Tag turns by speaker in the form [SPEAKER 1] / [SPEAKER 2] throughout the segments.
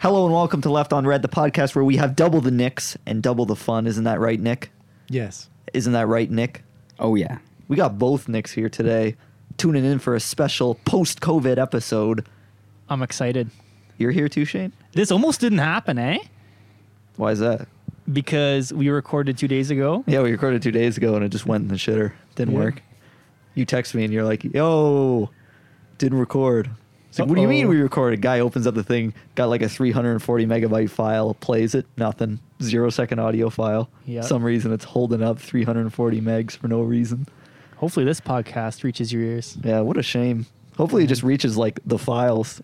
[SPEAKER 1] Hello and welcome to Left on Red, the podcast where we have double the Knicks and double the fun. Isn't that right, Nick?
[SPEAKER 2] Yes.
[SPEAKER 1] Isn't that right, Nick?
[SPEAKER 3] Oh yeah.
[SPEAKER 1] We got both Knicks here today, tuning in for a special post COVID episode.
[SPEAKER 4] I'm excited.
[SPEAKER 1] You're here too, Shane?
[SPEAKER 4] This almost didn't happen, eh?
[SPEAKER 1] Why is that?
[SPEAKER 4] Because we recorded two days ago.
[SPEAKER 1] Yeah, we recorded two days ago and it just went in the shitter. Didn't
[SPEAKER 2] Yeah.
[SPEAKER 1] work. You text me and you're like, yo, didn't record. It's like, what do you mean
[SPEAKER 2] Uh-oh.
[SPEAKER 1] we recorded? Guy opens up the thing, got like a 340 megabyte file, plays it, nothing. Zero second audio file.
[SPEAKER 4] Yeah.
[SPEAKER 1] Some reason it's holding up 340 megs for no reason.
[SPEAKER 4] Hopefully, this podcast reaches your ears.
[SPEAKER 1] Yeah, what a shame. Hopefully it just reaches like the files.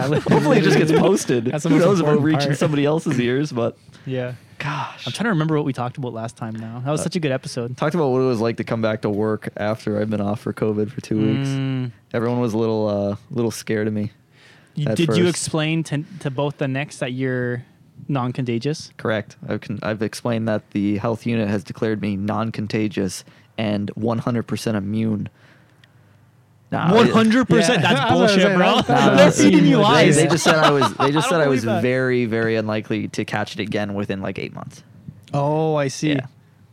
[SPEAKER 1] Hopefully it just gets posted.
[SPEAKER 4] That's the
[SPEAKER 1] Who
[SPEAKER 4] most
[SPEAKER 1] knows if it
[SPEAKER 4] important
[SPEAKER 1] reaches
[SPEAKER 4] part.
[SPEAKER 1] somebody else's ears, but
[SPEAKER 4] Yeah.
[SPEAKER 1] gosh.
[SPEAKER 4] I'm trying to remember what we talked about last time now.
[SPEAKER 1] Uh,
[SPEAKER 4] That was such a good episode.
[SPEAKER 1] talked about what it was like to come back to work after I've been off for COVID for two weeks.
[SPEAKER 4] Mm.
[SPEAKER 1] Everyone was a little uh, little scared of me.
[SPEAKER 4] You-
[SPEAKER 1] At
[SPEAKER 4] did you
[SPEAKER 1] first.
[SPEAKER 4] explain to, to both the Knicks that you're non contagious?
[SPEAKER 1] Correct. I've, con- I've explained that the health unit has declared me non-contagious and 100% immune. Nah, they-
[SPEAKER 4] 100%.
[SPEAKER 2] Yeah.
[SPEAKER 4] That's
[SPEAKER 2] I was gonna
[SPEAKER 4] bullshit,
[SPEAKER 2] say,
[SPEAKER 4] bro.
[SPEAKER 2] that's- that's-
[SPEAKER 4] They're
[SPEAKER 2] that's-
[SPEAKER 4] feeding you
[SPEAKER 2] they-
[SPEAKER 4] lies.
[SPEAKER 1] They, they just said I was. They just
[SPEAKER 4] I
[SPEAKER 1] said
[SPEAKER 4] don't
[SPEAKER 1] I was
[SPEAKER 4] believe that.
[SPEAKER 1] very, very unlikely to catch it again within like eight months.
[SPEAKER 2] Oh, I see.
[SPEAKER 1] Yeah.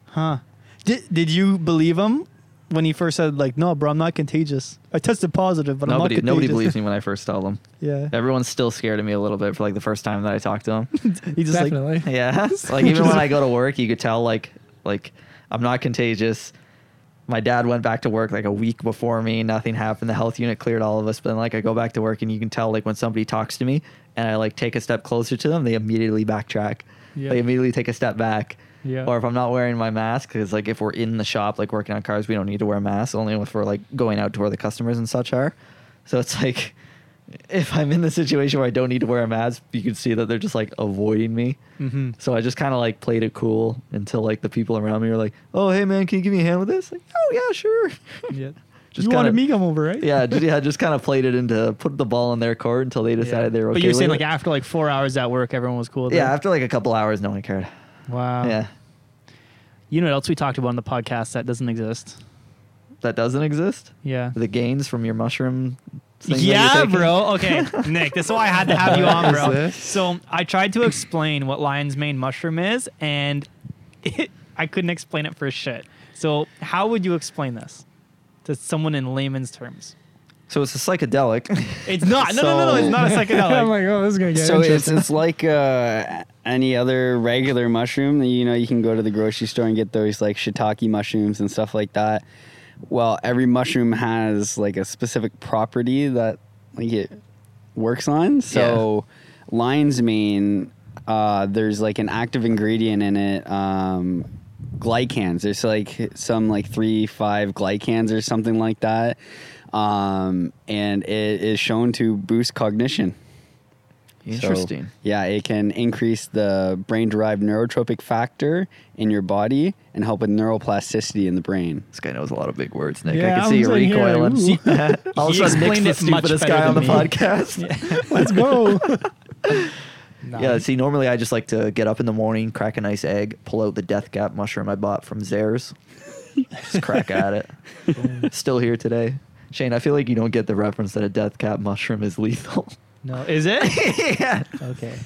[SPEAKER 2] Huh. Did Did you believe him when he first said like, "No, bro, I'm not contagious. I tested positive, but
[SPEAKER 1] nobody,
[SPEAKER 2] I'm not
[SPEAKER 1] nobody
[SPEAKER 2] contagious."
[SPEAKER 1] believes me when I first tell them.
[SPEAKER 2] yeah.
[SPEAKER 1] Everyone's still scared of me a little bit for like the first time that I talked to them.
[SPEAKER 2] He just like
[SPEAKER 3] Definitely.
[SPEAKER 1] Yeah. like even when I go to work, you could tell like like I'm not contagious. My dad went back to work like a week before me. Nothing happened. The health unit cleared all of us. But then like I go back to work and you can tell like when somebody talks to me and I like take a step closer to them, they immediately backtrack.
[SPEAKER 4] Yeah.
[SPEAKER 1] They immediately take a step back.
[SPEAKER 4] Yeah.
[SPEAKER 1] Or if I'm not wearing my mask, because like if we're in the shop like working on cars, we don't need to wear masks. Only if we're like going out to where the customers and such are. So it's like if I'm in the situation where I don't need to wear a mask, you can see that they're just like avoiding me.
[SPEAKER 4] Mhm.
[SPEAKER 1] So I just kind of like played it cool until like the people around me were like, "Oh, hey man, can you give me a hand with this?" Like, "Oh yeah, sure."
[SPEAKER 2] yeah.
[SPEAKER 1] Just
[SPEAKER 2] you
[SPEAKER 1] kinda-
[SPEAKER 2] wanted me to come over, right?
[SPEAKER 1] yeah, just, yeah, just kind of played it into put the ball in their court until they decided they were okay.
[SPEAKER 4] but you're saying
[SPEAKER 1] with
[SPEAKER 4] like
[SPEAKER 1] it.
[SPEAKER 4] after like four hours at work, everyone was cool. with
[SPEAKER 1] yeah,
[SPEAKER 4] it?
[SPEAKER 1] after like a couple hours, no one cared.
[SPEAKER 4] Wow.
[SPEAKER 1] yeah,
[SPEAKER 4] You know what else we talked about on the podcast that doesn't exist?
[SPEAKER 1] that doesn't exist.
[SPEAKER 4] Yeah.
[SPEAKER 1] The gains from your mushroom. thing that you're
[SPEAKER 4] Yeah,
[SPEAKER 1] taking?
[SPEAKER 4] bro. Okay, Nick, this is why I had to have you on,
[SPEAKER 2] What
[SPEAKER 4] bro.
[SPEAKER 2] is this?
[SPEAKER 4] So I tried to explain what lion's mane mushroom is, and it, I couldn't explain it for shit. So how would you explain this to someone in layman's terms?
[SPEAKER 1] So it's a psychedelic.
[SPEAKER 4] It's not. No, no, no, no. It's not a
[SPEAKER 2] I'm
[SPEAKER 4] psychedelic.
[SPEAKER 2] like, oh, this is gonna get
[SPEAKER 3] So it's
[SPEAKER 2] interesting.
[SPEAKER 3] it's like uh, any other regular mushroom. You know, you can go to the grocery store and get those like shiitake mushrooms and stuff like that. Well, every mushroom has like a specific property that like it works on. So lion's mane, uh, there's like an active ingredient in it. Um, glycans. There's like some like three, five glycans or something like that. Um, and it is shown to boost cognition. So,
[SPEAKER 1] Interesting.
[SPEAKER 3] yeah, it can increase the brain derived neurotropic factor in your body and help with neuroplasticity in the brain.
[SPEAKER 1] This guy knows a lot of big words, Nick.
[SPEAKER 2] Yeah,
[SPEAKER 1] I can
[SPEAKER 2] I'm
[SPEAKER 1] see you
[SPEAKER 2] sitting here
[SPEAKER 1] recoiling.
[SPEAKER 2] like,
[SPEAKER 1] All of a
[SPEAKER 4] He
[SPEAKER 1] sudden, Nick's
[SPEAKER 4] explained
[SPEAKER 1] the
[SPEAKER 4] it much
[SPEAKER 1] stupidest
[SPEAKER 4] better
[SPEAKER 1] guy on the
[SPEAKER 4] than me.
[SPEAKER 1] podcast.
[SPEAKER 2] Let's go.
[SPEAKER 4] Nah.
[SPEAKER 1] Yeah, see, normally I just like to get up in the morning, crack a nice egg, pull out the death gap mushroom I bought from Zares. just crack at it. Still here today. Shane, I feel like you don't get the reference that a death cap mushroom is lethal.
[SPEAKER 4] No, is it?
[SPEAKER 1] yeah.
[SPEAKER 4] okay.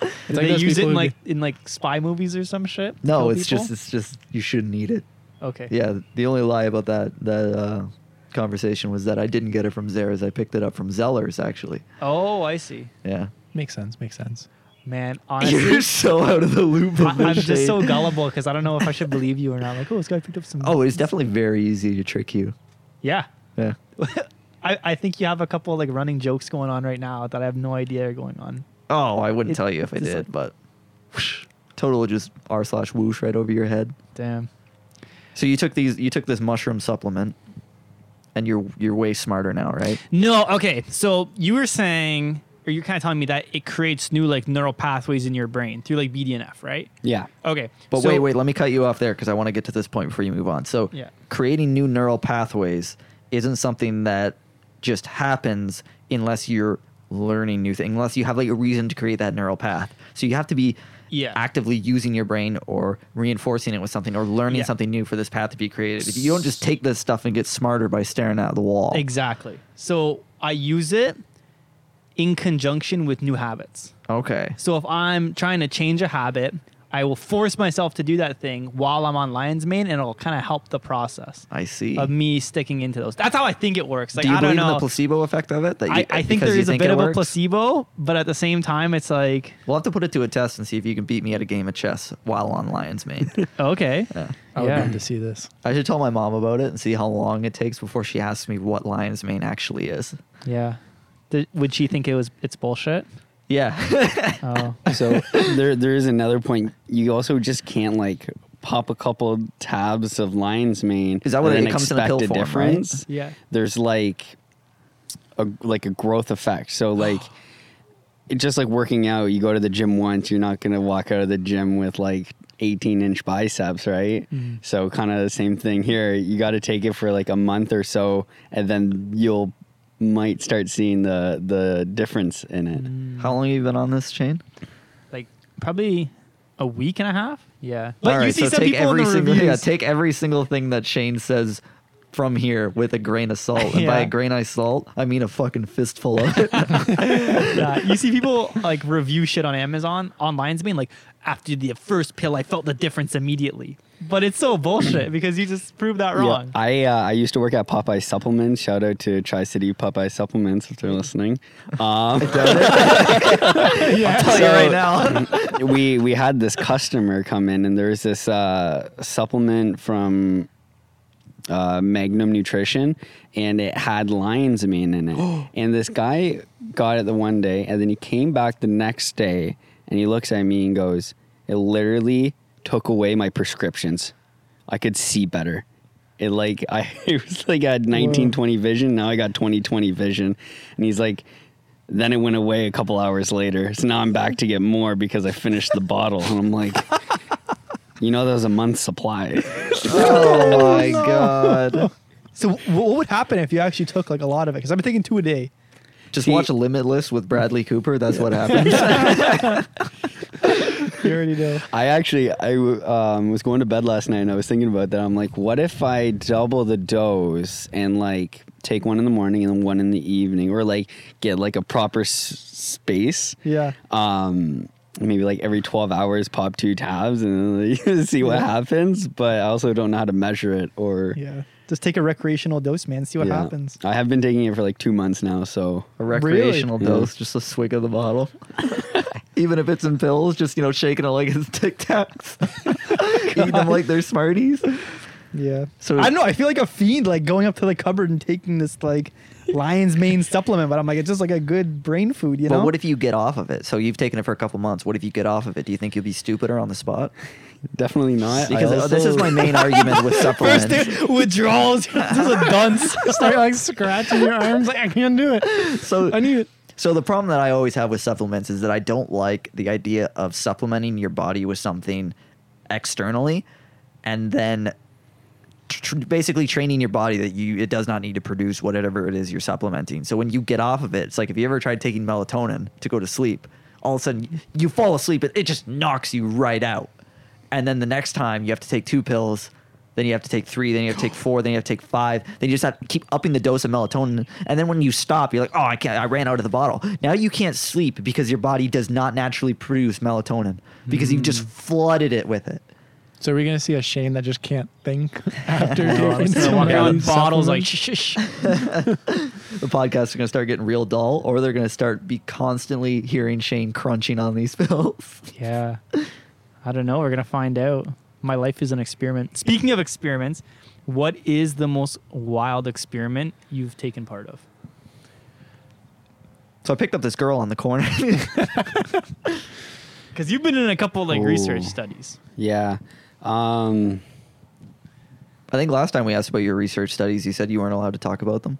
[SPEAKER 4] Do
[SPEAKER 2] It's like
[SPEAKER 4] they
[SPEAKER 2] those
[SPEAKER 4] use it
[SPEAKER 2] people
[SPEAKER 4] in
[SPEAKER 2] who
[SPEAKER 4] like in like spy movies or some shit? to
[SPEAKER 1] No,
[SPEAKER 4] kill
[SPEAKER 1] it's
[SPEAKER 4] people?
[SPEAKER 1] just it's just you shouldn't eat it.
[SPEAKER 4] okay.
[SPEAKER 1] Yeah, the only lie about that that uh, conversation was that I didn't get it from Zares. I picked it up from Zellers actually.
[SPEAKER 4] Oh, I see.
[SPEAKER 1] Yeah.
[SPEAKER 2] makes sense. Makes sense.
[SPEAKER 4] Man, honestly,
[SPEAKER 1] You're so out of the loop. Of
[SPEAKER 4] I, I'm
[SPEAKER 1] this,
[SPEAKER 4] just so
[SPEAKER 1] Shane.
[SPEAKER 4] gullible because I don't know if I should believe you or not. Like, oh, this guy picked up some.
[SPEAKER 1] Oh, it's definitely very easy to trick you.
[SPEAKER 4] yeah.
[SPEAKER 1] Yeah.
[SPEAKER 4] I, I think you have a couple like running jokes going on right now that I have no idea are going on.
[SPEAKER 1] Oh, I wouldn't
[SPEAKER 4] It-
[SPEAKER 1] tell you if I
[SPEAKER 4] it's
[SPEAKER 1] did,
[SPEAKER 4] like-
[SPEAKER 1] but whoosh, total just r slash whoosh right over your head.
[SPEAKER 4] Damn.
[SPEAKER 1] So you took these, you took this mushroom supplement, and you're you're way smarter now, right?
[SPEAKER 4] No, okay. So you were saying, or you're kind of telling me that it creates new like neural pathways in your brain through like BDNF, right?
[SPEAKER 3] Yeah.
[SPEAKER 4] Okay.
[SPEAKER 1] But
[SPEAKER 4] so-
[SPEAKER 1] wait, wait, let me cut you off there because I want to get to this point before you move on. So
[SPEAKER 4] Yeah.
[SPEAKER 1] creating new neural pathways isn't something that just happens unless you're learning new things, unless you have like a reason to create that neural path. So you have to be
[SPEAKER 4] Yeah.
[SPEAKER 1] actively using your brain or reinforcing it with something or learning
[SPEAKER 4] Yeah.
[SPEAKER 1] something new for this path to be created. If you don't just take this stuff and get smarter by staring at the wall.
[SPEAKER 4] Exactly. So I use it. in conjunction with new habits.
[SPEAKER 1] Okay.
[SPEAKER 4] So if I'm trying to change a habit, I will force myself to do that thing while I'm on Lion's Mane, and it'll kind of help the process
[SPEAKER 1] I see.
[SPEAKER 4] of me sticking into those. That's how I think it works. Um, Like
[SPEAKER 1] Do you
[SPEAKER 4] I
[SPEAKER 1] believe
[SPEAKER 4] don't
[SPEAKER 1] in
[SPEAKER 4] know.
[SPEAKER 1] the placebo effect of it? That you,
[SPEAKER 4] I, I think
[SPEAKER 1] because
[SPEAKER 4] there
[SPEAKER 1] you
[SPEAKER 4] is a
[SPEAKER 1] it
[SPEAKER 4] bit of a
[SPEAKER 1] works?
[SPEAKER 4] placebo, but at the same time, it's like
[SPEAKER 1] We'll have to put it to a test and see if you can beat me at a game of chess while on Lion's Mane.
[SPEAKER 4] oh, okay,
[SPEAKER 1] Yeah.
[SPEAKER 2] I would
[SPEAKER 4] Yeah.
[SPEAKER 2] love to see this.
[SPEAKER 1] I should tell my mom about it and see how long it takes before she asks me what Lion's Mane actually is.
[SPEAKER 4] yeah. Th- would she think it was it's bullshit?
[SPEAKER 2] Hmm.
[SPEAKER 1] Yeah.
[SPEAKER 4] Oh,
[SPEAKER 3] So there, there is another point. You also just can't like pop a couple tabs of Lion's Mane.
[SPEAKER 1] Is that what
[SPEAKER 3] and
[SPEAKER 1] it
[SPEAKER 3] then
[SPEAKER 1] comes in a pill
[SPEAKER 3] expect
[SPEAKER 1] form, right?
[SPEAKER 3] difference?
[SPEAKER 4] yeah.
[SPEAKER 3] There's like a like a growth effect. So like. it- Just like working out, you go to the gym once, you're not gonna walk out of the gym with like 18 inch biceps, right? So kind of the same thing here. You got to take it for like a month or so, and then you'll might start seeing the the difference in it.
[SPEAKER 1] how long have you been on this chain?
[SPEAKER 4] like probably a week and a half. Yeah,
[SPEAKER 2] But
[SPEAKER 1] All
[SPEAKER 2] you
[SPEAKER 1] right,
[SPEAKER 2] see
[SPEAKER 1] so
[SPEAKER 2] some
[SPEAKER 1] take
[SPEAKER 2] people in
[SPEAKER 1] every
[SPEAKER 2] the
[SPEAKER 1] single yeah,
[SPEAKER 2] reviews-
[SPEAKER 1] take every single thing that Shane says from here with a grain of salt. And by a
[SPEAKER 4] Yeah.
[SPEAKER 1] grain of salt, I mean a fucking fistful of it.
[SPEAKER 4] Yeah, you see people like review shit on Amazon online's being like, after the first pill, I felt the difference immediately. But it's so bullshit because you just proved that wrong.
[SPEAKER 3] Yeah, I uh, I used to work at Popeye Supplements. Shout out to Tri City Popeye Supplements if they're listening. Um,
[SPEAKER 1] I'll tell you
[SPEAKER 3] So-
[SPEAKER 1] right now.
[SPEAKER 3] we we had this customer come in, and there was this uh, supplement from uh, Magnum Nutrition, and it had lion's mane in it. and this guy got it the one day, and then he came back the next day, and he looks at me and goes, "It literally took away my prescriptions. I could see better." It like I it was like I had nineteen twenty vision. Now I got twenty twenty vision, and he's like. Then it went away a couple hours later. So now I'm back to get more because I finished the bottle. And I'm like, you know, that was a month's supply.
[SPEAKER 1] oh my god.
[SPEAKER 2] So wh- what would happen if you actually took like a lot of it? Because I've been taking two a day.
[SPEAKER 1] Just
[SPEAKER 3] See-
[SPEAKER 1] watch Limitless with Bradley Cooper. That's what happens.
[SPEAKER 2] You already know.
[SPEAKER 3] I actually I um, was going to bed last night and I was thinking about that. I'm like, what if I double the dose and like take one in the morning and then one in the evening, or like get like a proper s- space?
[SPEAKER 2] Yeah.
[SPEAKER 3] Um, maybe like every 12 hours, pop two tabs and like, see what happens. But I also don't know how to measure it or.
[SPEAKER 2] Yeah. Just take a recreational dose, man. See what
[SPEAKER 3] Yeah.
[SPEAKER 2] happens.
[SPEAKER 1] Uh,
[SPEAKER 3] I have been taking it for like two months now, so
[SPEAKER 1] a recreational
[SPEAKER 3] Really?
[SPEAKER 1] dose, just a swig of the bottle. Even if it's in pills, just you know, shaking it like it's Tic Tacs, eating them like they're Smarties.
[SPEAKER 2] Yeah.
[SPEAKER 1] So-
[SPEAKER 2] So I don't know. I feel like a fiend, like going up to the cupboard and taking this like lion's mane supplement. But I'm like, it's just like a good brain food, you know.
[SPEAKER 1] But what if you get off of it? So you've taken it for a couple months. What if you get off of it? Do you think you'll be stupider on the spot?
[SPEAKER 3] definitely not. I
[SPEAKER 1] Because uh, this is
[SPEAKER 3] also-
[SPEAKER 1] my main argument with supplements.
[SPEAKER 2] First day, withdrawals, you're just a dunce. Start like scratching your arms, like I can't do it.
[SPEAKER 1] so
[SPEAKER 2] I need it.
[SPEAKER 1] So the problem that I always have with supplements is that I don't like the idea of supplementing your body with something externally and then tr- basically training your body that you it does not need to produce whatever it is you're supplementing. So when you get off of it, it's like if you ever tried taking melatonin to go to sleep, all of a sudden you fall asleep, it, it just knocks you right out. And then the next time you have to take two pills, then you have to take three, then you have to take four, then you have to take five. Then you just have to keep upping the dose of melatonin. And then when you stop, you're like, oh, I can't, I ran out of the bottle. Now you can't sleep because your body does not naturally produce melatonin because you've just flooded it with it.
[SPEAKER 5] So are we gonna see a Shane that just can't think after taking
[SPEAKER 4] Just
[SPEAKER 5] so
[SPEAKER 4] walking
[SPEAKER 5] many
[SPEAKER 4] around with bottles like
[SPEAKER 5] supplements?
[SPEAKER 4] shh, shh, shh.
[SPEAKER 1] the podcasts are going to start getting real dull, or they're going to start be constantly hearing Shane crunching on these pills.
[SPEAKER 4] Yeah. I don't know. We're going to find out. My life is an experiment. Speaking of experiments, what is the most wild experiment you've taken part of?
[SPEAKER 1] So I picked up this girl on the corner.
[SPEAKER 4] Because you've been in a couple like research
[SPEAKER 3] Ooh.
[SPEAKER 4] studies.
[SPEAKER 3] Yeah. Um,
[SPEAKER 1] I think last time we asked about your research studies, you said you weren't allowed to talk about them.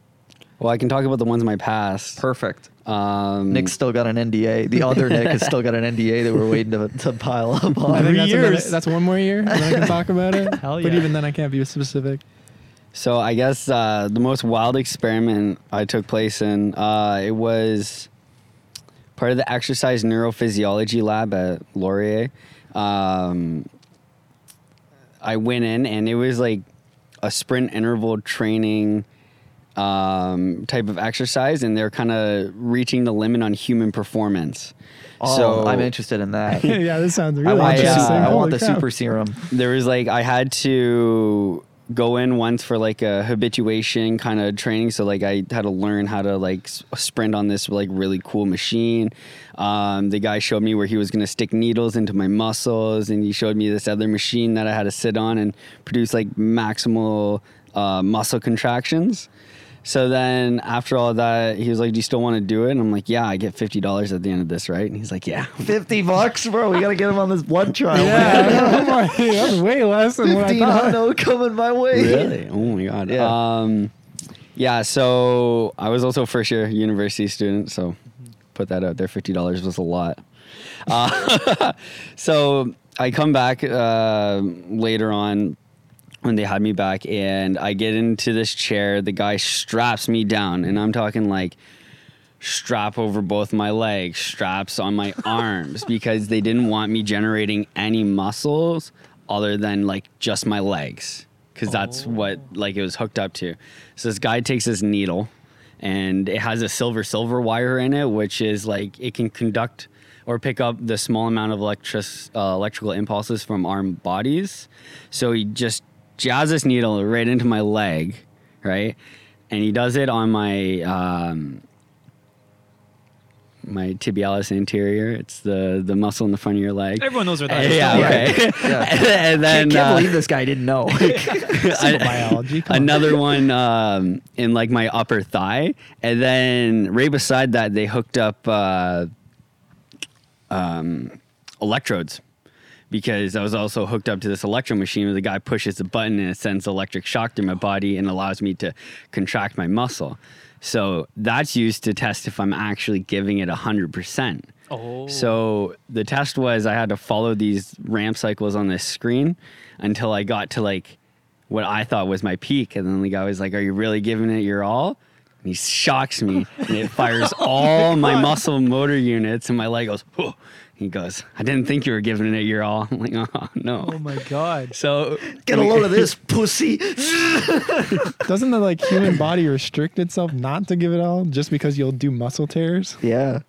[SPEAKER 3] well, I can talk about the ones in my past.
[SPEAKER 1] Perfect.
[SPEAKER 3] Um,
[SPEAKER 1] Nick's still got an NDA. The other Nick has still got an NDA that we're waiting to, to pile up
[SPEAKER 5] I
[SPEAKER 1] on.
[SPEAKER 5] think that's, another-
[SPEAKER 4] years.
[SPEAKER 5] that's one more year. and Then I can talk about it.
[SPEAKER 4] Hell
[SPEAKER 5] But
[SPEAKER 4] yeah.
[SPEAKER 5] even then, I can't be specific.
[SPEAKER 3] So I guess uh, the most wild experiment I took place in uh, it was part of the exercise neurophysiology lab at Laurier. Um, I went in and it was like a sprint interval training um, type of exercise, and they're kind of reaching the limit on human performance.
[SPEAKER 1] Oh,
[SPEAKER 3] so
[SPEAKER 1] I'm interested in that.
[SPEAKER 5] yeah, this sounds
[SPEAKER 1] I
[SPEAKER 5] really
[SPEAKER 1] want, the,
[SPEAKER 5] interesting.
[SPEAKER 1] super- I
[SPEAKER 5] Holy
[SPEAKER 1] want the
[SPEAKER 5] crap.
[SPEAKER 1] super serum.
[SPEAKER 3] there was like I had to go in once for like a habituation kind of training so like I had to learn how to like s- sprint on this like really cool machine um, the guy showed me where he was going to stick needles into my muscles and he showed me this other machine that I had to sit on and produce like maximal uh, muscle contractions so then after all that he was like do you still want to do it and I'm like yeah I get $50 at the end of this right and he's like yeah
[SPEAKER 1] 50 bucks, bro. We got to get him on this blood trial.
[SPEAKER 5] Yeah, I'm like, that was way less than what I
[SPEAKER 1] 15
[SPEAKER 5] thought.
[SPEAKER 1] hundo coming my way.
[SPEAKER 3] Really? Oh my god.
[SPEAKER 1] Yeah.
[SPEAKER 3] Um, yeah. So I was also a first year university student, so put that out there. Fifty dollars was a lot. Uh, so I come back uh, later on when they had me back, and I get into this chair. The guy straps me down, and I'm talking like strap over both my legs, straps on my arms because they didn't want me generating any muscles other than like just my legs because that's what like it was hooked up to. So this guy takes his needle and it has a silver silver wire in it which is like it can conduct or pick up the small amount of electric uh, electrical impulses from our bodies. So he just jabs this needle right into my leg, right? And he does it on my um, my tibialis anterior. It's the the muscle in the front of your leg.
[SPEAKER 4] Everyone knows where
[SPEAKER 3] Uh,
[SPEAKER 4] that is.
[SPEAKER 3] yeah,
[SPEAKER 1] Yeah.
[SPEAKER 3] okay. and
[SPEAKER 1] I
[SPEAKER 3] then
[SPEAKER 1] can't
[SPEAKER 3] uh,
[SPEAKER 1] believe this guy didn't know.
[SPEAKER 3] I-
[SPEAKER 5] biology, come on.
[SPEAKER 3] another one um, in like my upper thigh, and then right beside that they hooked up uh, um, electrodes because I was also hooked up to this electro machine where the guy pushes the button and it sends electric shock through my body and allows me to contract my muscle. So that's used to test if I'm actually giving it hundred percent.
[SPEAKER 4] Oh.
[SPEAKER 3] So the test was I had to follow these ramp cycles on this screen until I got to like what I thought was my peak. And then the guy was like, Are you really giving it your all? And he shocks me and it fires
[SPEAKER 1] Oh
[SPEAKER 3] all my, muscle motor units and my leg goes, Whoa. He goes, I didn't think you were giving it your all. I'm like, Oh, no.
[SPEAKER 4] Oh my god.
[SPEAKER 3] so
[SPEAKER 1] Get a load of this, pussy.
[SPEAKER 5] Doesn't the like human body restrict itself not to give it all just because you'll do muscle tears?
[SPEAKER 1] Yeah.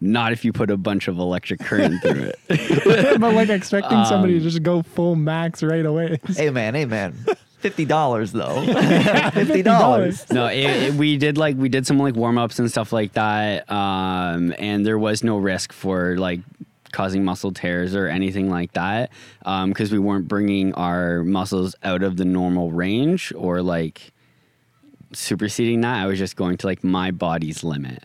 [SPEAKER 3] not if you put a bunch of electric current through it.
[SPEAKER 5] but like expecting somebody to just go full max right away.
[SPEAKER 1] Hey, man. Hey, man. $50 though. $50.
[SPEAKER 3] no, it, it- we did like we did some like warm ups and stuff like that, um, and there was no risk for like causing muscle tears or anything like that because we weren't bringing our muscles out of the normal range or like superseding that. I was just going to like my body's limit.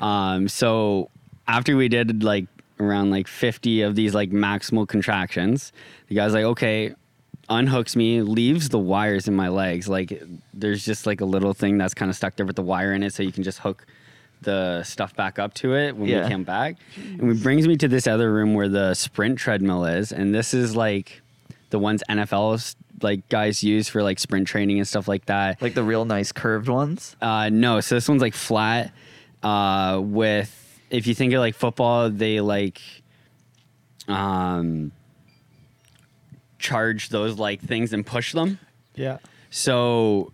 [SPEAKER 3] Um, so after we did like around like 50 of these like maximal contractions, the guy's like, okay, unhooks me, leaves the wires in my legs. Like there's just like a little thing that's kind of stuck there with the wire in it. So you can just hook the stuff back up to it when
[SPEAKER 1] Yeah.
[SPEAKER 3] we come back. And it brings me to this other room where the sprint treadmill is. And this is like the ones NFLs like guys use for like sprint training and stuff like that.
[SPEAKER 1] Like the real nice curved ones.
[SPEAKER 3] Uh, no, so this one's like flat. Uh, with if you think of like football, they like um charge those like things and push them.
[SPEAKER 5] Yeah.
[SPEAKER 3] So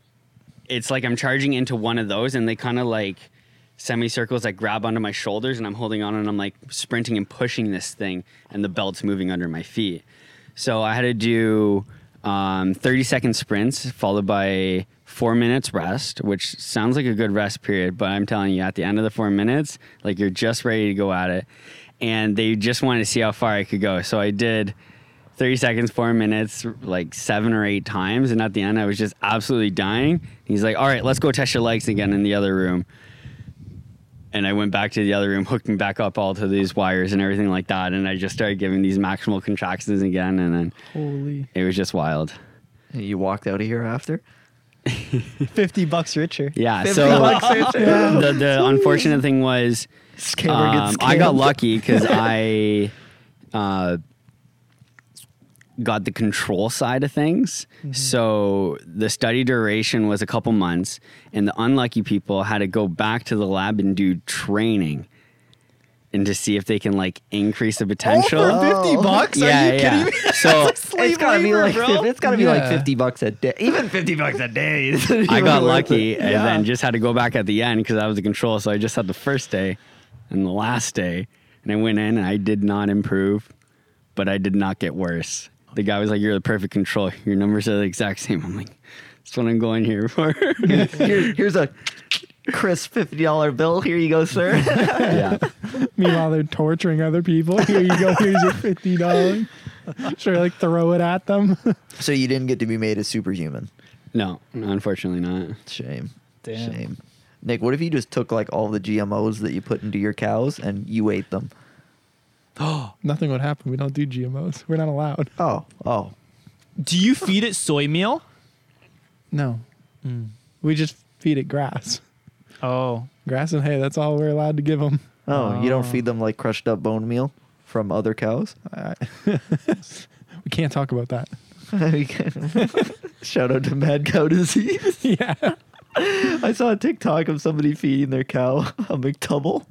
[SPEAKER 3] it's like I'm charging into one of those and they kind of like semicircles that grab onto my shoulders and I'm holding on and I'm like sprinting and pushing this thing and the belt's moving under my feet. So I had to do um, 30 second sprints followed by four minutes rest, which sounds like a good rest period, but I'm telling you, at the end of the four minutes, like you're just ready to go at it. And they just wanted to see how far I could go. So I did 30 seconds, four minutes, like seven or eight times. And at the end, I was just absolutely dying. He's like, all right, let's go test your legs again in the other room. And I went back to the other room, hooked me back up all to these wires and everything like that. And I just started giving these maximal contractions again. And then
[SPEAKER 2] Holy.
[SPEAKER 3] it was just wild.
[SPEAKER 1] You walked out of here after?
[SPEAKER 2] 50 bucks richer.
[SPEAKER 3] Yeah.
[SPEAKER 1] 50
[SPEAKER 3] So
[SPEAKER 1] bucks
[SPEAKER 3] the, the unfortunate thing was
[SPEAKER 1] Scammer gets
[SPEAKER 3] um, I got
[SPEAKER 1] scammed.
[SPEAKER 3] lucky because I uh, got the control side of things.
[SPEAKER 2] Mm-hmm.
[SPEAKER 3] So the study duration was a couple months, and the unlucky people had to go back to the lab and do training. and to see if they can like increase the potential.
[SPEAKER 1] Oh,
[SPEAKER 2] Fifty bucks?
[SPEAKER 3] yeah,
[SPEAKER 2] Are you
[SPEAKER 3] yeah.
[SPEAKER 2] kidding me?
[SPEAKER 3] So
[SPEAKER 1] it's gotta be like it's gotta be like
[SPEAKER 5] Yeah.
[SPEAKER 1] fifty bucks a day. Even fifty bucks a day. is
[SPEAKER 3] I
[SPEAKER 1] even
[SPEAKER 3] got
[SPEAKER 1] worth
[SPEAKER 3] lucky
[SPEAKER 1] it.
[SPEAKER 3] and
[SPEAKER 2] Yeah.
[SPEAKER 3] then just had to go back at the end because I was the control. So I just had the first day and the last day. And I went in and I did not improve, but I did not get worse. The guy was like, You're the perfect control. Your numbers are the exact same. I'm like, That's what I'm going here for.
[SPEAKER 1] Here- here's a crisp fifty dollar bill. Here you go, sir.
[SPEAKER 3] yeah.
[SPEAKER 5] Meanwhile, they're torturing other people. Here you go. Here's your fifty dollars. Should I like throw it at them?
[SPEAKER 1] so you didn't get to be made a superhuman.
[SPEAKER 3] No, unfortunately not.
[SPEAKER 1] Shame.
[SPEAKER 2] Damn.
[SPEAKER 1] Shame. Nick, what if you just took like all the GMOs that you put into your cows and you ate them?
[SPEAKER 5] Nothing would happen. We don't do GMOs. We're not allowed.
[SPEAKER 1] Oh, oh.
[SPEAKER 4] Do you feed it soy meal?
[SPEAKER 5] No,
[SPEAKER 4] Mm.
[SPEAKER 5] we just feed it grass,
[SPEAKER 4] Oh,
[SPEAKER 5] grass and hay. That's all we're allowed to give them.
[SPEAKER 1] Oh, you don't
[SPEAKER 4] Oh.
[SPEAKER 1] feed them like crushed up bone meal from other cows?
[SPEAKER 5] We can't talk about that.
[SPEAKER 1] Shout out to mad cow disease.
[SPEAKER 5] yeah.
[SPEAKER 1] I saw a TikTok of somebody feeding their cow a McDouble.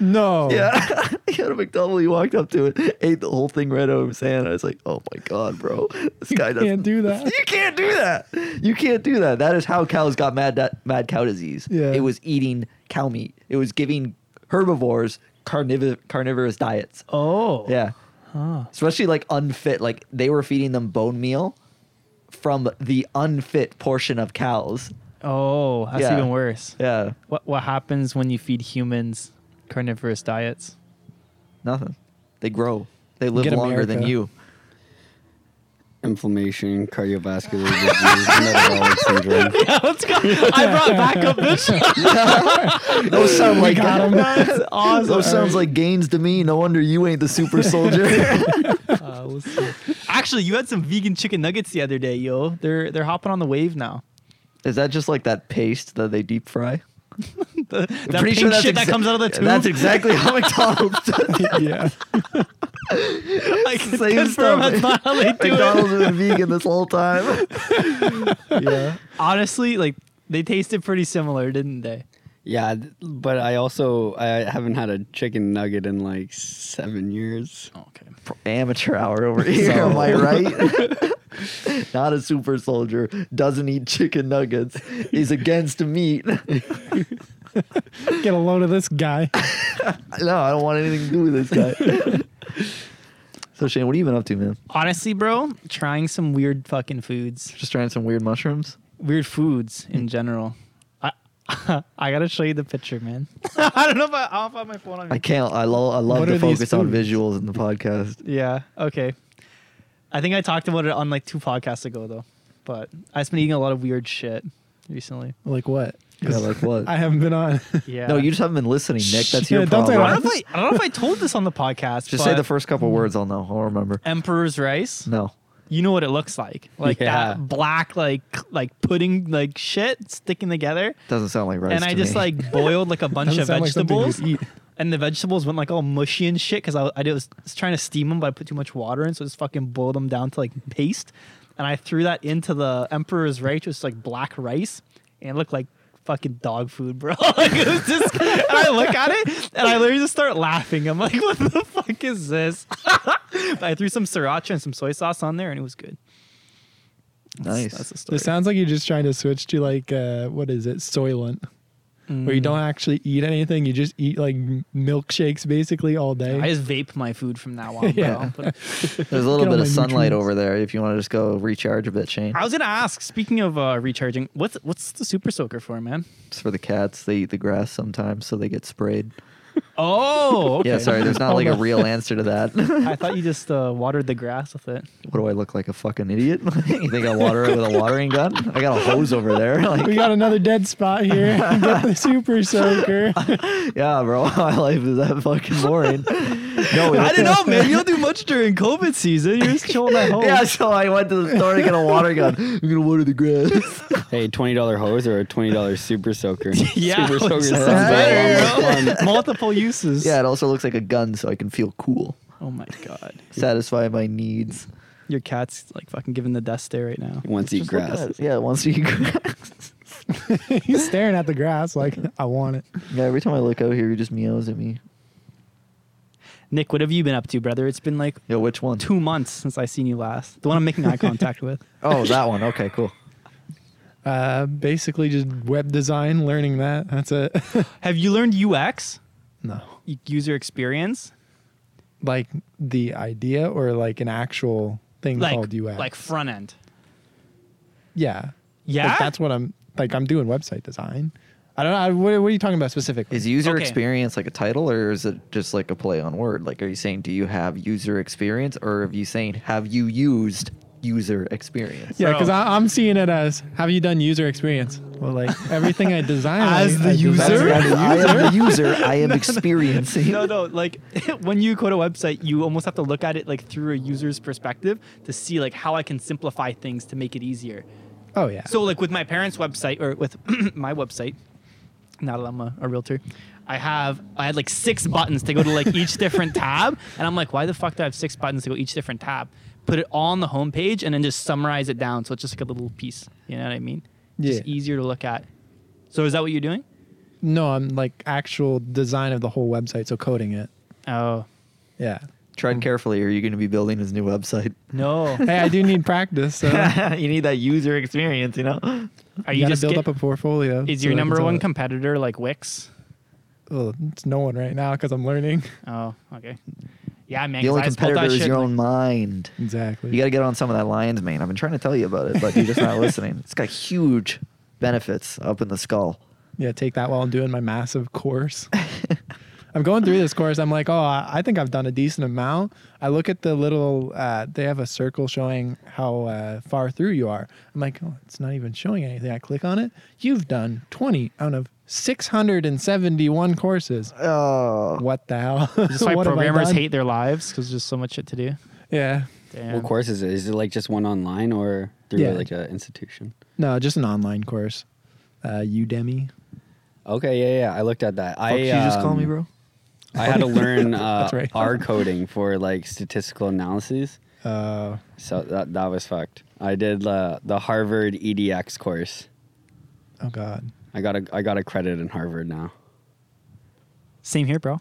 [SPEAKER 5] No.
[SPEAKER 1] Yeah, he had a McDouble. He walked up to it, ate the whole thing right out of his hand. I was like, "Oh my god, bro, this
[SPEAKER 5] You
[SPEAKER 1] guy doesn't-
[SPEAKER 5] can't do that.
[SPEAKER 1] You can't do that. You can't do that. That is how cows got mad that mad cow disease.
[SPEAKER 5] Yeah.
[SPEAKER 1] it was eating cow meat. It was giving herbivores carniv- carnivorous diets.
[SPEAKER 4] oh,
[SPEAKER 1] Yeah, especially like unfit. Like they were feeding them bone meal from the unfit portion of cows.
[SPEAKER 4] oh, that's
[SPEAKER 1] Yeah.
[SPEAKER 4] even worse.
[SPEAKER 1] Yeah,
[SPEAKER 4] What what happens when you feed humans carnivorous diets?
[SPEAKER 1] nothing. They grow. They live
[SPEAKER 5] Get
[SPEAKER 1] longer than
[SPEAKER 5] America.
[SPEAKER 1] you.
[SPEAKER 3] Inflammation, cardiovascular disease, metabolic syndrome.
[SPEAKER 4] Let's go. I brought back up this.
[SPEAKER 1] Those sound like
[SPEAKER 4] That's awesome.
[SPEAKER 1] Those sounds like gains to me. No wonder you ain't the super soldier.
[SPEAKER 4] Actually, you had some vegan chicken nuggets the other day, yo. They're they're hopping on the wave now.
[SPEAKER 1] Is that just like that paste that they deep fry?
[SPEAKER 4] The, that pink shit that
[SPEAKER 1] exa-
[SPEAKER 4] comes out of the tube.
[SPEAKER 1] That's exactly how McDonald's does it.
[SPEAKER 5] yeah.
[SPEAKER 4] I can
[SPEAKER 1] same
[SPEAKER 4] confirm
[SPEAKER 1] stuff.
[SPEAKER 4] that's not how they do it.
[SPEAKER 1] McDonald's has been vegan this whole time. yeah.
[SPEAKER 4] Honestly, like they tasted pretty similar, didn't they?
[SPEAKER 3] Yeah, th- but I also I haven't had a chicken nugget in like seven years.
[SPEAKER 4] Okay.
[SPEAKER 1] Amateur hour over here. Am I right? Not a super soldier. Doesn't eat chicken nuggets. Is against meat. no,
[SPEAKER 5] Get a load of this guy.
[SPEAKER 1] I don't want anything to do with this guy. so Shane, what have you been up to, man?
[SPEAKER 4] Honestly, bro, trying some weird fucking foods.
[SPEAKER 1] Just trying some weird mushrooms.
[SPEAKER 4] weird foods in general. I I gotta show you the picture, man. I don't know if I, I'll find my phone on
[SPEAKER 1] I
[SPEAKER 4] me.
[SPEAKER 1] can't. I, lo- I love
[SPEAKER 5] What
[SPEAKER 1] to
[SPEAKER 5] are these
[SPEAKER 1] focus on
[SPEAKER 5] foods?
[SPEAKER 1] visuals in the podcast.
[SPEAKER 4] Yeah. Okay. I think I talked about it on like two podcasts ago though, but I've been eating a lot of weird shit recently.
[SPEAKER 5] Like what?
[SPEAKER 1] Yeah, like what?
[SPEAKER 5] I haven't been on.
[SPEAKER 4] Yeah.
[SPEAKER 1] no, you just haven't been listening, Nick. That's
[SPEAKER 5] Yeah,
[SPEAKER 1] your
[SPEAKER 5] don't say
[SPEAKER 1] problem.
[SPEAKER 4] I don't know if I, I don't know if I told this on the podcast.
[SPEAKER 1] Just
[SPEAKER 4] but
[SPEAKER 1] say the first couple words. I'll know. I'll remember.
[SPEAKER 4] Emperor's rice.
[SPEAKER 1] No.
[SPEAKER 4] You know what it looks like, like
[SPEAKER 3] Yeah.
[SPEAKER 4] that black, like like pudding, like shit sticking together.
[SPEAKER 1] Doesn't sound like rice.
[SPEAKER 4] and I
[SPEAKER 1] to
[SPEAKER 4] just
[SPEAKER 1] me.
[SPEAKER 4] like boiled like a bunch
[SPEAKER 5] Doesn't
[SPEAKER 4] of
[SPEAKER 5] sound like something you'd
[SPEAKER 4] vegetables, and the vegetables went like all mushy and shit because I, I did- was, was trying to steam them, but I put too much water in, so I just fucking boiled them down to like paste, and I threw that into the emperor's rice, just like black rice, and it looked like fucking dog food, bro. like it was just, and I look at it and I literally just start laughing. I'm like, what the fuck is this? But I threw some sriracha and some soy sauce on there, and it was good. That's-
[SPEAKER 1] Nice.
[SPEAKER 4] That's the story.
[SPEAKER 5] It sounds like you're just trying to switch to like uh, what is it, Soylent, where you
[SPEAKER 4] Mm.
[SPEAKER 5] don't actually eat anything. You just eat like m- milkshakes basically all day.
[SPEAKER 4] I just vape my food from now on, bro.
[SPEAKER 5] Yeah.
[SPEAKER 4] But-
[SPEAKER 1] There's a little
[SPEAKER 5] Get all
[SPEAKER 1] bit of
[SPEAKER 5] my
[SPEAKER 1] sunlight
[SPEAKER 5] nutrients.
[SPEAKER 1] over there. If you want to just go recharge a bit, Shane.
[SPEAKER 4] I was gonna ask. Speaking of uh, recharging, what's what's the super soaker for, man?
[SPEAKER 1] It's for the cats. They eat the grass sometimes, so they get sprayed.
[SPEAKER 4] Oh, okay.
[SPEAKER 1] Yeah. Sorry. There's not like a real answer to that. what
[SPEAKER 4] I thought you just uh, watered the grass with it.
[SPEAKER 1] do I look like? A fucking idiot? you think I water it with a watering gun? I got a hose over there. Like,
[SPEAKER 5] we got another dead spot here. Get the super soaker.
[SPEAKER 1] yeah, bro. My life is that fucking boring. No,
[SPEAKER 4] I don't know, man. You don't do much during COVID season. You're just chilling at home.
[SPEAKER 1] Yeah, so I went to the store to get a water gun. I'm gonna water the grass.
[SPEAKER 3] Hey, twenty dollar hose or a twenty dollar super soaker?
[SPEAKER 4] Yeah,
[SPEAKER 3] super soaker
[SPEAKER 4] sounds
[SPEAKER 3] sounds
[SPEAKER 1] better,
[SPEAKER 3] better.
[SPEAKER 4] multiple uses.
[SPEAKER 1] Yeah, it also looks like a gun, so I can feel cool,
[SPEAKER 4] Oh my god,
[SPEAKER 1] satisfy my needs.
[SPEAKER 4] your cat's like fucking giving the death stare right now.
[SPEAKER 3] Once you
[SPEAKER 1] Just look at
[SPEAKER 3] grass.
[SPEAKER 1] us. Yeah, once you grass.
[SPEAKER 5] He's staring at the grass like I want it.
[SPEAKER 1] Yeah, every time I look out here, he just meows at me.
[SPEAKER 4] Nick, what have you been up to, brother? It's been like
[SPEAKER 1] Yo, which one?
[SPEAKER 4] two months since I seen you last. The one I'm making eye contact with.
[SPEAKER 1] Oh, that one. Okay, cool.
[SPEAKER 5] Uh, basically, just web design, learning that. That's it.
[SPEAKER 4] Have you learned UX,
[SPEAKER 5] no,
[SPEAKER 4] u- user experience,
[SPEAKER 5] like the idea or like an actual thing
[SPEAKER 4] like
[SPEAKER 5] called UX.
[SPEAKER 4] like front end?
[SPEAKER 5] yeah,
[SPEAKER 4] Yeah?
[SPEAKER 5] Like, that's what I'm like. I'm doing website design. I don't know. I, what, what are you talking about specifically?
[SPEAKER 1] Is user
[SPEAKER 4] Okay.
[SPEAKER 1] experience like a title or is it just like a play on word? Like, are you saying, do you have user experience or are you saying, have you used user experience?
[SPEAKER 5] Yeah,
[SPEAKER 4] So-
[SPEAKER 5] because I'm seeing it as have you done user experience? Well, like everything I design
[SPEAKER 4] As
[SPEAKER 5] I-
[SPEAKER 4] the
[SPEAKER 5] I
[SPEAKER 1] That's
[SPEAKER 5] design-
[SPEAKER 4] user?
[SPEAKER 1] right. I am the user. I am experiencing.
[SPEAKER 4] No, no. Like when you go to a website, you almost have to look at it like through a user's perspective to see like how I can simplify things to make it easier.
[SPEAKER 5] Oh yeah.
[SPEAKER 4] So like with my parents' website or with my website, now that I'm a, a realtor, I have I had like six buttons to go to like each different tab, and I'm like, why the fuck do I have six buttons to go each different tab? Put it all on the homepage and then just summarize it down, so it's just like a little piece. You know what I mean? Just
[SPEAKER 5] Yeah.
[SPEAKER 4] easier to look at. So is that what you're doing?
[SPEAKER 5] no, I'm like actual design of the whole website, so coding it.
[SPEAKER 4] Oh
[SPEAKER 5] Yeah.
[SPEAKER 1] Tread carefully or you're going to be building his new website.
[SPEAKER 4] no.
[SPEAKER 5] Hey, I do need practice. So you
[SPEAKER 1] you need that user experience, you know?
[SPEAKER 4] Are you
[SPEAKER 5] gotta
[SPEAKER 4] just
[SPEAKER 5] build
[SPEAKER 4] get-
[SPEAKER 5] up a portfolio.
[SPEAKER 4] Is
[SPEAKER 5] so
[SPEAKER 4] your
[SPEAKER 5] I can
[SPEAKER 4] number
[SPEAKER 5] sell
[SPEAKER 4] one
[SPEAKER 5] it.
[SPEAKER 4] competitor like Wix?
[SPEAKER 5] well, it's no one right now because I'm learning.
[SPEAKER 4] Oh, okay. Yeah, man.
[SPEAKER 1] The
[SPEAKER 4] 'cause
[SPEAKER 1] only
[SPEAKER 4] I spelt that
[SPEAKER 1] competitor is
[SPEAKER 4] shit
[SPEAKER 1] your
[SPEAKER 4] like-
[SPEAKER 1] own mind.
[SPEAKER 5] Exactly.
[SPEAKER 1] You got to get on some of that lion's mane. I've been trying to tell you about it, but you're just not listening. It's got huge benefits up in the skull.
[SPEAKER 5] yeah, take that while I'm doing my massive course. I'm going through this course. I'm like, oh, I I think I've done a decent amount. I look at the little, uh, they have a circle showing how uh, far through you are. I'm like, oh, it's not even showing anything. I click on it. You've done 20 out of 671 courses.
[SPEAKER 1] Oh,
[SPEAKER 5] What the hell?
[SPEAKER 4] That's why
[SPEAKER 5] What have I
[SPEAKER 4] programmers
[SPEAKER 5] done?
[SPEAKER 4] hate their lives because there's so much shit to do.
[SPEAKER 5] Yeah.
[SPEAKER 4] Damn.
[SPEAKER 3] What course is it? Is it like just one online or through
[SPEAKER 5] Yeah.
[SPEAKER 3] like an institution?
[SPEAKER 5] No, just an online course. Uh, Udemy.
[SPEAKER 3] Okay, yeah, yeah. I looked at that. I
[SPEAKER 1] fuck, you just call me,
[SPEAKER 3] um,
[SPEAKER 1] bro?
[SPEAKER 3] I had to learn uh,
[SPEAKER 5] That's right.
[SPEAKER 3] R coding for like statistical analyses.
[SPEAKER 5] Uh,
[SPEAKER 3] So that that was fucked. I did uh, the Harvard EDX course.
[SPEAKER 5] oh, God.
[SPEAKER 3] I got a I got a credit in Harvard now.
[SPEAKER 4] Same here, bro.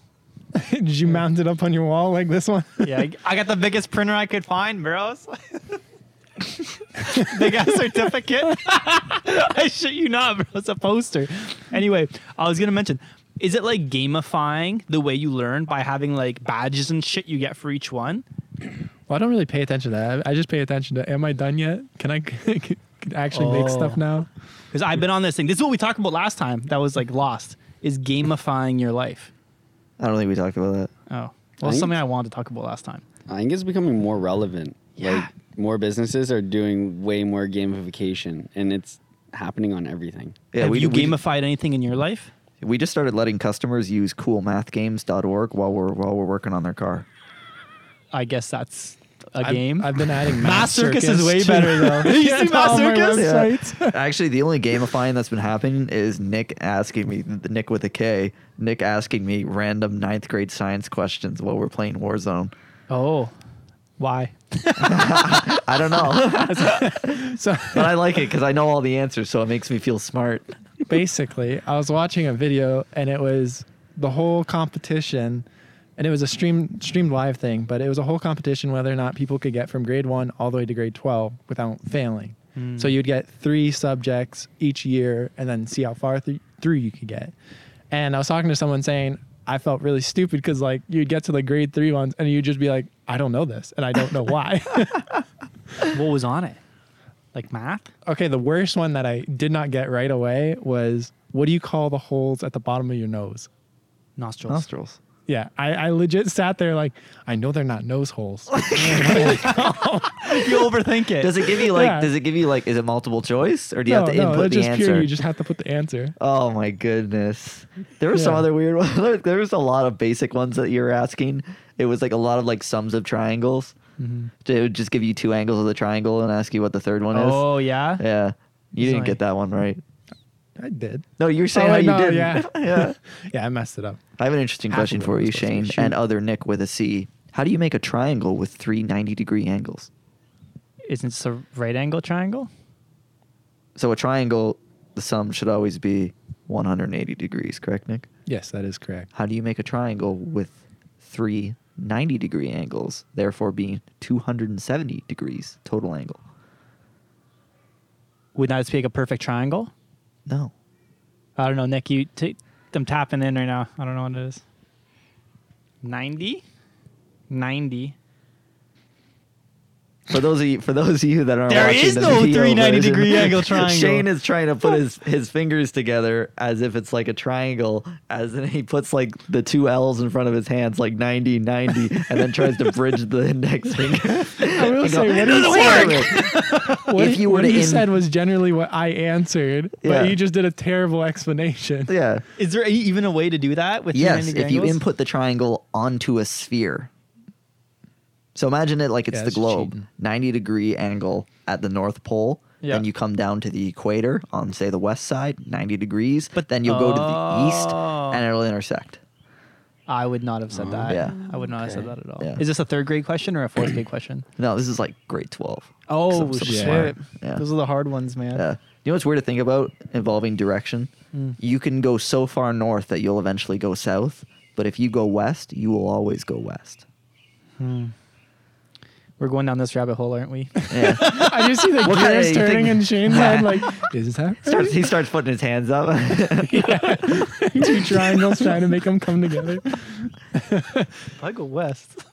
[SPEAKER 5] Did you mount it up on your wall like this one?
[SPEAKER 4] Yeah, I- I got the biggest printer I could find, bros. Big ass certificate. I shit you not, bro. It's a poster. Anyway, I was gonna mention, is it like gamifying the way you learn by having like badges and shit you get for each one?
[SPEAKER 5] Well, I don't really pay attention to that. I I just pay attention to am I done yet? Can I can I actually make
[SPEAKER 4] Oh.
[SPEAKER 5] stuff now?
[SPEAKER 4] Because I've been on this thing. This is what we talked about last time. That was like lost. Is gamifying your life?
[SPEAKER 1] I don't think we talked about that.
[SPEAKER 4] Oh, well,
[SPEAKER 3] Right?
[SPEAKER 4] something I wanted to talk about last time.
[SPEAKER 3] I think it's becoming more relevant.
[SPEAKER 4] Yeah.
[SPEAKER 3] Like more businesses are doing way more gamification, and it's happening on everything.
[SPEAKER 1] Yeah,
[SPEAKER 4] Have
[SPEAKER 1] we,
[SPEAKER 4] you
[SPEAKER 1] we,
[SPEAKER 4] gamified anything in your life?
[SPEAKER 1] we just started letting customers use coolmathgames.org while we're while we're working on their car.
[SPEAKER 4] I guess that's a
[SPEAKER 5] I've-
[SPEAKER 4] game.
[SPEAKER 5] I've, been adding
[SPEAKER 4] Mass
[SPEAKER 5] Mass
[SPEAKER 4] Circus is way
[SPEAKER 5] to-
[SPEAKER 4] better, though. You see
[SPEAKER 5] to
[SPEAKER 4] Mass
[SPEAKER 5] all Oh, my
[SPEAKER 4] Circus?
[SPEAKER 5] websites.
[SPEAKER 1] Actually, the only gamifying that's been happening is Nick asking me, Nick with a K, Nick asking me random ninth grade science questions while we're playing Warzone.
[SPEAKER 4] oh, why?
[SPEAKER 1] I don't know,
[SPEAKER 5] So
[SPEAKER 1] but I like it because I know all the answers, so it makes me feel smart.
[SPEAKER 5] basically, I was watching a video and it was the whole competition and it was a stream streamed live thing, but it was a whole competition whether or not people could get from grade 1 all the way to grade 12 without failing. So you'd get 3 subjects each year and then see how far th- through you could get. And I was talking to someone saying I felt really stupid cuz like you'd get to the grade 3 ones and you'd just be like I don't know this and I don't know why.
[SPEAKER 4] What was on it? Like math?
[SPEAKER 5] okay, the worst one that I did not get right away was what do you call the holes at the bottom of your nose?
[SPEAKER 4] Nostrils.
[SPEAKER 1] Nostrils.
[SPEAKER 5] Yeah, I, I legit sat there like, I know they're not nose holes.
[SPEAKER 4] you overthink it.
[SPEAKER 1] Does it give you like?
[SPEAKER 5] Yeah.
[SPEAKER 1] Does it give you like? Is it multiple choice, or do you have to input
[SPEAKER 5] that's
[SPEAKER 1] the
[SPEAKER 5] just
[SPEAKER 1] answer?
[SPEAKER 5] pure. You just have to put the answer.
[SPEAKER 1] Oh my goodness. There were some
[SPEAKER 5] Yeah.
[SPEAKER 1] other weird ones. There- there was a lot of basic ones that you were asking. It was like a lot of like sums of triangles. It would just give you two angles of the triangle and ask you what the third one is.
[SPEAKER 4] Oh yeah.
[SPEAKER 1] Yeah. You didn't
[SPEAKER 4] Sorry.
[SPEAKER 1] get that one right.
[SPEAKER 5] I did.
[SPEAKER 1] No, you were saying
[SPEAKER 5] Oh,
[SPEAKER 1] how
[SPEAKER 5] wait,
[SPEAKER 1] you
[SPEAKER 5] no,
[SPEAKER 1] did.
[SPEAKER 5] yeah.
[SPEAKER 1] yeah.
[SPEAKER 5] Yeah, I messed it up.
[SPEAKER 1] I have an interesting
[SPEAKER 5] Half of
[SPEAKER 1] question
[SPEAKER 5] it
[SPEAKER 1] for
[SPEAKER 5] was
[SPEAKER 1] you,
[SPEAKER 5] supposed to be
[SPEAKER 1] Shane,
[SPEAKER 5] a shoot.
[SPEAKER 1] and other Nick with a C. How do you make a triangle with three 90 degree angles?
[SPEAKER 4] Isn't it a right angle triangle?
[SPEAKER 1] So a triangle, the sum should always be 180 degrees, correct, Nick?
[SPEAKER 5] Yes, that is correct.
[SPEAKER 1] How do you make a triangle with three 90 degree angles, therefore being 270 degrees total angle.
[SPEAKER 4] Would not speak a perfect triangle.
[SPEAKER 1] No.
[SPEAKER 4] I don't know, Nick. You t- them tapping in right now. I don't know what it is. 90? 90.
[SPEAKER 1] For those of you, for those of you that aren't
[SPEAKER 4] There
[SPEAKER 1] watching
[SPEAKER 4] is
[SPEAKER 1] the
[SPEAKER 4] no
[SPEAKER 1] video
[SPEAKER 4] 390
[SPEAKER 1] version,
[SPEAKER 4] degree angle triangle.
[SPEAKER 1] Shane is trying to put his, his fingers together as if it's like a triangle, as in he puts like the two L's in front of his hands, like 90, 90, and then tries to bridge the index finger.
[SPEAKER 5] I will
[SPEAKER 1] And go,
[SPEAKER 5] say,
[SPEAKER 1] "It
[SPEAKER 5] what he
[SPEAKER 1] doesn't work!"
[SPEAKER 5] What
[SPEAKER 1] if
[SPEAKER 5] he-
[SPEAKER 1] you were
[SPEAKER 5] what
[SPEAKER 1] to
[SPEAKER 5] he
[SPEAKER 1] in-
[SPEAKER 5] said was generally what I answered,
[SPEAKER 1] Yeah.
[SPEAKER 5] but you just did a terrible explanation.
[SPEAKER 1] yeah.
[SPEAKER 4] Is there a- even a way to do that with
[SPEAKER 1] Yes,
[SPEAKER 4] 90
[SPEAKER 1] if you
[SPEAKER 4] angles?
[SPEAKER 1] input the triangle onto a sphere. So imagine it like it's
[SPEAKER 5] Yeah,
[SPEAKER 1] the
[SPEAKER 5] that's
[SPEAKER 1] globe,
[SPEAKER 5] cheating.
[SPEAKER 1] 90 degree angle at the North Pole.
[SPEAKER 4] Yeah.
[SPEAKER 1] Then you come down to the equator on, say, the west side, 90 degrees. But then you'll go to the east
[SPEAKER 4] Oh.
[SPEAKER 1] and it'll intersect.
[SPEAKER 4] I would not have said that.
[SPEAKER 1] yeah.
[SPEAKER 4] I would not have said
[SPEAKER 3] Okay.
[SPEAKER 4] that at all.
[SPEAKER 1] Yeah.
[SPEAKER 4] Is this a third grade question or a fourth grade question?
[SPEAKER 1] No, this is like grade 12.
[SPEAKER 4] Oh,
[SPEAKER 1] Some- some
[SPEAKER 4] shit.
[SPEAKER 1] smart. Yeah.
[SPEAKER 4] Those are the hard ones, man.
[SPEAKER 1] Yeah. You know what's weird to think about involving direction?
[SPEAKER 4] Hmm.
[SPEAKER 1] You can go so far north that you'll eventually go south. But if you go west, you will always go west.
[SPEAKER 4] We're going down this rabbit hole, aren't we?
[SPEAKER 1] Yeah.
[SPEAKER 5] I just see the
[SPEAKER 1] What kinda-
[SPEAKER 5] gears
[SPEAKER 1] you
[SPEAKER 5] turning
[SPEAKER 1] think-
[SPEAKER 5] in Shane's head, like, is that
[SPEAKER 1] starts, he starts putting his hands up.
[SPEAKER 5] right? two triangles trying to make them come together?
[SPEAKER 4] I go west.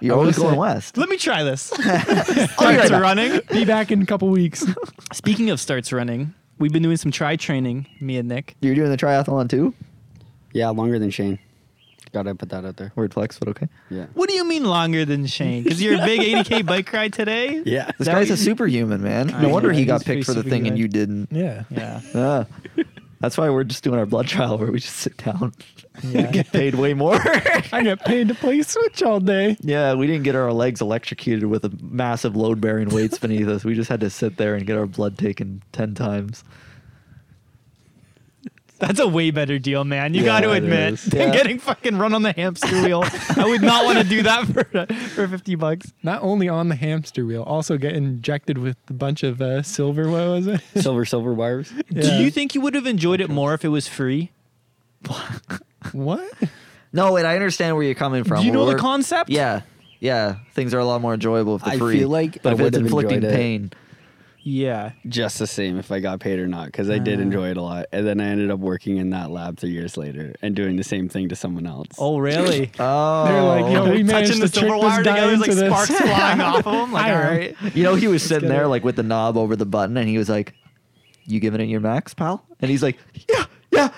[SPEAKER 1] You're
[SPEAKER 5] I will
[SPEAKER 1] always going
[SPEAKER 5] say-
[SPEAKER 1] west.
[SPEAKER 4] Let me try this.
[SPEAKER 1] I'll be right
[SPEAKER 4] starts
[SPEAKER 1] back.
[SPEAKER 4] running.
[SPEAKER 5] Be back in a couple weeks.
[SPEAKER 4] Speaking of starts running, we've been doing some try training, me and Nick.
[SPEAKER 1] You're doing the triathlon too?
[SPEAKER 3] Yeah, longer than Shane. Gotta put that out there.
[SPEAKER 1] Word flex, but okay.
[SPEAKER 3] Yeah.
[SPEAKER 4] What do you mean longer than Shane? Because you're a big 80k bike ride today.
[SPEAKER 3] Yeah.
[SPEAKER 1] This
[SPEAKER 4] That
[SPEAKER 1] guy's a
[SPEAKER 4] was-
[SPEAKER 1] superhuman, man.
[SPEAKER 4] I
[SPEAKER 1] No wonder
[SPEAKER 4] know,
[SPEAKER 1] he got
[SPEAKER 4] he's pretty
[SPEAKER 1] picked for the thing and
[SPEAKER 4] superhuman.
[SPEAKER 1] you didn't.
[SPEAKER 5] Yeah.
[SPEAKER 4] Yeah.
[SPEAKER 1] Ah. that's why we're just doing our blood trial where we just sit down
[SPEAKER 4] Yeah.
[SPEAKER 1] and get paid way more.
[SPEAKER 5] I get paid to play Switch all day.
[SPEAKER 1] yeah, we didn't get our legs electrocuted with a massive load bearing weights beneath us. We just had to sit there and get our blood taken 10 times.
[SPEAKER 4] That's a way better deal, man. You
[SPEAKER 1] Yeah,
[SPEAKER 4] got to
[SPEAKER 1] it
[SPEAKER 4] admit,
[SPEAKER 1] is.
[SPEAKER 4] than
[SPEAKER 1] Yeah.
[SPEAKER 4] getting fucking run on the hamster wheel. I would not want to do that for uh, for 50 bucks.
[SPEAKER 5] Not only on the hamster wheel, also get injected with a bunch of uh, silver. What was it?
[SPEAKER 3] Silver, silver bars.
[SPEAKER 5] Yeah.
[SPEAKER 4] Do you think you would have enjoyed it more if it was free?
[SPEAKER 5] what?
[SPEAKER 1] No, and I understand where you're coming from.
[SPEAKER 4] Do you know the
[SPEAKER 1] We're-
[SPEAKER 4] concept?
[SPEAKER 1] Yeah. Yeah. Things are a lot more enjoyable if they're
[SPEAKER 3] I
[SPEAKER 1] free.
[SPEAKER 3] feel like
[SPEAKER 1] but
[SPEAKER 3] I
[SPEAKER 1] if it's
[SPEAKER 3] would've
[SPEAKER 1] inflicting
[SPEAKER 3] enjoyed it.
[SPEAKER 1] pain.
[SPEAKER 4] Yeah.
[SPEAKER 3] Just the same if I got paid or not, because I did
[SPEAKER 4] Ah.
[SPEAKER 3] enjoy it a lot. And then I ended up working in that lab three years later and doing the same thing to someone else.
[SPEAKER 4] Oh, really?
[SPEAKER 1] Oh.
[SPEAKER 5] They're like, yo, we managed
[SPEAKER 4] Touching
[SPEAKER 5] to
[SPEAKER 4] the
[SPEAKER 5] trick
[SPEAKER 4] silver
[SPEAKER 5] this
[SPEAKER 4] wire
[SPEAKER 5] guy
[SPEAKER 4] together, there's like
[SPEAKER 5] into this.
[SPEAKER 4] sparks flying off of them. Like, all
[SPEAKER 5] Hire 'em.
[SPEAKER 4] right.
[SPEAKER 1] You know, he was sitting
[SPEAKER 5] get
[SPEAKER 1] there
[SPEAKER 5] it.
[SPEAKER 1] like with the knob over the button, and he was like, "You giving it your max, pal?" And he's like, "Yeah, yeah,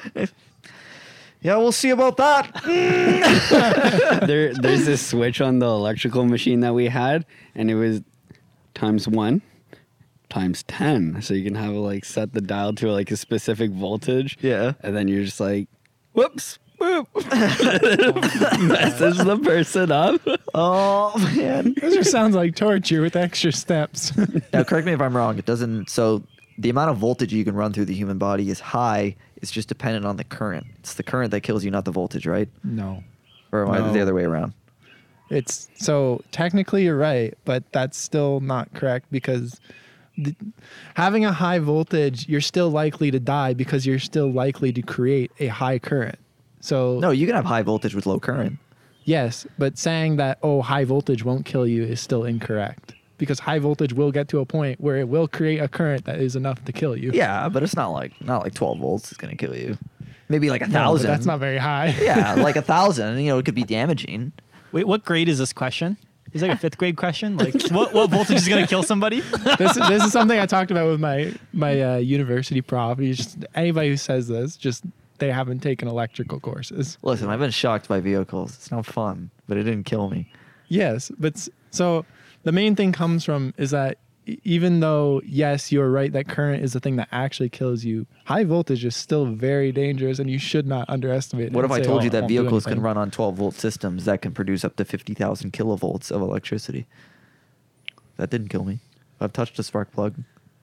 [SPEAKER 1] yeah. We'll see about that."
[SPEAKER 3] there, there's this switch on the electrical machine that we had, and it was times one, times ten. So you can have it like set the dial to like a specific voltage.
[SPEAKER 1] Yeah.
[SPEAKER 3] and then you're just like, whoops, whoop, message the person up.
[SPEAKER 1] oh man.
[SPEAKER 5] This just sounds like torture with extra steps.
[SPEAKER 1] Now, correct me if I'm wrong. It doesn't. So the amount of voltage you can run through the human body is high. It's just dependent on the current. It's the current that kills you, not the voltage, right?
[SPEAKER 5] no.
[SPEAKER 1] Or am I
[SPEAKER 5] No.
[SPEAKER 1] the other way around?
[SPEAKER 5] It's so technically you're right, but that's still not correct because th- having a high voltage, you're still likely to die because you're still likely to create a high current. So
[SPEAKER 1] No, you can have high voltage with low current.
[SPEAKER 5] yes, but saying that oh high voltage won't kill you is still incorrect because high voltage will get to a point where it will create a current that is enough to kill you.
[SPEAKER 1] Yeah, but it's not like not like 12 volts is gonna kill you. Maybe like a
[SPEAKER 5] No, but
[SPEAKER 1] thousand.
[SPEAKER 5] that's not very high.
[SPEAKER 1] yeah, like a thousand. You know, it could be damaging.
[SPEAKER 4] Wait, what grade is this question? Is it like a fifth grade question? Like, what, what voltage is going to kill somebody?
[SPEAKER 5] this is this is something I talked about with my my uh, university prof. He's just, anybody who says this, just they haven't taken electrical courses.
[SPEAKER 1] Listen, I've been shocked by vehicles. It's not fun, but it didn't kill me.
[SPEAKER 5] Yes, but s- so the main thing comes from is that e- even though yes, you're right that current is the thing that actually kills you, high voltage is still very dangerous, and you should not underestimate. it
[SPEAKER 1] What if
[SPEAKER 5] and
[SPEAKER 1] I
[SPEAKER 5] say,
[SPEAKER 1] told
[SPEAKER 5] "Oh,
[SPEAKER 1] you
[SPEAKER 5] it
[SPEAKER 1] that
[SPEAKER 5] won't do
[SPEAKER 1] vehicles can
[SPEAKER 5] anything."
[SPEAKER 1] run on 12 volt systems that can produce up to 50,000 kilovolts of electricity? That didn't kill me. I've touched a spark plug.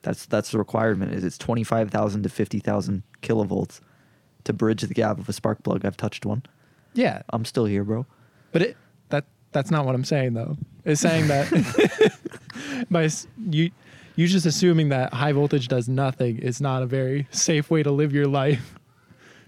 [SPEAKER 1] That's that's the requirement. Is it's 25,000 to 50,000 kilovolts to bridge the gap of a spark plug. I've touched one.
[SPEAKER 5] Yeah,
[SPEAKER 1] I'm still here, bro.
[SPEAKER 5] But it that that's not what I'm saying though. It's saying that by s- you you just assuming that high voltage does nothing is not a very safe way to live your life.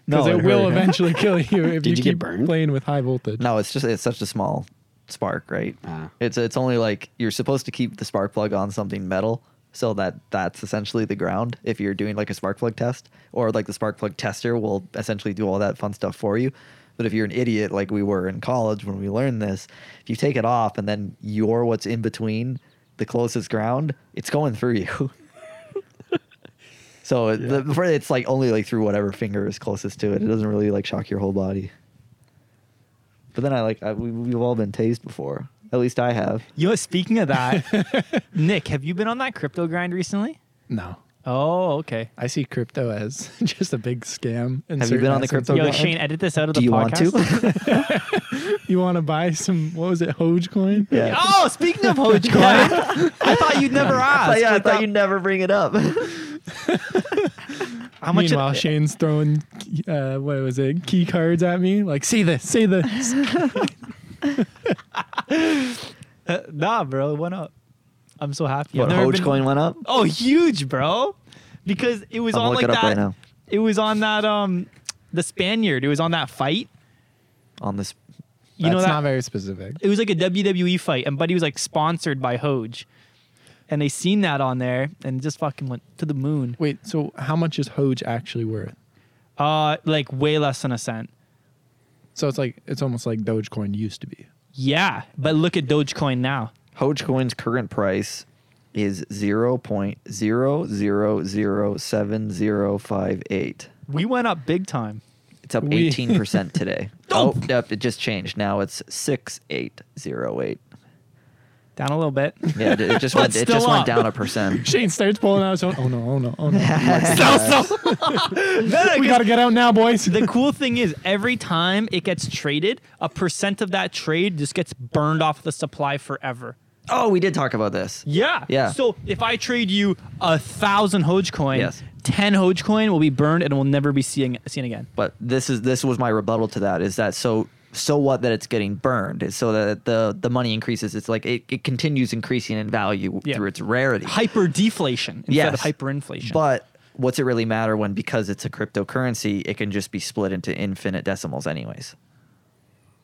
[SPEAKER 1] No,
[SPEAKER 5] because it,
[SPEAKER 1] it
[SPEAKER 5] will
[SPEAKER 1] hurt.
[SPEAKER 5] eventually kill you if
[SPEAKER 3] Did
[SPEAKER 5] you,
[SPEAKER 3] you get
[SPEAKER 5] keep
[SPEAKER 3] burned?
[SPEAKER 5] playing with high voltage.
[SPEAKER 1] No, it's just it's such a small spark, right?
[SPEAKER 3] Ah.
[SPEAKER 1] It's it's only like you're supposed to keep the spark plug on something metal so that that's essentially the ground if you're doing like a spark plug test or like the spark plug tester will essentially do all that fun stuff for you. But if you're an idiot like we were in college when we learned this, if you take it off and then you're what's in between the closest ground, it's going through you. so it the, for- it's like only like through whatever finger is closest to it. It doesn't really like shock your whole body. But then I like I, we, we've all been tased before. At least I have.
[SPEAKER 4] You know, speaking of that, Nick, have you been on that crypto grind recently?
[SPEAKER 5] No.
[SPEAKER 4] Oh, okay.
[SPEAKER 5] I see crypto as just a big scam. in
[SPEAKER 1] Have you been
[SPEAKER 5] certain
[SPEAKER 1] on the
[SPEAKER 5] aspects
[SPEAKER 1] crypto
[SPEAKER 5] of
[SPEAKER 4] Yo,
[SPEAKER 5] life.
[SPEAKER 4] Shane, edit this out of
[SPEAKER 1] Do
[SPEAKER 4] the
[SPEAKER 1] you want
[SPEAKER 4] podcast.
[SPEAKER 1] to?
[SPEAKER 5] You want to buy some? What was it? Dogecoin?
[SPEAKER 1] yeah.
[SPEAKER 4] oh, speaking of Dogecoin, I thought you'd never ask.
[SPEAKER 1] But yeah, I
[SPEAKER 4] without-
[SPEAKER 1] thought you'd never bring it up.
[SPEAKER 4] how much?
[SPEAKER 5] Meanwhile, Shane's throwing uh, what was it? Key cards at me. Like, see this, see this.
[SPEAKER 4] uh, nah, bro, it went up. I'm so happy.
[SPEAKER 1] what
[SPEAKER 4] I've never
[SPEAKER 1] Dogecoin
[SPEAKER 4] been-
[SPEAKER 1] went up?
[SPEAKER 4] Oh, huge, bro! Because it was
[SPEAKER 1] I'm
[SPEAKER 4] on
[SPEAKER 1] gonna
[SPEAKER 4] like
[SPEAKER 1] look it
[SPEAKER 4] that.
[SPEAKER 1] up right now.
[SPEAKER 4] It was on that um, the Spaniard. It was on that fight.
[SPEAKER 1] On this,
[SPEAKER 4] You know
[SPEAKER 5] That's
[SPEAKER 4] that
[SPEAKER 5] not very specific.
[SPEAKER 4] it was like a WWE fight, and Buddy was like sponsored by Hoj, and they seen that on there, and it just fucking went to the moon.
[SPEAKER 5] Wait, so how much is Hoge actually worth?
[SPEAKER 4] Uh, like way less than a cent.
[SPEAKER 5] So it's like it's almost like Dogecoin used to be.
[SPEAKER 4] Yeah, but look at Dogecoin now.
[SPEAKER 1] Dogecoin's current price is zero point zero zero zero seven zero five eight.
[SPEAKER 4] We went up big time.
[SPEAKER 1] It's up
[SPEAKER 5] We-
[SPEAKER 1] eighteen percent today. oh, yep, it just changed. Now it's six eight zero eight.
[SPEAKER 4] Down a little bit.
[SPEAKER 1] Yeah, it, it just
[SPEAKER 4] But
[SPEAKER 1] went. It
[SPEAKER 4] still
[SPEAKER 1] just
[SPEAKER 4] up.
[SPEAKER 1] went down a percent.
[SPEAKER 5] Shane starts pulling out his own. Oh no! Oh no! Oh no!
[SPEAKER 4] No, no, 'cause
[SPEAKER 5] we gotta get out now, boys.
[SPEAKER 4] the cool thing is every time it gets traded, a percent of that trade just gets burned off the supply forever.
[SPEAKER 1] Oh, we did talk about this.
[SPEAKER 4] Yeah.
[SPEAKER 1] Yeah.
[SPEAKER 4] So if I trade you a thousand Dogecoin,
[SPEAKER 1] Yes.
[SPEAKER 4] ten Dogecoin will be burned and will never be seeing seen again.
[SPEAKER 1] but this is this was my rebuttal to that is that so so what that it's getting burned is so that the the money increases it's like it, it continues increasing in value
[SPEAKER 4] Yeah.
[SPEAKER 1] through its rarity
[SPEAKER 4] Hyper deflation instead
[SPEAKER 1] yes
[SPEAKER 4] of hyperinflation.
[SPEAKER 1] but what's it really matter when because it's a cryptocurrency it can just be split into infinite decimals anyways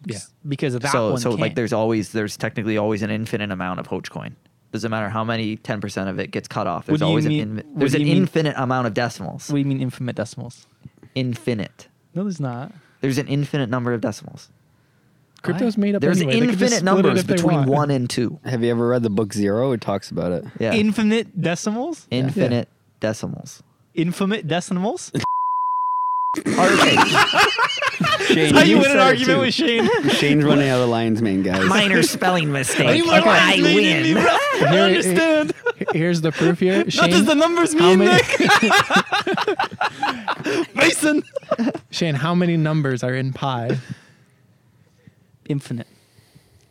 [SPEAKER 5] Yeah.
[SPEAKER 4] because of that
[SPEAKER 1] so
[SPEAKER 4] one.
[SPEAKER 1] so like
[SPEAKER 4] can't.
[SPEAKER 1] there's always there's technically always an infinite amount of Dogecoin doesn't matter how many 10% of it gets cut off there's
[SPEAKER 4] do you
[SPEAKER 1] always
[SPEAKER 4] mean-
[SPEAKER 1] an
[SPEAKER 4] what
[SPEAKER 1] in, there's
[SPEAKER 4] do
[SPEAKER 1] an
[SPEAKER 4] you mean?
[SPEAKER 1] infinite amount of decimals
[SPEAKER 4] What do you mean infinite decimals?
[SPEAKER 1] infinite
[SPEAKER 4] No, there's not.
[SPEAKER 1] there's an infinite number of decimals
[SPEAKER 5] Crypto's made up.
[SPEAKER 1] There's
[SPEAKER 5] anyway. They could just
[SPEAKER 1] infinite
[SPEAKER 5] split it
[SPEAKER 1] numbers
[SPEAKER 5] if they
[SPEAKER 1] between
[SPEAKER 5] want.
[SPEAKER 1] one and two.
[SPEAKER 3] Have you ever read the book Zero? It talks about it.
[SPEAKER 1] Yeah.
[SPEAKER 4] Infinite decimals?
[SPEAKER 1] infinite decimals.
[SPEAKER 4] Infinite decimals? That's
[SPEAKER 1] Okay.
[SPEAKER 3] Shane,
[SPEAKER 4] how you win an
[SPEAKER 3] said it
[SPEAKER 4] argument
[SPEAKER 3] too.
[SPEAKER 4] with Shane.
[SPEAKER 3] Shane's running out of the lion's mane, guys.
[SPEAKER 1] Minor spelling mistake.
[SPEAKER 4] Anyone lies to me, me, bro. I
[SPEAKER 5] Here-
[SPEAKER 4] understand.
[SPEAKER 5] Here's the proof here.
[SPEAKER 4] What
[SPEAKER 5] Shane,
[SPEAKER 4] does the numbers
[SPEAKER 5] how
[SPEAKER 4] mean,
[SPEAKER 5] many,
[SPEAKER 4] Nick? Mason.
[SPEAKER 5] Shane, how many numbers are in pi?
[SPEAKER 4] Infinite.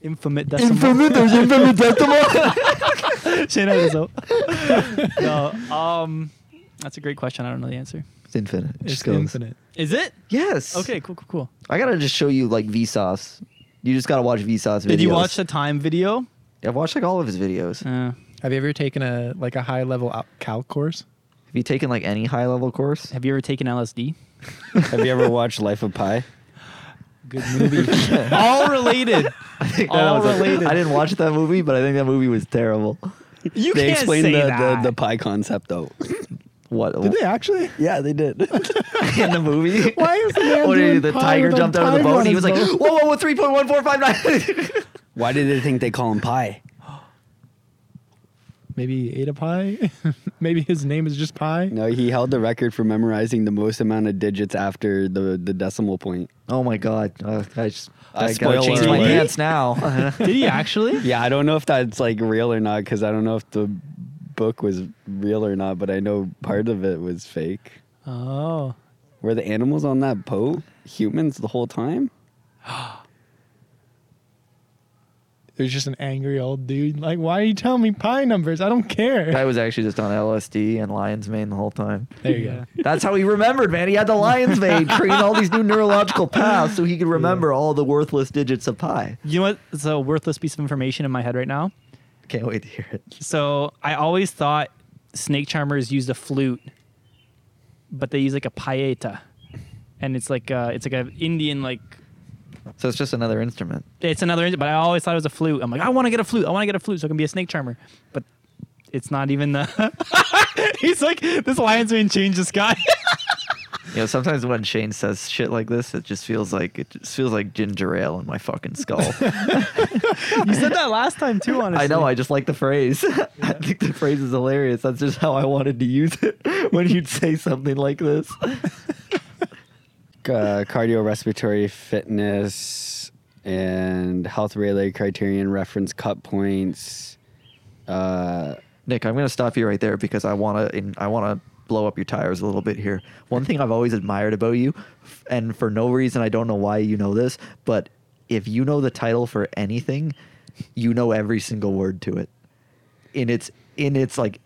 [SPEAKER 4] Infinite decimal. Infinite, there's infinite decimal. Shane Aguzo. No, um, that's a great question. I don't know the answer.
[SPEAKER 1] It's infinite. It
[SPEAKER 5] It's
[SPEAKER 1] just goes.
[SPEAKER 5] infinite.
[SPEAKER 4] Is it?
[SPEAKER 1] Yes.
[SPEAKER 4] Okay, cool, cool, cool.
[SPEAKER 1] I gotta just show you like Vsauce. You just gotta watch Vsauce videos.
[SPEAKER 4] Did you watch the time video?
[SPEAKER 1] I've watched like all of his videos.
[SPEAKER 4] Uh,
[SPEAKER 5] Have you ever taken a like a high level al- calc course?
[SPEAKER 1] Have you taken like any high level course?
[SPEAKER 4] have you ever taken LSD?
[SPEAKER 3] Have you ever watched Life of Pi?
[SPEAKER 4] Good movie. All related. All related.
[SPEAKER 1] I didn't watch that movie, but I think that movie was terrible.
[SPEAKER 4] You
[SPEAKER 3] they
[SPEAKER 4] can't
[SPEAKER 3] explained
[SPEAKER 4] say
[SPEAKER 3] the,
[SPEAKER 4] that.
[SPEAKER 3] the the pie concept though.
[SPEAKER 1] What?
[SPEAKER 5] actually?
[SPEAKER 1] Yeah, they did. In the movie.
[SPEAKER 5] Why is the man
[SPEAKER 1] What did he-
[SPEAKER 5] doing
[SPEAKER 1] the
[SPEAKER 5] pi
[SPEAKER 1] tiger
[SPEAKER 5] with a
[SPEAKER 1] jumped out of the
[SPEAKER 5] tiger
[SPEAKER 1] boat
[SPEAKER 5] on
[SPEAKER 1] and he was
[SPEAKER 5] his
[SPEAKER 1] like,
[SPEAKER 5] boat?
[SPEAKER 1] whoa, whoa, whoa, 3.1459.
[SPEAKER 3] Why did they think they call him Pi?
[SPEAKER 5] Maybe he ate a pie. Maybe his name is just pie.
[SPEAKER 3] No, he held the record for memorizing the most amount of digits after the the decimal point.
[SPEAKER 1] oh my god. Uh, I just I
[SPEAKER 3] Spoiler
[SPEAKER 1] gotta change my
[SPEAKER 3] alert.
[SPEAKER 1] pants now.
[SPEAKER 4] Did he actually?
[SPEAKER 3] Yeah, I don't know if that's like real or not because I don't know if the book was real or not, but I know part of it was fake.
[SPEAKER 4] Oh.
[SPEAKER 3] Were the animals on that boat humans the whole time?
[SPEAKER 5] There's just an angry old dude. Like, why are you telling me pie numbers? I don't care.
[SPEAKER 1] Guy was actually just on LSD and lion's mane the whole time.
[SPEAKER 5] There you go.
[SPEAKER 4] Yeah.
[SPEAKER 1] That's how he remembered, man. He had the lion's mane, creating all these new neurological paths so he could remember all the worthless digits of pi.
[SPEAKER 4] You know what? It's a worthless piece of information in my head right now.
[SPEAKER 1] Can't wait to hear it.
[SPEAKER 4] So I always thought snake charmers used a flute, but they use like a paeta. and it's like uh, it's like an Indian like
[SPEAKER 1] So it's just another instrument.
[SPEAKER 4] it's another. But I always thought it was a flute. I'm like, I want to get a flute. I want to get a flute so I can be a snake charmer. But it's not even the. He's like, this lion's been changed this guy.
[SPEAKER 1] You know, sometimes when Shane says shit like this, it just feels like it just feels like ginger ale in my fucking skull.
[SPEAKER 4] you said that last time too. Honestly,
[SPEAKER 1] I know. I just like the phrase. I think the phrase is hilarious. That's just how I wanted to use it when you'd say something like this.
[SPEAKER 3] uh, cardiorespiratory fitness and health relay criterion reference cut points. Uh,
[SPEAKER 1] Nick, I'm going to stop you right there because I want to. I want to blow up your tires a little bit here. One thing I've always admired about you, f- and for no reason, I don't know why you know this, but if you know the title for anything, you know every single word to it. In its in its like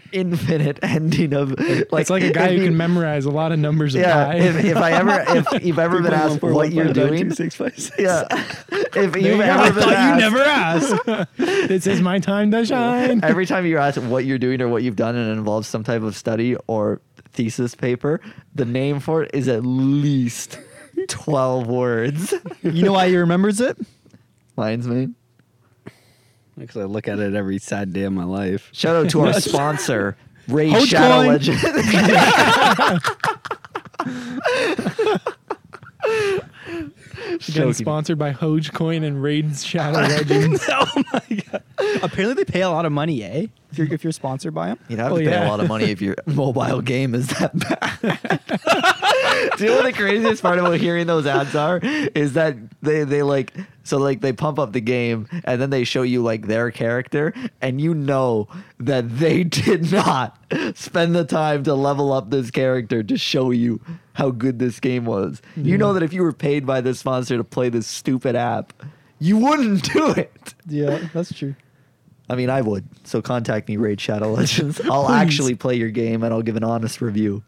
[SPEAKER 1] infinite ending of like
[SPEAKER 5] it's like a guy
[SPEAKER 1] if
[SPEAKER 5] who
[SPEAKER 1] you-
[SPEAKER 5] can memorize a lot of numbers of
[SPEAKER 1] Yeah,
[SPEAKER 5] pi.
[SPEAKER 1] if, if I ever if you've ever been asked what you're doing, yeah, if
[SPEAKER 5] There
[SPEAKER 1] you've
[SPEAKER 5] you go.
[SPEAKER 1] ever
[SPEAKER 5] I
[SPEAKER 1] been
[SPEAKER 5] thought you
[SPEAKER 1] asked,
[SPEAKER 5] never asked. this is my time to shine.
[SPEAKER 1] every time you're asked what you're doing or what you've done and it involves some type of study or thesis paper, the name for it is at least twelve words.
[SPEAKER 2] You know why he remembers it?
[SPEAKER 1] Lion's mane.
[SPEAKER 3] because I look at it every sad day of my life.
[SPEAKER 1] Shout out to our sponsor, Ray
[SPEAKER 2] Dogecoin.
[SPEAKER 1] Shadow Legend.
[SPEAKER 5] Again, sponsored by Hogecoin and Raid's Shadow Legends.
[SPEAKER 4] oh my god.
[SPEAKER 2] Apparently, they pay a lot of money, eh? If you're if you're sponsored by him.
[SPEAKER 1] You'd have
[SPEAKER 5] Oh,
[SPEAKER 1] to pay a
[SPEAKER 5] yeah.
[SPEAKER 1] lot of money if your mobile game is that bad. Do you know what the craziest part about hearing those ads are? Is that they, they like so like they pump up the game and then they show you like their character and you know that they did not spend the time to level up this character to show you how good this game was. You know that if you were paid by this sponsor to play this stupid app, you wouldn't do it.
[SPEAKER 2] Yeah, that's true.
[SPEAKER 1] I mean, I would. So contact me, Raid Shadow Legends. I'll
[SPEAKER 2] Please.
[SPEAKER 1] actually play your game and I'll give an honest review.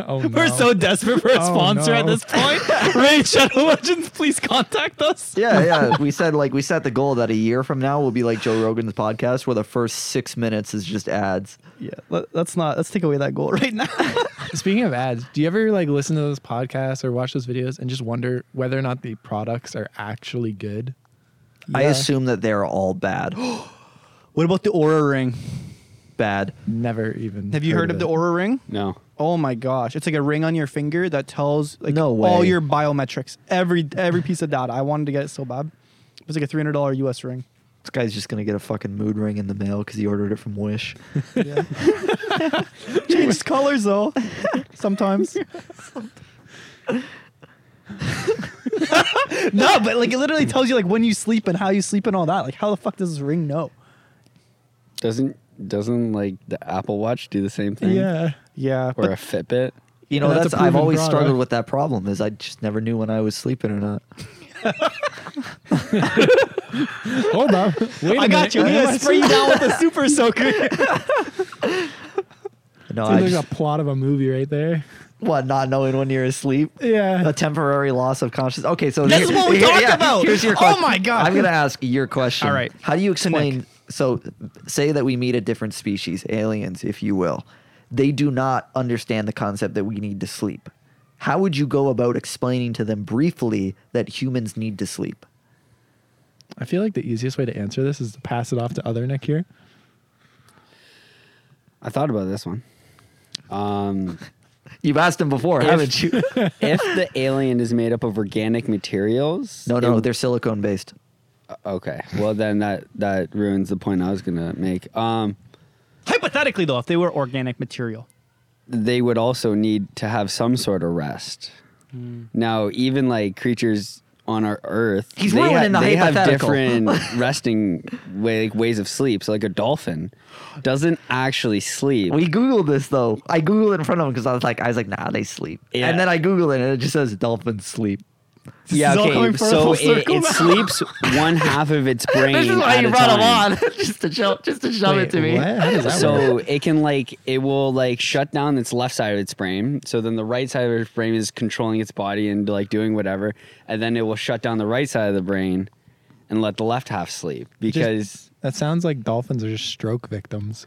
[SPEAKER 5] oh, no.
[SPEAKER 4] We're so desperate for a
[SPEAKER 5] Oh,
[SPEAKER 4] sponsor at
[SPEAKER 5] no.
[SPEAKER 4] this point. Ray Shadow Legends, please contact us.
[SPEAKER 1] Yeah, yeah. we said like we set the goal that a year from now we'll be like Joe Rogan's podcast, where the first six minutes is just ads.
[SPEAKER 2] Yeah, let, let's not let's take away that goal right now.
[SPEAKER 5] Speaking of ads, do you ever like listen to those podcasts or watch those videos and just wonder whether or not the products are actually good?
[SPEAKER 1] I
[SPEAKER 2] Yeah.
[SPEAKER 1] assume that they're all bad.
[SPEAKER 2] what about the aura ring?
[SPEAKER 1] bad.
[SPEAKER 5] Never even.
[SPEAKER 2] Have you heard, of, the
[SPEAKER 5] it.
[SPEAKER 2] aura ring?
[SPEAKER 3] No.
[SPEAKER 2] Oh my gosh, it's like a ring on your finger that tells like
[SPEAKER 1] No
[SPEAKER 2] all
[SPEAKER 1] way.
[SPEAKER 2] your biometrics, every every piece of data. I wanted to get it so bad. It was like a three hundred dollar U.S. ring.
[SPEAKER 1] This guy's just gonna get a fucking mood ring in the mail because he ordered it from Wish.
[SPEAKER 2] Yeah. Changes colors though. Sometimes. no, but like it literally tells you like when you sleep and how you sleep and all that. Like how the fuck does this ring know?
[SPEAKER 3] Doesn't doesn't like the Apple Watch do the same thing?
[SPEAKER 5] Yeah.
[SPEAKER 2] Yeah.
[SPEAKER 3] Or
[SPEAKER 2] but
[SPEAKER 3] a Fitbit?
[SPEAKER 1] You know,
[SPEAKER 5] Yeah, that's
[SPEAKER 1] that's,
[SPEAKER 5] a
[SPEAKER 1] I've
[SPEAKER 5] proven
[SPEAKER 1] always
[SPEAKER 5] product.
[SPEAKER 1] struggled with that problem. Is I just never knew when I was sleeping or not.
[SPEAKER 5] Hold up. Wait a
[SPEAKER 4] I got
[SPEAKER 5] minute.
[SPEAKER 4] you. I'm gonna spray you down with a super soaker.
[SPEAKER 1] No,
[SPEAKER 5] Seems
[SPEAKER 1] I
[SPEAKER 5] like
[SPEAKER 1] just,
[SPEAKER 5] a plot of a movie right there.
[SPEAKER 1] what not knowing when you're asleep.
[SPEAKER 5] Yeah.
[SPEAKER 1] a temporary loss of consciousness. Okay, so
[SPEAKER 4] This is what we talked about.
[SPEAKER 1] Here's your
[SPEAKER 4] Oh
[SPEAKER 1] question.
[SPEAKER 4] my God.
[SPEAKER 1] I'm gonna ask your question.
[SPEAKER 4] All right.
[SPEAKER 1] how do you explain? So, say that we meet a different species, aliens, if you will. They do not understand the concept that we need to sleep. How would you go about explaining to them briefly that humans need to sleep?
[SPEAKER 5] I feel like the easiest way to answer this is to pass it off to other Nick here.
[SPEAKER 3] I thought about this one. Um,
[SPEAKER 1] You've asked them before,
[SPEAKER 3] If-
[SPEAKER 1] haven't you?
[SPEAKER 3] if the alien is made up of organic materials,
[SPEAKER 1] No, no,
[SPEAKER 3] it-
[SPEAKER 1] they're silicone based.
[SPEAKER 3] okay. Well, then that that ruins the point I was gonna make. Um,
[SPEAKER 4] Hypothetically, though, if they were organic material,
[SPEAKER 3] they would also need to have some sort of rest.
[SPEAKER 1] Hmm.
[SPEAKER 3] Now, even like creatures on our Earth,
[SPEAKER 1] He's
[SPEAKER 3] they,
[SPEAKER 1] ruining the
[SPEAKER 3] they have
[SPEAKER 1] hypothetical.
[SPEAKER 3] different resting way, like, ways of sleep. So, like a dolphin doesn't actually sleep.
[SPEAKER 1] We googled this though. I googled it in front of them because I was like, I was like, nah, they sleep.
[SPEAKER 3] Yeah.
[SPEAKER 1] And then I googled it and it just says dolphins sleep.
[SPEAKER 3] yeah,
[SPEAKER 4] is all coming
[SPEAKER 3] okay.
[SPEAKER 4] full
[SPEAKER 3] So it,
[SPEAKER 4] circle
[SPEAKER 3] it
[SPEAKER 4] now.
[SPEAKER 3] sleeps one half of its brain.
[SPEAKER 1] This is why
[SPEAKER 3] at
[SPEAKER 1] you
[SPEAKER 3] a
[SPEAKER 1] brought
[SPEAKER 3] time.
[SPEAKER 1] him on just to show, just to shove
[SPEAKER 5] Wait,
[SPEAKER 1] it to me.
[SPEAKER 5] what? How does that work?
[SPEAKER 3] So it can like it will like shut down its left side of its brain. So then the right side of its brain is controlling its body and like doing whatever, and then it will shut down the right side of the brain and let the left half sleep because
[SPEAKER 5] That sounds like dolphins are just stroke victims.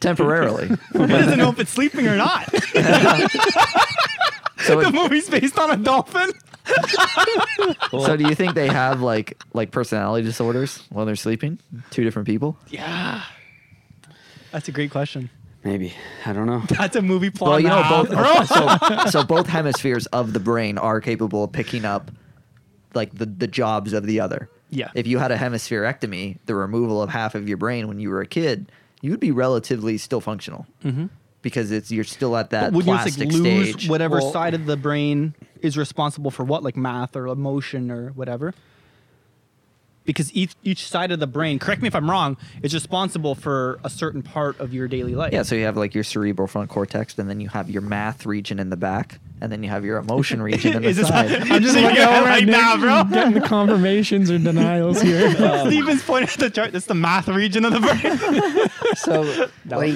[SPEAKER 1] temporarily.
[SPEAKER 4] One doesn't know if it's sleeping or not.
[SPEAKER 1] So,
[SPEAKER 4] the
[SPEAKER 1] it,
[SPEAKER 4] movie's based on a dolphin.
[SPEAKER 1] so do you think they have like like personality disorders while they're sleeping? Two different people.
[SPEAKER 4] Yeah. That's a great question.
[SPEAKER 3] Maybe I don't know.
[SPEAKER 4] That's a movie plot.
[SPEAKER 1] well, you know,
[SPEAKER 4] now.
[SPEAKER 1] both so, so both hemispheres of the brain are capable of picking up like the, the jobs of the other.
[SPEAKER 4] Yeah.
[SPEAKER 1] If you had a hemispherectomy, the removal of half of your brain when you were a kid, you would be relatively still functional mm-hmm. because it's you're still at that
[SPEAKER 4] would you just
[SPEAKER 1] plastic
[SPEAKER 4] like lose
[SPEAKER 1] stage.
[SPEAKER 4] whatever
[SPEAKER 1] Well,
[SPEAKER 4] side of the brain is responsible for what, like math or emotion or whatever? Because each each side of the brain, correct me if I'm wrong, is responsible for a certain part of your daily life.
[SPEAKER 1] Yeah, so you have like your cerebral front cortex, and then you have your math region in the back, and then you have your emotion region in the
[SPEAKER 4] Is this-
[SPEAKER 1] side.
[SPEAKER 5] I'm just
[SPEAKER 4] Yeah,
[SPEAKER 5] looking over
[SPEAKER 4] right
[SPEAKER 5] at Nick,
[SPEAKER 4] now, bro.
[SPEAKER 5] getting the confirmations or denials here.
[SPEAKER 4] Steven's pointing at the chart. That's the math region of the brain.
[SPEAKER 3] So like,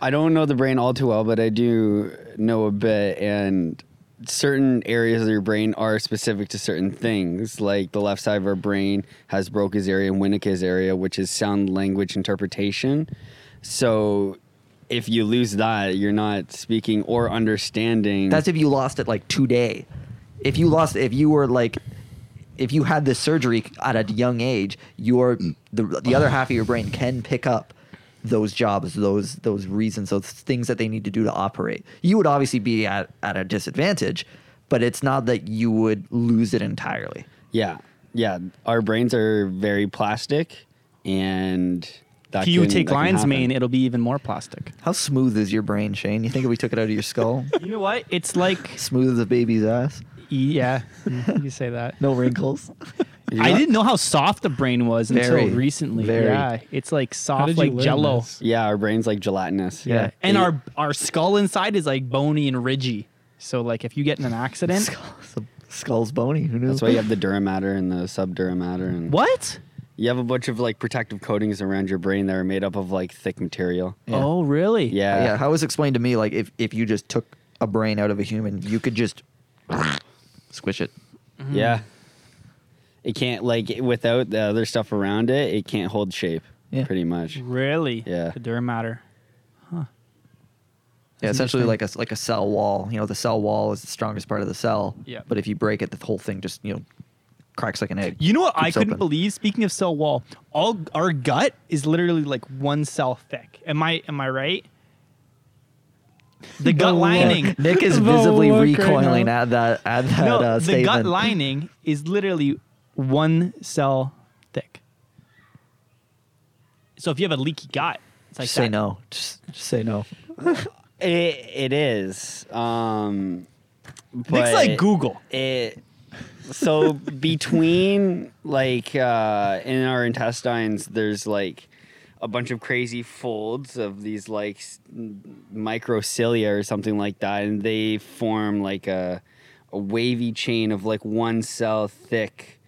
[SPEAKER 3] I don't know the brain all too well, but I do know a bit, and certain areas of your brain are specific to certain things. Like the left side of our brain has Broca's area and Winnica's area, which is sound language interpretation. So if you lose that, you're not speaking or understanding.
[SPEAKER 1] That's if you lost it like today. If you lost, if you were like, if you had this surgery at a young age, your the the other half of your brain can pick up those jobs, those those reasons, those things that they need to do to operate. You would obviously be at at a disadvantage, but it's not that you would lose it entirely.
[SPEAKER 3] yeah, yeah. Our brains are very plastic, and that
[SPEAKER 4] If you
[SPEAKER 3] can-
[SPEAKER 4] take
[SPEAKER 3] that can
[SPEAKER 4] lion's
[SPEAKER 3] happen.
[SPEAKER 4] mane, it'll be even more plastic.
[SPEAKER 1] How smooth is your brain, Shane? You think if we took it out of your skull,
[SPEAKER 4] You know what? It's like
[SPEAKER 1] smooth as a baby's ass,
[SPEAKER 4] E, yeah, you say that.
[SPEAKER 1] no wrinkles?
[SPEAKER 4] I didn't know how soft the brain was
[SPEAKER 1] Very,
[SPEAKER 4] until recently.
[SPEAKER 1] very.
[SPEAKER 4] Yeah, it's like soft
[SPEAKER 5] did you
[SPEAKER 4] like
[SPEAKER 5] learn
[SPEAKER 4] jello.
[SPEAKER 5] this?
[SPEAKER 3] Yeah, our brain's like gelatinous.
[SPEAKER 1] Yeah.
[SPEAKER 4] And our our skull inside is like bony and ridgy. So like if you get in an accident,
[SPEAKER 1] Skull's, skull's bony. Who knew?
[SPEAKER 3] That's why you have the dura mater and the subdura mater, and
[SPEAKER 4] what?
[SPEAKER 3] you have a bunch of like protective coatings around your brain that are made up of like thick material.
[SPEAKER 1] Yeah.
[SPEAKER 4] Oh, really?
[SPEAKER 3] Yeah,
[SPEAKER 1] yeah, how it was explained to me, like if if you just took a brain out of a human, you could just squish it.
[SPEAKER 3] yeah. It can't like without the other stuff around it, it can't hold shape.
[SPEAKER 1] Yeah.
[SPEAKER 3] pretty
[SPEAKER 4] Mm-hmm.
[SPEAKER 3] much.
[SPEAKER 4] Really?
[SPEAKER 3] Yeah.
[SPEAKER 4] The dura mater.
[SPEAKER 1] Yeah, essentially like a like a cell wall. You know, the cell wall is the strongest part of the cell.
[SPEAKER 4] Yeah.
[SPEAKER 1] But if you break it, the whole thing just you know cracks like an egg.
[SPEAKER 4] You know what I
[SPEAKER 1] It's
[SPEAKER 4] couldn't
[SPEAKER 1] open.
[SPEAKER 4] believe? Speaking of cell wall, all our gut is literally like one cell thick. Am I am I right? The gut
[SPEAKER 5] look.
[SPEAKER 4] lining.
[SPEAKER 1] Nick is
[SPEAKER 5] The
[SPEAKER 1] visibly
[SPEAKER 5] look right
[SPEAKER 1] recoiling
[SPEAKER 5] now.
[SPEAKER 1] at that at that
[SPEAKER 4] No,
[SPEAKER 1] uh,
[SPEAKER 4] the
[SPEAKER 1] statement.
[SPEAKER 4] gut lining is literally one cell thick. So if you have a leaky gut, it's like
[SPEAKER 1] just say
[SPEAKER 4] that.
[SPEAKER 1] no. Just, just say no.
[SPEAKER 3] It, it is. Um,
[SPEAKER 4] Nick's
[SPEAKER 3] but-
[SPEAKER 4] like Google.
[SPEAKER 3] it so between like uh in our intestines there's like a bunch of crazy folds of these like s- m- microcilia or something like that and they form like a a wavy chain of like one cell thick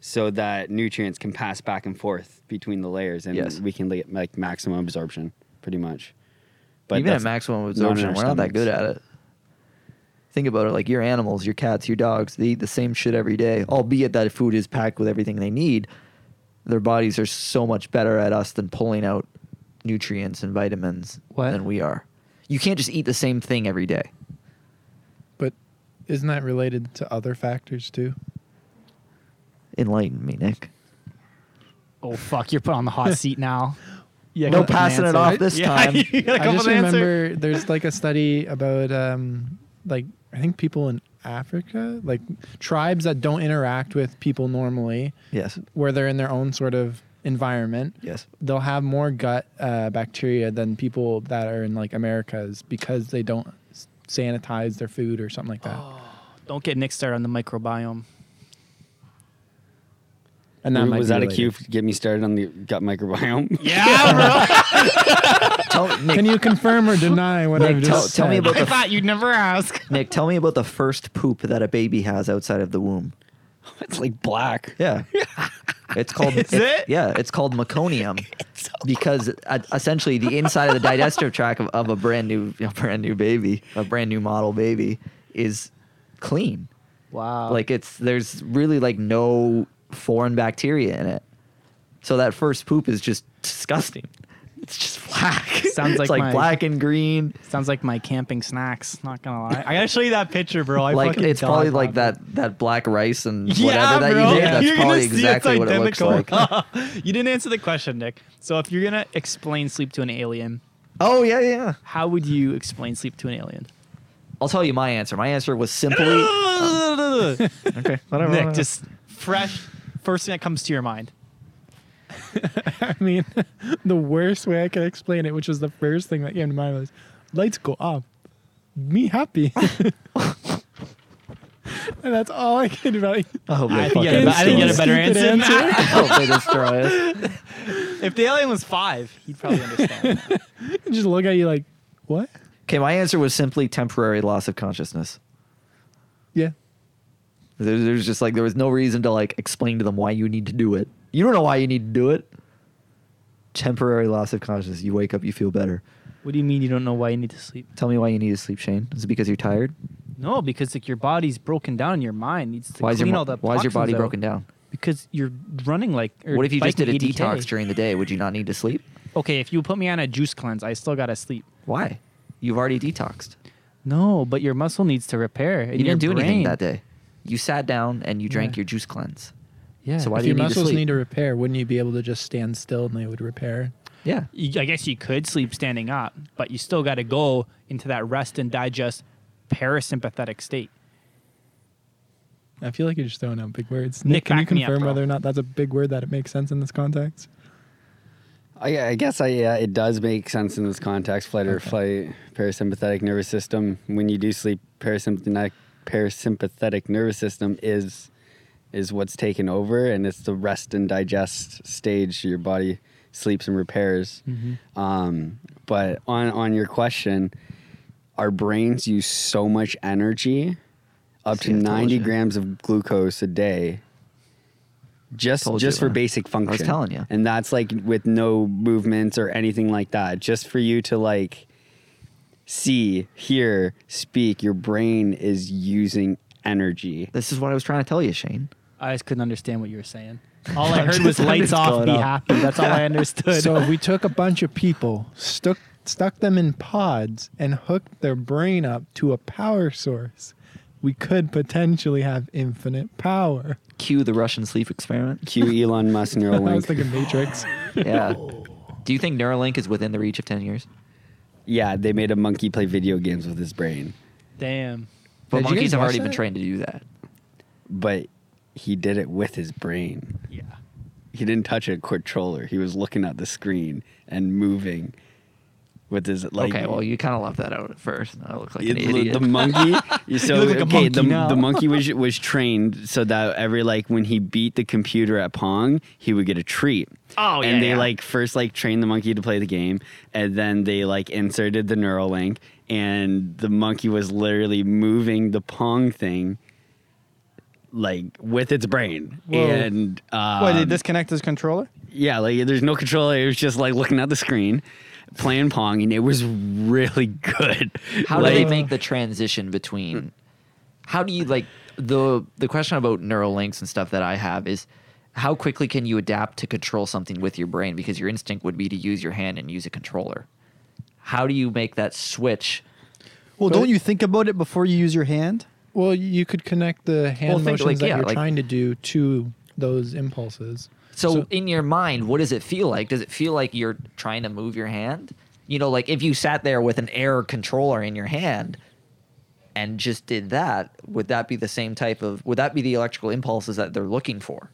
[SPEAKER 3] so that nutrients can pass back and forth between the layers and
[SPEAKER 1] Yes.
[SPEAKER 3] we can get like maximum absorption pretty much but
[SPEAKER 1] Even at
[SPEAKER 3] that's-
[SPEAKER 1] maximum
[SPEAKER 3] in our
[SPEAKER 1] absorption, we're not that good at it. Think about it like your animals, your cats, your dogs, they eat the same shit every day, albeit that food is packed with everything they need. Their bodies are so much better at us than pulling out nutrients and vitamins
[SPEAKER 4] What?
[SPEAKER 1] than we are. You can't just eat the same thing every day.
[SPEAKER 5] But isn't that related to other factors too?
[SPEAKER 1] Enlighten me, Nick.
[SPEAKER 4] Oh fuck, you're put on the hot seat now.
[SPEAKER 5] Yeah,
[SPEAKER 1] no passing it off this time.
[SPEAKER 4] you gotta
[SPEAKER 5] I
[SPEAKER 4] come
[SPEAKER 5] just
[SPEAKER 4] with an answer.
[SPEAKER 5] remember there's like a study about um, like I think people in Africa, like tribes that don't interact with people normally,
[SPEAKER 1] yes.
[SPEAKER 5] where they're in their own sort of environment.
[SPEAKER 1] Yes.
[SPEAKER 5] They'll have more gut uh, bacteria than people that are in like Americas because they don't s- sanitize their food or something like that.
[SPEAKER 4] Don't get Nick started on the microbiome.
[SPEAKER 5] And that might be
[SPEAKER 3] was that a
[SPEAKER 5] related.
[SPEAKER 3] cue to get me started on the gut microbiome
[SPEAKER 4] Yeah,
[SPEAKER 1] Tell, Nick,
[SPEAKER 5] Can you confirm or deny what I've
[SPEAKER 1] Nick, tell,
[SPEAKER 5] just
[SPEAKER 1] tell me
[SPEAKER 5] said?
[SPEAKER 1] about the f-
[SPEAKER 4] thought you'd never ask.
[SPEAKER 1] Nick, tell me about the first poop that a baby has outside of the womb.
[SPEAKER 3] it's like black
[SPEAKER 1] Yeah. It's called
[SPEAKER 4] Is it?
[SPEAKER 1] Yeah, it's called meconium because uh, essentially the inside of the digestive tract of, of a brand new a brand new baby, a brand new model baby is clean.
[SPEAKER 4] Wow.
[SPEAKER 1] Like it's there's really like no foreign bacteria in it. So that first poop is just disgusting. It's just black.
[SPEAKER 4] Sounds
[SPEAKER 1] it's
[SPEAKER 4] like
[SPEAKER 1] like
[SPEAKER 4] my-
[SPEAKER 1] black and green.
[SPEAKER 4] Sounds like my camping snacks. Not gonna lie, I gotta show you that picture, bro. I
[SPEAKER 1] like
[SPEAKER 4] fucking
[SPEAKER 1] it's probably
[SPEAKER 4] dog
[SPEAKER 1] like
[SPEAKER 4] laughed.
[SPEAKER 1] that that black rice and
[SPEAKER 4] Yeah,
[SPEAKER 1] whatever that
[SPEAKER 4] bro.
[SPEAKER 1] you did.
[SPEAKER 4] Yeah.
[SPEAKER 1] That's
[SPEAKER 4] You're gonna
[SPEAKER 1] probably
[SPEAKER 4] see it's
[SPEAKER 1] exactly what it looks like.
[SPEAKER 4] identical. you didn't answer the question, Nick. So if you're gonna explain sleep to an alien,
[SPEAKER 1] oh yeah, yeah.
[SPEAKER 4] how would you explain sleep to an alien?
[SPEAKER 1] I'll tell you my answer. My answer was simply um, okay. Whatever.
[SPEAKER 4] Nick, just fresh, first thing that comes to your mind.
[SPEAKER 5] I mean, the worst way I could explain it, which was the first thing that came to mind, was lights go off. Me happy. and that's all I can really.
[SPEAKER 1] Oh, I hope
[SPEAKER 4] I
[SPEAKER 1] they
[SPEAKER 4] think you
[SPEAKER 1] fucking
[SPEAKER 4] had a- I think you had a better
[SPEAKER 5] Stupid
[SPEAKER 4] answer. than that.
[SPEAKER 1] I hope they destroy us.
[SPEAKER 4] If the alien was five, he'd probably understand.
[SPEAKER 5] Just look at you like, what?
[SPEAKER 1] Okay, my answer was simply temporary loss of consciousness.
[SPEAKER 5] Yeah.
[SPEAKER 1] There, there's just like there was no reason to like explain to them why you need to do it. You don't know why you need to do it. Temporary loss of consciousness. You wake up, you feel better.
[SPEAKER 4] what do you mean you don't know why you need to sleep?
[SPEAKER 1] Tell me why you need to sleep, Shane. Is it because you're tired?
[SPEAKER 4] No, because like your body's broken down, and your mind needs to
[SPEAKER 1] Why is
[SPEAKER 4] clean
[SPEAKER 1] your mo-
[SPEAKER 4] all that.
[SPEAKER 1] why is your body
[SPEAKER 4] toxins out.
[SPEAKER 1] broken down?
[SPEAKER 4] Because you're running like. or
[SPEAKER 1] What if you just did
[SPEAKER 4] biking
[SPEAKER 1] a
[SPEAKER 4] 80K?
[SPEAKER 1] detox during the day? Would you not need to sleep?
[SPEAKER 4] Okay, if you put me on a juice cleanse, I still gotta sleep.
[SPEAKER 1] Why? You've already detoxed.
[SPEAKER 4] No, but your muscle needs to repair. And
[SPEAKER 1] You didn't do
[SPEAKER 4] your
[SPEAKER 1] anything
[SPEAKER 4] brain-
[SPEAKER 1] that day. You sat down and you drank your juice cleanse.
[SPEAKER 4] Yeah.
[SPEAKER 1] So why
[SPEAKER 5] If
[SPEAKER 1] do you
[SPEAKER 5] your
[SPEAKER 1] need to
[SPEAKER 5] muscles
[SPEAKER 1] sleep?
[SPEAKER 5] need to repair, wouldn't you be able to just stand still and they would repair?
[SPEAKER 1] Yeah.
[SPEAKER 4] You- I guess you could sleep standing up, but you still got to go into that rest and digest parasympathetic state.
[SPEAKER 5] I feel like you're just throwing out big words.
[SPEAKER 4] Nick,
[SPEAKER 5] Nick, can you
[SPEAKER 4] back me up,
[SPEAKER 5] confirm
[SPEAKER 4] bro.
[SPEAKER 5] whether or not that's a big word that it makes sense in this context?
[SPEAKER 3] I, I guess I, yeah, it does make sense in this context. Flight or flight, parasympathetic nervous system. When you do sleep, parasympathetic parasympathetic nervous system is is what's taken over, and it's the rest and digest stage. Your body sleeps and repairs.
[SPEAKER 1] Mm-hmm.
[SPEAKER 3] Um, but on on your question, our brains use so much energy, up
[SPEAKER 1] See, I
[SPEAKER 3] to
[SPEAKER 1] told
[SPEAKER 3] ninety
[SPEAKER 1] you.
[SPEAKER 3] grams of glucose a day. Just
[SPEAKER 1] Told
[SPEAKER 3] just
[SPEAKER 1] you,
[SPEAKER 3] for
[SPEAKER 1] huh?
[SPEAKER 3] basic function.
[SPEAKER 1] telling you.
[SPEAKER 3] And that's like with no movements or anything like that. Just for you to like see, hear, speak, your brain is using energy.
[SPEAKER 1] This is what I was trying to tell you, Shane.
[SPEAKER 4] I just couldn't understand what you were saying. All I
[SPEAKER 1] I'm
[SPEAKER 4] heard
[SPEAKER 1] just-
[SPEAKER 4] was
[SPEAKER 1] I'm
[SPEAKER 4] lights
[SPEAKER 1] just
[SPEAKER 4] off,
[SPEAKER 1] going
[SPEAKER 4] be
[SPEAKER 1] off.
[SPEAKER 4] happy. That's all I understood.
[SPEAKER 5] So if we took a bunch of people, stuck stuck them in pods, and hooked their brain up to a power source, we could potentially have infinite power.
[SPEAKER 1] Cue the Russian sleep experiment.
[SPEAKER 3] Cue Elon Musk
[SPEAKER 5] I was
[SPEAKER 3] Neuralink.
[SPEAKER 5] thinking Matrix.
[SPEAKER 1] Yeah. Do you think Neuralink is within the reach of 10 years?
[SPEAKER 3] yeah, they made a monkey play video games with his brain,
[SPEAKER 4] Damn.
[SPEAKER 1] But
[SPEAKER 5] Did you
[SPEAKER 1] monkeys
[SPEAKER 5] guys
[SPEAKER 1] have
[SPEAKER 5] watch
[SPEAKER 1] already been
[SPEAKER 5] that?
[SPEAKER 1] trained to do that.
[SPEAKER 3] but he did it with his brain.
[SPEAKER 4] Yeah.
[SPEAKER 3] He didn't touch a controller. He was looking at the screen and moving with his like
[SPEAKER 1] okay, well, you kind of left that out at first. I look like
[SPEAKER 3] You-
[SPEAKER 1] an
[SPEAKER 3] the-
[SPEAKER 1] idiot.
[SPEAKER 3] The monkey. you- so
[SPEAKER 4] look like a
[SPEAKER 3] okay, the,
[SPEAKER 4] monkey now.
[SPEAKER 3] the monkey was was trained so that every like when he beat the computer at Pong, he would get a treat.
[SPEAKER 4] Oh, yeah,
[SPEAKER 3] And they
[SPEAKER 4] yeah.
[SPEAKER 3] like first like trained the monkey to play the game, and then they like inserted the Neuralink, and the monkey was literally moving the Pong thing. Like with its brain,
[SPEAKER 2] Whoa.
[SPEAKER 3] and um,
[SPEAKER 2] Why they disconnect his controller?
[SPEAKER 3] yeah, like there's no controller. It was just like looking at the screen, playing Pong, and it was really good.
[SPEAKER 1] how
[SPEAKER 3] like,
[SPEAKER 1] do they make the transition between how do you like the the question about neural links and stuff that i have is how quickly can you adapt to control something with your brain because your instinct would be to use your hand and use a controller how do you make that switch
[SPEAKER 2] Well, don't you think about it before you use your hand?
[SPEAKER 5] Well, you could connect the hand
[SPEAKER 1] Well, think,
[SPEAKER 5] motions
[SPEAKER 1] like,
[SPEAKER 5] that
[SPEAKER 1] yeah,
[SPEAKER 5] you're
[SPEAKER 1] like-
[SPEAKER 5] trying to do to those impulses.
[SPEAKER 1] so, in your mind what does it feel like does it feel like you're trying to move your hand you know like if you sat there with an air controller in your hand and just did that would that be the same type of would that be the electrical impulses that they're looking for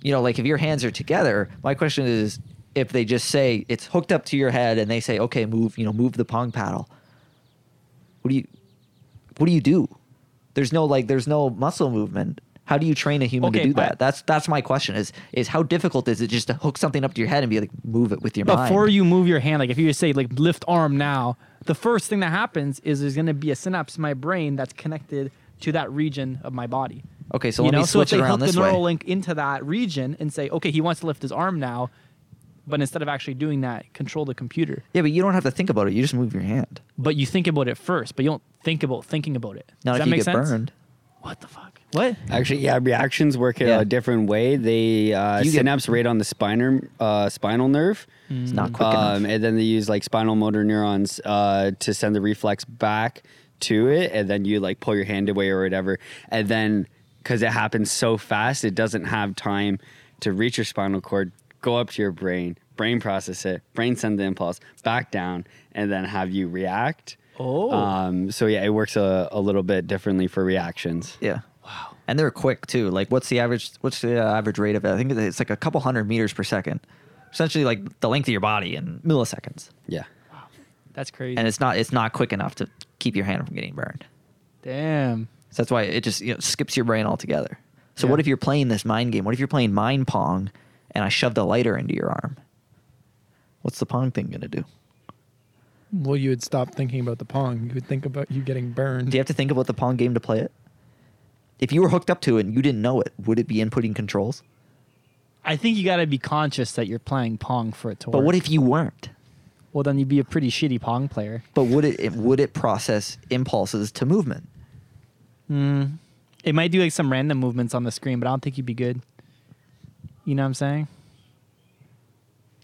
[SPEAKER 1] you know, like if your hands are together, my question is if they just say it's hooked up to your head and they say, okay, move, you know, move the pong paddle. What do you, what do you do? There's no like, there's no muscle movement. How do you train a human
[SPEAKER 4] Okay,
[SPEAKER 1] to do
[SPEAKER 4] but-
[SPEAKER 1] that? That's that's my question. Is is how difficult is it just to hook something up to your head and be like, move it with your mind?
[SPEAKER 4] Before you move your hand, like if you just say like lift arm now, the first thing that happens is there's gonna be a synapse in my brain that's connected to that region of my body.
[SPEAKER 1] Okay, so
[SPEAKER 4] you
[SPEAKER 1] let
[SPEAKER 4] know,
[SPEAKER 1] me
[SPEAKER 4] so if
[SPEAKER 1] switch
[SPEAKER 4] they
[SPEAKER 1] it around
[SPEAKER 4] hook
[SPEAKER 1] this
[SPEAKER 4] the
[SPEAKER 1] way.
[SPEAKER 4] neural link into that region and say, okay, he wants to lift his arm now, but instead of actually doing that, control the computer.
[SPEAKER 1] yeah, but you don't have to think about it. You just move your hand.
[SPEAKER 4] But you think about it first, but you don't think about thinking about it.
[SPEAKER 1] Now,
[SPEAKER 4] Does
[SPEAKER 1] if
[SPEAKER 4] that
[SPEAKER 1] you
[SPEAKER 4] make
[SPEAKER 1] get
[SPEAKER 4] sense?
[SPEAKER 1] burned,
[SPEAKER 4] What the fuck? What?
[SPEAKER 3] Actually, yeah, reactions work
[SPEAKER 1] Yeah.
[SPEAKER 3] a different way. They uh,
[SPEAKER 1] You get-
[SPEAKER 3] synapse rate on the spinal uh, spinal nerve,
[SPEAKER 1] It's not quick
[SPEAKER 3] um,
[SPEAKER 1] enough.
[SPEAKER 3] and then they use like spinal motor neurons uh, to send the reflex back to it, and then you like pull your hand away or whatever, and then because it happens so fast, it doesn't have time to reach your spinal cord, go up to your brain, brain process it, brain send the impulse back down, and then have you react.
[SPEAKER 4] Oh.
[SPEAKER 3] um, so yeah, it works a, a little bit differently for reactions.
[SPEAKER 1] Yeah. Wow. And they're quick too. Like, what's the average? What's the uh, average rate of it? I think it's like a couple hundred meters per second. Essentially, like the length of your body in milliseconds.
[SPEAKER 3] Yeah.
[SPEAKER 4] That's crazy.
[SPEAKER 1] And it's not it's not quick enough to keep your hand from getting burned.
[SPEAKER 4] Damn.
[SPEAKER 1] So that's why it just you know, skips your brain altogether. So what if you're playing this mind game? What if you're playing mind pong, and I shoved a lighter into your arm? What's the pong thing gonna do?
[SPEAKER 5] Well, you would stop thinking about the pong. You would think about you getting burned.
[SPEAKER 1] Do you have to think about the pong game to play it? If you were hooked up to it and you didn't know it, would it be inputting controls?
[SPEAKER 4] I think you got to be conscious that you're playing Pong for it to
[SPEAKER 1] But
[SPEAKER 4] work.
[SPEAKER 1] what if you weren't?
[SPEAKER 4] Well, then you'd be a pretty shitty Pong player.
[SPEAKER 1] But would it, it would it process impulses to movement?
[SPEAKER 4] Mm. It might do like some random movements on the screen, but I don't think you'd be good. You know what I'm saying?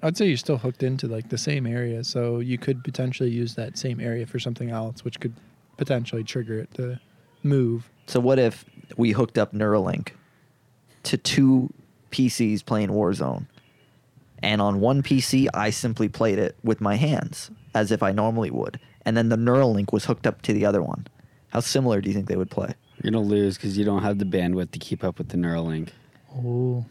[SPEAKER 5] I'd say you're still hooked into like the same area, so you could potentially use that same area for something else, which could potentially trigger it to move.
[SPEAKER 1] So what if we hooked up Neuralink to two PCs playing Warzone? And on one PC, I simply played it with my hands as if I normally would. And then the Neuralink was hooked up to the other one. How similar do you think they would play?
[SPEAKER 3] You're gonna lose because you don't have the bandwidth to keep up with the Neuralink.
[SPEAKER 4] Oh.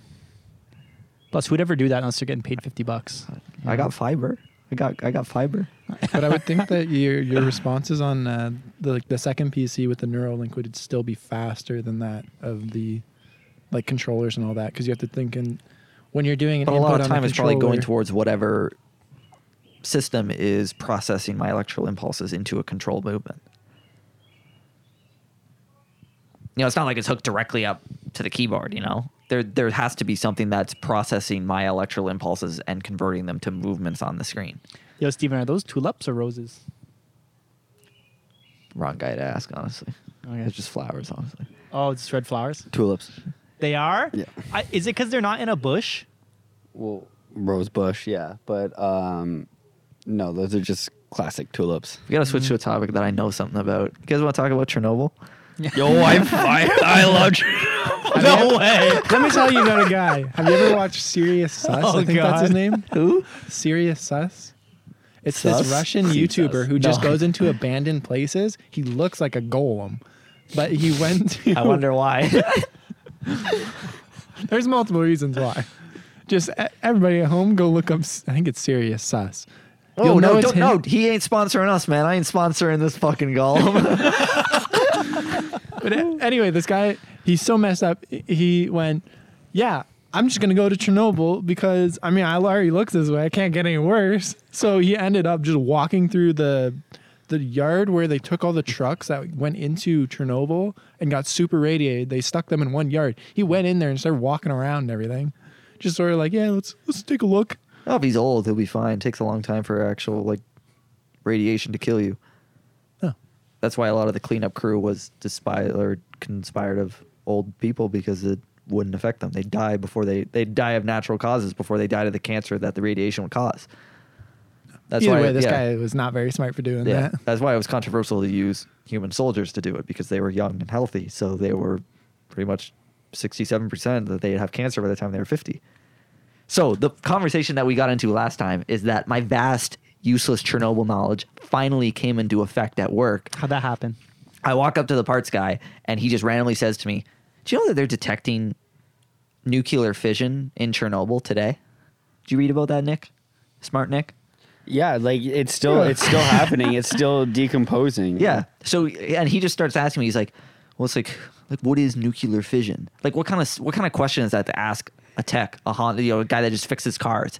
[SPEAKER 4] Plus, who'd ever do that unless they're getting paid 50 bucks?
[SPEAKER 1] I got fiber. I got I got fiber.
[SPEAKER 5] But I would think that your your responses on uh, the like the second PC with the Neuralink would still be faster than that of the like controllers and all that because you have to think in when you're doing an
[SPEAKER 1] But a lot
[SPEAKER 5] input
[SPEAKER 1] of
[SPEAKER 5] on the
[SPEAKER 1] time it's probably going
[SPEAKER 5] controller-
[SPEAKER 1] towards whatever system is processing my electrical impulses into a controlled movement. You know, it's not like it's hooked directly up to the keyboard, you know? There there has to be something that's processing my electrical impulses and converting them to movements on the screen.
[SPEAKER 4] Yo, Steven, are those tulips or roses?
[SPEAKER 1] Wrong guy to ask, honestly.
[SPEAKER 4] Okay.
[SPEAKER 1] It's just flowers, honestly.
[SPEAKER 4] Oh, it's red flowers.
[SPEAKER 3] Tulips.
[SPEAKER 4] They are?
[SPEAKER 3] Yeah.
[SPEAKER 4] I, is it because they're not in a bush?
[SPEAKER 3] Well, rose bush. Yeah, but um, no, those are just classic tulips.
[SPEAKER 1] We gotta switch to a topic that I know something about. You guys wanna talk about Chernobyl?
[SPEAKER 3] Yo, I I, I love.
[SPEAKER 4] No way.
[SPEAKER 5] Let me tell you about a guy. Have you ever watched Serious Sus?
[SPEAKER 4] Oh,
[SPEAKER 5] I think that's his
[SPEAKER 4] God.
[SPEAKER 5] name. Who? Serious Sus. It's
[SPEAKER 3] Sus?
[SPEAKER 5] this Russian
[SPEAKER 3] Who's
[SPEAKER 5] YouTuber
[SPEAKER 3] Sus?
[SPEAKER 5] who just
[SPEAKER 1] No.
[SPEAKER 5] goes into abandoned places. He looks like a golem, but he went. To,
[SPEAKER 1] I wonder why.
[SPEAKER 5] There's multiple reasons why. Just e- everybody at home, go look up. S- I think it's Serious Sus.
[SPEAKER 1] Oh
[SPEAKER 5] You'll know
[SPEAKER 1] no,
[SPEAKER 5] it's
[SPEAKER 1] don't,
[SPEAKER 5] him.
[SPEAKER 1] no, he ain't sponsoring us, man. I ain't sponsoring this fucking golem.
[SPEAKER 5] But a- anyway, this guy, he's so messed up. I- He went, yeah, I'm just gonna go to Chernobyl because I mean I already look this way. I can't get any worse. So he ended up just walking through the the yard where they took all the trucks that went into Chernobyl and got super radiated. They stuck them in one yard. He went in there and started walking around and everything. Just sort of like, yeah, let's let's take a look.
[SPEAKER 1] oh, if he's old, he'll be fine. Takes a long time for actual like radiation to kill you.
[SPEAKER 5] Oh.
[SPEAKER 1] That's why a lot of the cleanup crew was despised or conspired of old people because it wouldn't affect them. They die before they they die of natural causes before they died of the cancer that the radiation would cause. That's
[SPEAKER 5] Either
[SPEAKER 1] why
[SPEAKER 5] way, this
[SPEAKER 1] yeah,
[SPEAKER 5] guy was not very smart for doing
[SPEAKER 1] yeah.
[SPEAKER 5] that.
[SPEAKER 1] That's why it was controversial to use human soldiers to do it because they were young and healthy, so they were pretty much 67% that they'd have cancer by the time they were 50. So the conversation that we got into last time is that my vast useless Chernobyl knowledge finally came into effect at work.
[SPEAKER 4] How'd that happen?
[SPEAKER 1] I walk up to the parts guy and he just randomly says to me, "Do you know that they're detecting nuclear fission in Chernobyl today?" Did you read about that, Nick? Smart Nick?
[SPEAKER 3] Yeah, like it's still it's still happening. It's still decomposing.
[SPEAKER 1] Yeah. So and he just starts asking me. He's like, "Well, it's like, like what is nuclear fission? Like, what kind of what kind of question is that to ask a tech, a Honda, you know, a guy that just fixes cars?"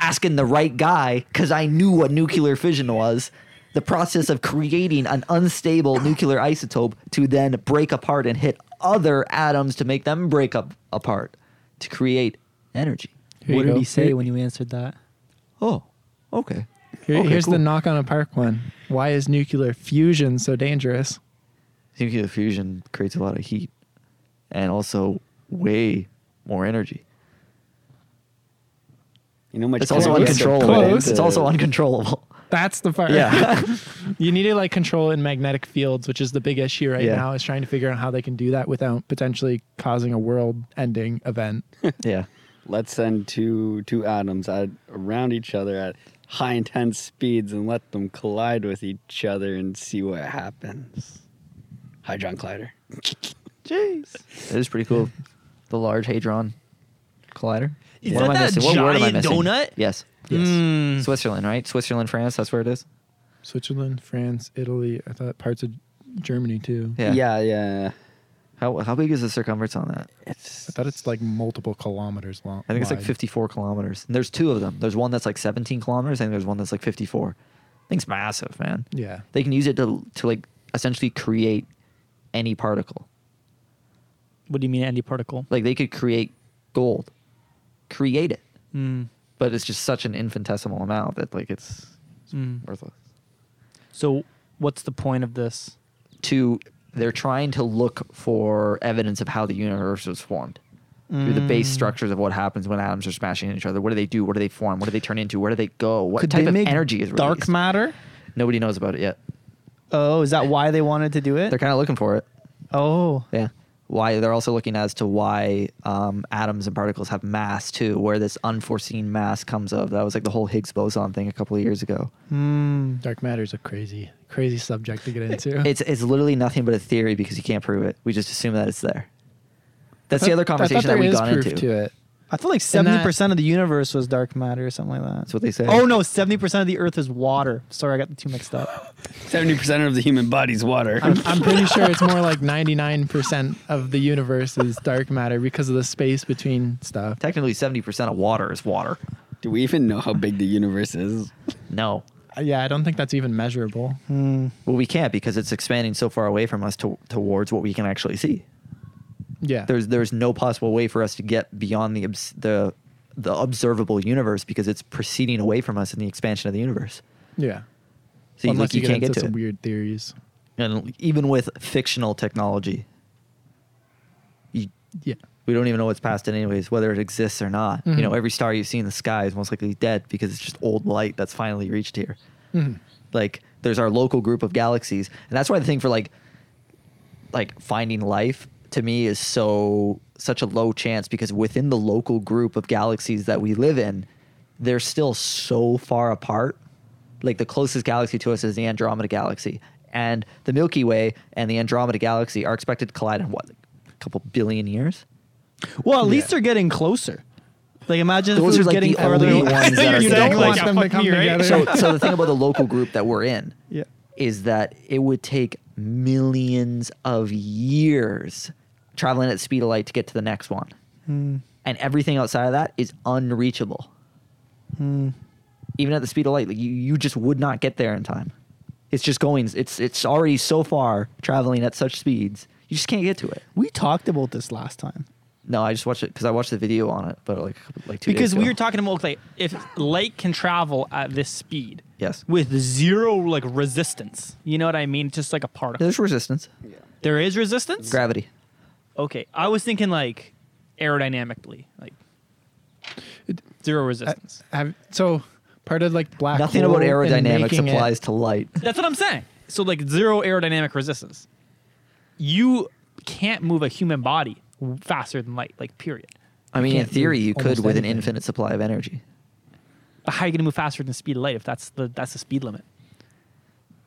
[SPEAKER 1] Asking the right guy because I knew what nuclear fission was. The process of creating an unstable nuclear isotope to then break apart and hit other atoms to make them break up apart to create energy.
[SPEAKER 5] Here
[SPEAKER 4] what
[SPEAKER 5] you
[SPEAKER 4] did
[SPEAKER 5] go.
[SPEAKER 4] he say
[SPEAKER 5] Here-
[SPEAKER 4] when you answered that?
[SPEAKER 1] Oh, okay.
[SPEAKER 5] Here-
[SPEAKER 1] Okay,
[SPEAKER 5] here's
[SPEAKER 1] cool.
[SPEAKER 5] the knock on a park one. Why is nuclear fusion so dangerous?
[SPEAKER 1] Nuclear fusion creates a lot of heat and also way more energy.
[SPEAKER 3] You know, how much
[SPEAKER 1] It's also
[SPEAKER 3] time we have to put
[SPEAKER 1] uncontrollable.
[SPEAKER 5] Close.
[SPEAKER 1] It's
[SPEAKER 3] into-
[SPEAKER 1] also uncontrollable.
[SPEAKER 5] That's the part.
[SPEAKER 1] Yeah.
[SPEAKER 5] you need to like control it in magnetic fields, which is the big issue right
[SPEAKER 1] Yeah.
[SPEAKER 5] now. Is trying to figure out how they can do that without potentially causing a world-ending event.
[SPEAKER 1] yeah.
[SPEAKER 3] Let's send two two atoms at, around each other at high intense speeds and let them collide with each other and see what happens. Hydron collider.
[SPEAKER 2] Jeez.
[SPEAKER 1] It is pretty cool. The Large Hadron Collider.
[SPEAKER 4] Is
[SPEAKER 1] am
[SPEAKER 4] that
[SPEAKER 1] I
[SPEAKER 4] that
[SPEAKER 1] missing? What word am I
[SPEAKER 4] giant
[SPEAKER 1] missing?
[SPEAKER 4] donut?
[SPEAKER 1] Yes.
[SPEAKER 5] Yes.
[SPEAKER 4] Mm.
[SPEAKER 1] Switzerland, right? Switzerland, France. That's where it is.
[SPEAKER 5] Switzerland, France, Italy. I thought parts of Germany too.
[SPEAKER 1] Yeah.
[SPEAKER 3] yeah. yeah.
[SPEAKER 1] How how big is the circumference on that?
[SPEAKER 3] It's
[SPEAKER 5] I thought it's like multiple kilometers long.
[SPEAKER 1] I think it's like
[SPEAKER 5] wide.
[SPEAKER 1] 54 kilometers. And there's two of them. There's one that's like 17 kilometers, and there's one that's like 54. Thing's massive, man.
[SPEAKER 5] Yeah.
[SPEAKER 1] They can use it to to like essentially create any particle.
[SPEAKER 4] What do you mean, any particle?
[SPEAKER 1] Like they could create gold, create it,
[SPEAKER 4] Mm.
[SPEAKER 1] but it's just such an infinitesimal amount that like it's, it's
[SPEAKER 4] Mm.
[SPEAKER 1] worthless.
[SPEAKER 4] So, what's the point of this?
[SPEAKER 1] To they're trying to look for evidence of how the universe was formed. Through the
[SPEAKER 4] Mm.
[SPEAKER 1] base structures of what happens when atoms are smashing each other. What do they do? What do they form? What do they turn into? Where do they go? What
[SPEAKER 4] Could
[SPEAKER 1] type
[SPEAKER 4] they
[SPEAKER 1] of
[SPEAKER 4] make
[SPEAKER 1] energy is
[SPEAKER 4] dark
[SPEAKER 1] released?
[SPEAKER 4] matter?
[SPEAKER 1] Nobody knows about it yet.
[SPEAKER 4] Oh, is that why they wanted to do it?
[SPEAKER 1] They're kind of looking for it.
[SPEAKER 4] oh,
[SPEAKER 1] Yeah. Why they're also looking as to why um, atoms and particles have mass too, where this unforeseen mass comes of. That was like the whole Higgs boson thing a couple of years ago.
[SPEAKER 4] mm.
[SPEAKER 5] Dark matter is a crazy, crazy subject to get into.
[SPEAKER 1] It's it's literally nothing but a theory because you can't prove it. We just assume that it's there. That's the other conversation that we got
[SPEAKER 5] proof
[SPEAKER 1] into.
[SPEAKER 5] to it.
[SPEAKER 4] I feel like
[SPEAKER 5] And
[SPEAKER 4] seventy
[SPEAKER 5] that-
[SPEAKER 4] percent of the universe was dark matter or something like that.
[SPEAKER 1] That's what they say.
[SPEAKER 4] Oh no, seventy percent of the Earth is water. Sorry, I got the two mixed up.
[SPEAKER 3] seventy percent of the human body's water.
[SPEAKER 5] I'm, I'm pretty sure it's more like 99% of the universe is dark matter because of the space between stuff.
[SPEAKER 1] Technically, seventy percent of water is water.
[SPEAKER 3] Do we even know how big the universe is?
[SPEAKER 1] No,
[SPEAKER 5] Uh, Yeah, I don't think that's even measurable.
[SPEAKER 4] Hmm.
[SPEAKER 1] well we can't because it's expanding so far away from us to, towards what we can actually see.
[SPEAKER 5] Yeah.
[SPEAKER 1] there's there's no possible way for us to get beyond the obs- the the observable universe because it's proceeding away from us in the expansion of the universe.
[SPEAKER 5] yeah.
[SPEAKER 1] So you,
[SPEAKER 5] Unless
[SPEAKER 1] like, you,
[SPEAKER 5] get
[SPEAKER 1] can't get
[SPEAKER 5] into
[SPEAKER 1] to
[SPEAKER 5] some
[SPEAKER 1] it.
[SPEAKER 5] weird theories.
[SPEAKER 1] and even with fictional technology, you,
[SPEAKER 5] Yeah.
[SPEAKER 1] we don't even know what's past it anyways, whether it exists or not. You know,
[SPEAKER 5] Mhm.
[SPEAKER 1] every star you see in the sky is most likely dead because it's just old light that's finally reached here.
[SPEAKER 5] Mhm.
[SPEAKER 1] like there's our local group of galaxies and that's why the thing for like like finding life to me is so such a low chance because within the local group of galaxies that we live in they're still so far apart like the closest galaxy to us is the andromeda galaxy and the milky way and the andromeda galaxy are expected to collide in what a couple billion years
[SPEAKER 4] Well, at
[SPEAKER 5] Yeah.
[SPEAKER 4] least they're getting closer. Like imagine
[SPEAKER 1] Those are,
[SPEAKER 4] if it was
[SPEAKER 1] like,
[SPEAKER 4] getting
[SPEAKER 1] the
[SPEAKER 4] farther
[SPEAKER 1] only
[SPEAKER 4] away.
[SPEAKER 1] ones that are
[SPEAKER 4] You
[SPEAKER 1] getting
[SPEAKER 4] don't
[SPEAKER 1] close.
[SPEAKER 4] want
[SPEAKER 5] Yeah,
[SPEAKER 4] them
[SPEAKER 5] fuck
[SPEAKER 4] to come
[SPEAKER 5] me, right?
[SPEAKER 4] together.
[SPEAKER 1] so, so the thing about the local group that we're in
[SPEAKER 4] Yeah.
[SPEAKER 1] is that it would take millions of years traveling at the speed of light to get to the next one.
[SPEAKER 4] Hmm.
[SPEAKER 1] And everything outside of that is unreachable.
[SPEAKER 4] Hmm.
[SPEAKER 1] Even at the speed of light, like you, you just would not get there in time. It's just going it's it's already so far traveling at such speeds. You just can't get to it.
[SPEAKER 4] We talked about this last time
[SPEAKER 1] No, I just watched it cuz I watched the video on it, but like like two days
[SPEAKER 4] because we
[SPEAKER 1] ago.
[SPEAKER 4] were talking about like if light can travel at this speed
[SPEAKER 1] Yes.
[SPEAKER 4] with zero like resistance. You know what I mean? Just like a particle.
[SPEAKER 1] There's resistance.
[SPEAKER 4] There is resistance.
[SPEAKER 1] Gravity.
[SPEAKER 4] Okay, I was thinking like aerodynamically, like zero resistance.
[SPEAKER 5] Have, so part of like black
[SPEAKER 1] Nothing about
[SPEAKER 5] hole and
[SPEAKER 1] aerodynamics
[SPEAKER 5] making it-
[SPEAKER 1] applies to light.
[SPEAKER 4] That's what I'm saying. So like zero aerodynamic resistance. You can't move a human body w- faster than light, like period.
[SPEAKER 1] I mean, in
[SPEAKER 5] can't
[SPEAKER 1] theory,
[SPEAKER 5] move
[SPEAKER 1] you could
[SPEAKER 5] almost
[SPEAKER 1] with an
[SPEAKER 5] anything.
[SPEAKER 1] infinite supply of energy.
[SPEAKER 4] But how are you gonna move faster than the speed of light if that's the that's the speed limit?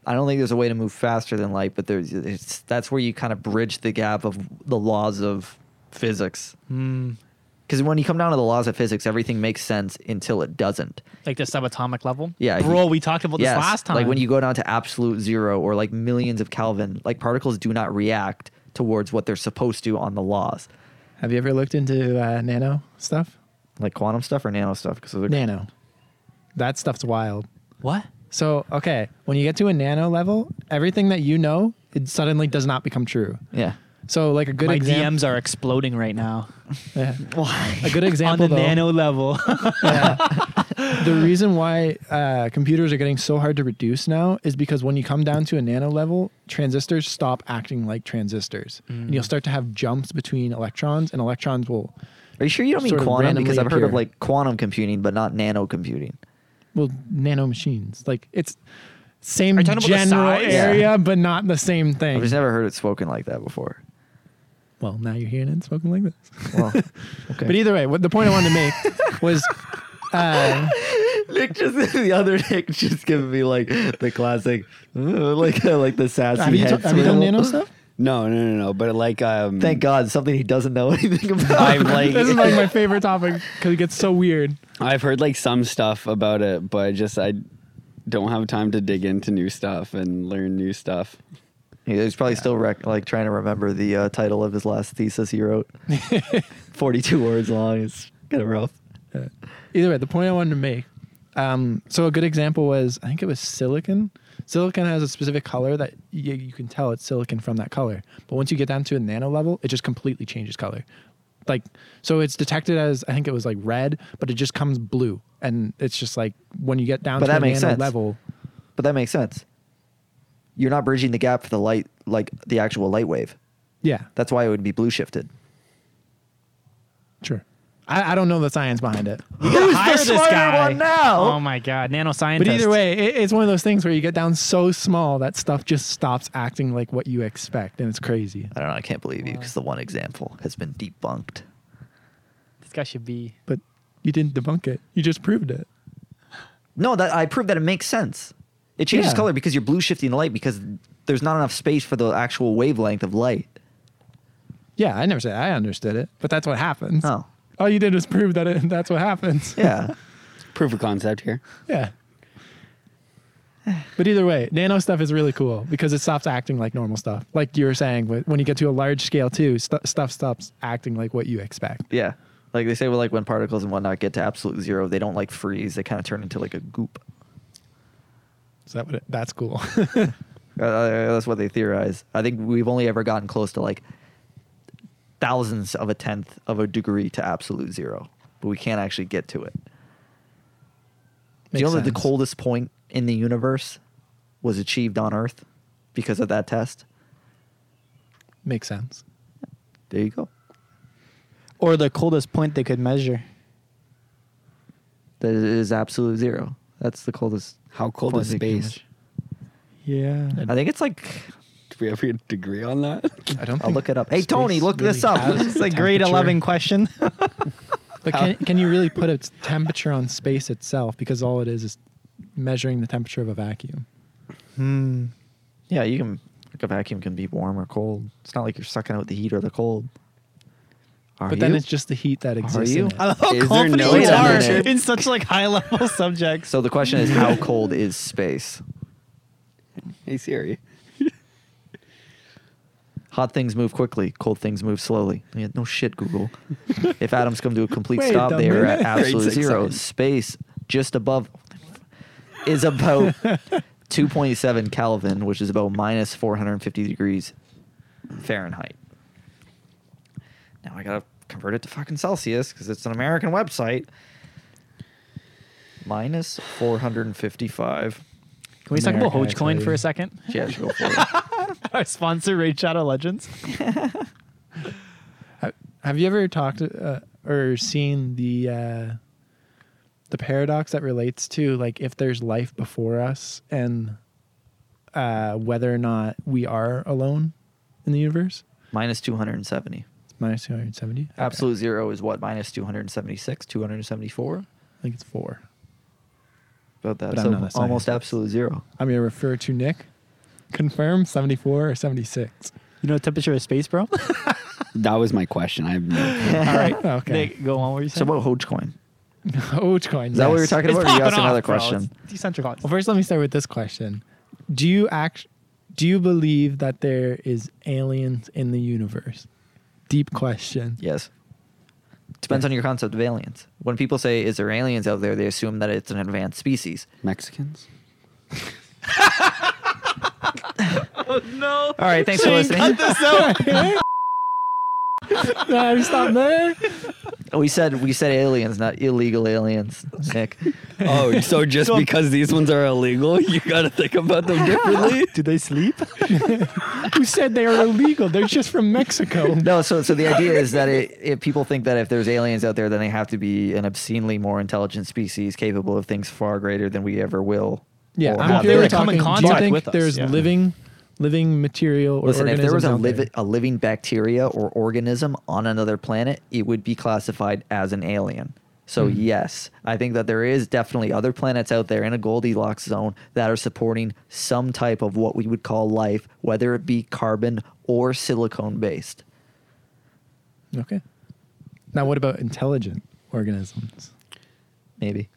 [SPEAKER 1] I don't think there's a way to move faster than light, but there's it's, that's where you kind of bridge the gap of the laws of physics.
[SPEAKER 5] Hmm.
[SPEAKER 1] Because when you come down to the laws of physics, everything makes sense until it doesn't.
[SPEAKER 4] Like the subatomic level.
[SPEAKER 1] Yeah,
[SPEAKER 4] bro,
[SPEAKER 1] you-
[SPEAKER 4] we talked about this
[SPEAKER 1] Yes,
[SPEAKER 4] last time.
[SPEAKER 1] like when you go down to absolute zero or like millions of Kelvin, like particles do not react towards what they're supposed to on the laws,
[SPEAKER 5] Have you ever looked into uh, nano stuff?
[SPEAKER 1] like quantum stuff or nano stuff. Because they're
[SPEAKER 5] Nano. That stuff's wild.
[SPEAKER 4] what?
[SPEAKER 5] So, okay, when you get to a nano level, everything that you know, it suddenly does not become true.
[SPEAKER 1] yeah,
[SPEAKER 5] So like a good
[SPEAKER 4] My
[SPEAKER 5] example.
[SPEAKER 4] DMs are exploding right now
[SPEAKER 1] Why?
[SPEAKER 5] A good example
[SPEAKER 4] on the
[SPEAKER 5] though,
[SPEAKER 4] nano level.
[SPEAKER 5] the reason why uh, computers are getting so hard to reduce now is because when you come down to a nano level, transistors stop acting like transistors, and
[SPEAKER 4] Mm.
[SPEAKER 5] you'll start to have jumps between electrons, and electrons will
[SPEAKER 1] Are you sure you don't mean
[SPEAKER 5] Sort of
[SPEAKER 1] quantum? Because
[SPEAKER 5] randomly
[SPEAKER 1] I've heard of
[SPEAKER 5] appear.
[SPEAKER 1] like quantum computing, but not nano computing.
[SPEAKER 5] well nano machines. Like it's same
[SPEAKER 4] Are you talking about the
[SPEAKER 5] general
[SPEAKER 4] size?
[SPEAKER 5] area,
[SPEAKER 1] Yeah.
[SPEAKER 5] but not the same
[SPEAKER 1] I've
[SPEAKER 5] thing.
[SPEAKER 1] just never heard it spoken like that before.
[SPEAKER 5] well, now you're hearing it spoken like this.
[SPEAKER 1] Well, okay.
[SPEAKER 5] But either way, what the point I wanted to make was. Uh,
[SPEAKER 1] Nick just the other Nick just giving me like the classic, "Ooh," like like the sassy
[SPEAKER 5] have, you
[SPEAKER 1] head
[SPEAKER 5] t- have you done
[SPEAKER 1] swirl.
[SPEAKER 5] nano stuff?
[SPEAKER 3] No, no, no, no. But like, um,
[SPEAKER 1] Thank God, something he doesn't know anything about.
[SPEAKER 3] I've like,
[SPEAKER 5] this is like my favorite topic because it gets so weird.
[SPEAKER 3] I've heard like some stuff about it, but I just I don't have time to dig into new stuff and learn new stuff.
[SPEAKER 1] He's probably still rec- like trying to remember the uh, title of his last thesis he wrote. Forty-two words long. It's kind of rough.
[SPEAKER 5] either way, the point I wanted to make. Um, so a good example was I think it was silicon. Silicon has a specific color that you, you can tell it's silicon from that color. But once you get down to a nano level, it just completely changes color. Like so, it's detected as I think it was like red, but it just comes blue, and it's just like when you get down
[SPEAKER 1] But
[SPEAKER 5] to
[SPEAKER 1] that
[SPEAKER 5] a nano
[SPEAKER 1] makes sense.
[SPEAKER 5] level.
[SPEAKER 1] But that makes sense. You're not bridging the gap for the light, like the actual light wave.
[SPEAKER 5] Yeah,
[SPEAKER 1] That's why it would be blue shifted.
[SPEAKER 5] sure. I, I don't know the science behind it,
[SPEAKER 4] Who's
[SPEAKER 1] the smarter one now?
[SPEAKER 4] Oh my god, nanoscientist.
[SPEAKER 5] but either way, it, it's one of those things where you get down so small that stuff just stops acting like what you expect, and it's crazy.
[SPEAKER 1] I don't know. I can't believe you because the one example has been debunked.
[SPEAKER 4] this guy should be.
[SPEAKER 5] But you didn't debunk it; you just proved it.
[SPEAKER 1] No, that I proved that it makes sense. It changes
[SPEAKER 5] Yeah.
[SPEAKER 1] color because you're blue shifting the light because there's not enough space for the actual wavelength of light.
[SPEAKER 5] Yeah, I never said I understood it, but that's what happens.
[SPEAKER 1] Oh,
[SPEAKER 5] All you did was prove that it, that's what happens.
[SPEAKER 1] yeah.
[SPEAKER 3] Proof of concept here.
[SPEAKER 5] yeah. But either way, nano stuff is really cool because it stops acting like normal stuff. Like you were saying, wh- when you get to a large scale too, st- stuff stops acting like what you expect.
[SPEAKER 1] Yeah. Like they say, well, like when particles and whatnot get to absolute zero, they don't like freeze. They kind of turn into like a goop.
[SPEAKER 5] So that would, that's cool.
[SPEAKER 1] Uh, that's what they theorize. I think we've only ever gotten close to like thousands of a tenth of a degree to absolute zero, but we can't actually get to it. Do you
[SPEAKER 5] Makes
[SPEAKER 1] know that the
[SPEAKER 5] sense.
[SPEAKER 1] coldest point in the universe was achieved on Earth because of that test?
[SPEAKER 5] Makes sense.
[SPEAKER 1] There you go.
[SPEAKER 4] Or the coldest point they could measure.
[SPEAKER 1] That is absolute zero. That's the coldest.
[SPEAKER 3] How cold
[SPEAKER 1] point
[SPEAKER 3] is
[SPEAKER 1] that you can
[SPEAKER 3] space?
[SPEAKER 4] Yeah.
[SPEAKER 1] measure. I think it's like
[SPEAKER 3] Do we ever agree on that?
[SPEAKER 5] I don't.
[SPEAKER 1] I'll
[SPEAKER 5] think
[SPEAKER 1] look it up. Hey
[SPEAKER 5] space
[SPEAKER 1] Tony, look
[SPEAKER 5] really
[SPEAKER 1] this up.
[SPEAKER 5] has
[SPEAKER 4] It's a grade
[SPEAKER 5] temperature.
[SPEAKER 4] 11 question.
[SPEAKER 5] But can, can you really put a temperature on space itself? Because all it is is measuring the temperature of a vacuum.
[SPEAKER 4] hmm.
[SPEAKER 1] Yeah, you can. Like a vacuum can be warm or cold. It's not like you're sucking out the heat or the cold. Are
[SPEAKER 5] but then
[SPEAKER 1] you?
[SPEAKER 5] it's just the heat that exists.
[SPEAKER 1] you?
[SPEAKER 5] In it.
[SPEAKER 4] I love how
[SPEAKER 3] Is there
[SPEAKER 4] confident
[SPEAKER 3] no
[SPEAKER 4] you are
[SPEAKER 1] temperature?
[SPEAKER 4] in such like high level subjects.
[SPEAKER 1] So the question is, how cold is space?
[SPEAKER 3] hey Siri.
[SPEAKER 1] Hot things move quickly. Cold things move slowly. Yeah, no shit, Google. if atoms come to a complete
[SPEAKER 5] Wait
[SPEAKER 1] stop,
[SPEAKER 5] a
[SPEAKER 1] they are at
[SPEAKER 5] minute.
[SPEAKER 1] absolute
[SPEAKER 3] Thirty-six
[SPEAKER 1] zero.
[SPEAKER 3] seconds.
[SPEAKER 1] Space just above is about 2.7 Kelvin, which is about minus 450 degrees Fahrenheit. Now I gotta convert it to fucking Celsius because it's an American website. Minus 455.
[SPEAKER 4] Can we talk about
[SPEAKER 5] America, I tell
[SPEAKER 4] Dogecoin for
[SPEAKER 5] you.
[SPEAKER 4] a second?
[SPEAKER 1] She had to go for it.
[SPEAKER 4] Our sponsor, Raid Shadow Legends.
[SPEAKER 5] Ha- Have you ever talked uh, or seen the uh, the paradox that relates to like if there's life before us and uh, whether or not we are alone in the universe?
[SPEAKER 1] Minus 270.
[SPEAKER 5] It's minus two hundred seventy.
[SPEAKER 1] Absolute zero is what? Minus 276, 274?
[SPEAKER 5] I think it's four.
[SPEAKER 1] About that.
[SPEAKER 5] But I'm
[SPEAKER 1] so
[SPEAKER 5] not a scientist.
[SPEAKER 1] almost absolute zero.
[SPEAKER 5] I'm gonna refer to Nick. Confirm seventy four or seventy six.
[SPEAKER 4] You know temperature of space, bro?
[SPEAKER 3] That was my question. I have no
[SPEAKER 4] All right.
[SPEAKER 5] Okay.
[SPEAKER 4] Nick, go on. What were you
[SPEAKER 1] So
[SPEAKER 4] saying?
[SPEAKER 1] about Dogecoin? Is
[SPEAKER 5] Dogecoin.
[SPEAKER 1] that what we were
[SPEAKER 5] yes.
[SPEAKER 1] talking
[SPEAKER 4] It's
[SPEAKER 1] about? Or you
[SPEAKER 4] popping
[SPEAKER 1] asked
[SPEAKER 4] off,
[SPEAKER 1] another
[SPEAKER 4] bro.
[SPEAKER 1] question?
[SPEAKER 4] It's decentralized.
[SPEAKER 5] Well, first, let me start with this question: Do you act? Do you believe that there is aliens in the universe? Deep question.
[SPEAKER 1] Yes. Depends on your concept of aliens. When people say, is there aliens out there, they assume that it's an advanced species.
[SPEAKER 3] Mexicans.
[SPEAKER 4] no.
[SPEAKER 1] All right, thanks for listening.
[SPEAKER 4] Cut this out.
[SPEAKER 5] no, you stop there.
[SPEAKER 1] We said we said aliens, not illegal aliens, Nick.
[SPEAKER 3] Oh, so just because these ones are illegal, you gotta think about them differently.
[SPEAKER 2] Do they sleep?
[SPEAKER 5] Who said they are illegal? They're just from Mexico.
[SPEAKER 1] No, so so the idea is that it, if people think that if there's aliens out there, then they have to be an obscenely more intelligent species capable of things far greater than we ever will.
[SPEAKER 5] Yeah,
[SPEAKER 1] or
[SPEAKER 5] I'm
[SPEAKER 1] have
[SPEAKER 4] they
[SPEAKER 5] they
[SPEAKER 4] were
[SPEAKER 1] been.
[SPEAKER 4] to come in
[SPEAKER 5] do you
[SPEAKER 4] contact
[SPEAKER 5] think
[SPEAKER 4] with us,
[SPEAKER 5] there's
[SPEAKER 4] yeah.
[SPEAKER 5] living, living material or
[SPEAKER 1] Listen, if there was a,
[SPEAKER 5] organisms out
[SPEAKER 1] liv- a living bacteria or organism on another planet, it would be classified as an alien. So
[SPEAKER 5] Hmm.
[SPEAKER 1] yes, I think that there is definitely other planets out there in a Goldilocks zone that are supporting some type of what we would call life, whether it be carbon or silicone based.
[SPEAKER 5] there. Okay. Now, what about intelligent organisms?
[SPEAKER 1] Maybe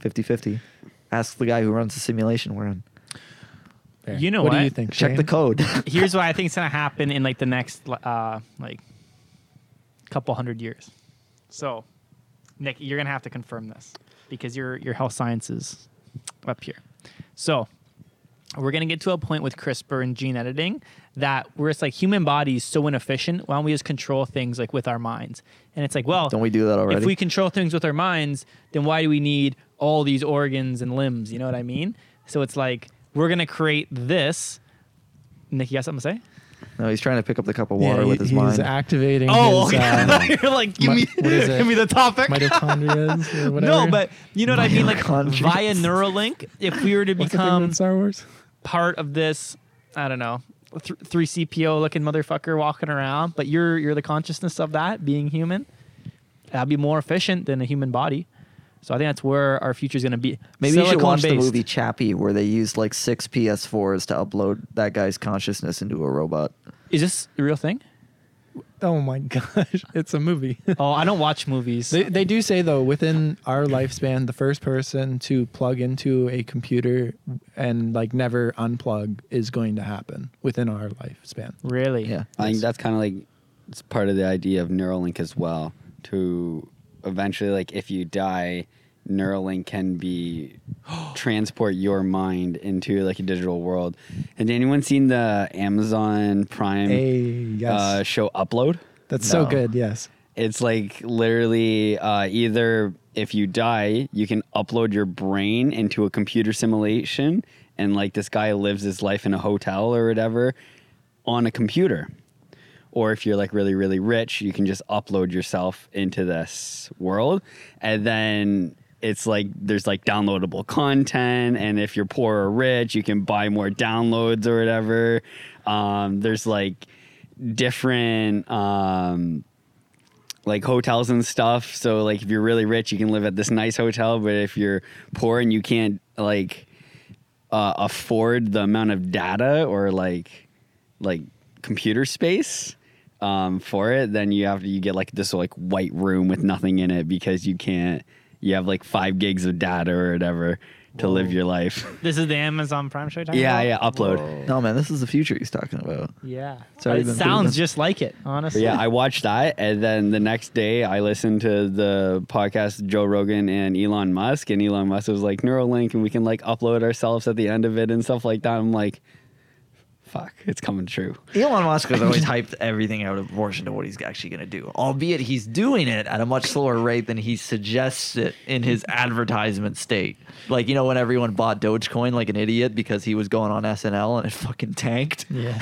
[SPEAKER 1] 50-50. Ask the guy who runs the simulation we're in.
[SPEAKER 5] There.
[SPEAKER 4] You know
[SPEAKER 5] what, do
[SPEAKER 4] what?
[SPEAKER 5] you think?
[SPEAKER 1] Check the
[SPEAKER 5] Shane?
[SPEAKER 1] code.
[SPEAKER 4] Here's what I think is gonna happen in like the next uh, like couple hundred years. So, Nick, you're gonna have to confirm this because your your health sciences up here. So, we're gonna get to a point with CRISPR and gene editing that where it's like human bodies so inefficient. Why don't we just control things like with our minds? And it's like, well,
[SPEAKER 1] Don't we do that already?
[SPEAKER 4] if we control things with our minds, then why do we need all these organs and limbs? You know what I mean? So it's like we're gonna create this. Nick, you got something to say?
[SPEAKER 1] no, he's trying to pick up the cup of
[SPEAKER 5] Yeah,
[SPEAKER 1] water
[SPEAKER 5] he-
[SPEAKER 1] with his
[SPEAKER 5] he's
[SPEAKER 1] mind.
[SPEAKER 5] activating.
[SPEAKER 4] Oh,
[SPEAKER 5] his,
[SPEAKER 4] okay. I
[SPEAKER 5] uh,
[SPEAKER 4] thought
[SPEAKER 1] um,
[SPEAKER 4] you were like, give
[SPEAKER 5] mi-
[SPEAKER 4] me,
[SPEAKER 5] what is it?
[SPEAKER 4] give me the topic.
[SPEAKER 5] mitochondria.
[SPEAKER 4] No, but you know what I mean. Like
[SPEAKER 1] Mitochondria.
[SPEAKER 4] via Neuralink, if we were to
[SPEAKER 5] What's the thing
[SPEAKER 4] become
[SPEAKER 5] with Star Wars?
[SPEAKER 4] part of this, I don't know, three CPO looking motherfucker walking around, but you're you're the consciousness of that being human. That'd be more efficient than a human body. So I think that's where our future is going to be.
[SPEAKER 1] Maybe you should watch the
[SPEAKER 4] Silicone-based.
[SPEAKER 1] movie Chappie, where they used like six PS4s to upload that guy's consciousness into a robot.
[SPEAKER 4] Is this the real thing?
[SPEAKER 5] Oh my gosh, it's a movie.
[SPEAKER 4] Oh, I don't watch movies.
[SPEAKER 5] They, they do say though within our lifespan, the first person to plug into a computer and like never unplug is going to happen within our lifespan.
[SPEAKER 4] really?
[SPEAKER 1] Yeah.
[SPEAKER 3] I think that's kind of like it's part of the idea of Neuralink as well. To eventually, like, if you die, Neuralink can be transport your mind into like a digital world. Has anyone seen the Amazon Prime
[SPEAKER 5] Hey, yes,
[SPEAKER 3] uh, show Upload?
[SPEAKER 5] that's
[SPEAKER 1] no.
[SPEAKER 5] so good. Yes,
[SPEAKER 3] It's like literally uh, either if you die, you can upload your brain into a computer simulation, and like this guy lives his life in a hotel or whatever on a computer. Or if you're like really, really rich, you can just upload yourself into this world. And then it's like there's like downloadable content. And if you're poor or rich, you can buy more downloads or whatever. Um, there's like different. Um, like hotels and stuff. So like if you're really rich, you can live at this nice hotel, but if you're poor and you can't like uh, afford the amount of data or like like computer space um, for it, then you have to you get like this like white room with nothing in it because you can't you have like five gigs of data or whatever to live your life.
[SPEAKER 4] This is the Amazon Prime show. you're talking
[SPEAKER 3] yeah,
[SPEAKER 4] about?
[SPEAKER 3] yeah, upload.
[SPEAKER 1] No, man, this is the future he's talking about.
[SPEAKER 4] Yeah.
[SPEAKER 1] It's already
[SPEAKER 4] it
[SPEAKER 1] been
[SPEAKER 4] sounds
[SPEAKER 1] proven.
[SPEAKER 4] just like it,
[SPEAKER 3] But
[SPEAKER 4] honestly.
[SPEAKER 3] yeah, I watched that, and then the next day I listened to the podcast Joe Rogan and Elon Musk, and Elon Musk was like Neuralink, and we can like upload ourselves at the end of it and stuff like that. I'm like, fuck, it's coming true.
[SPEAKER 1] Elon Musk has always hyped everything out of proportion to what he's actually going to do, albeit he's doing it at a much slower rate than he suggests it in his advertisement state. Like, you know, when everyone bought Dogecoin like an idiot because he was going on SNL and it fucking tanked.
[SPEAKER 4] Yeah.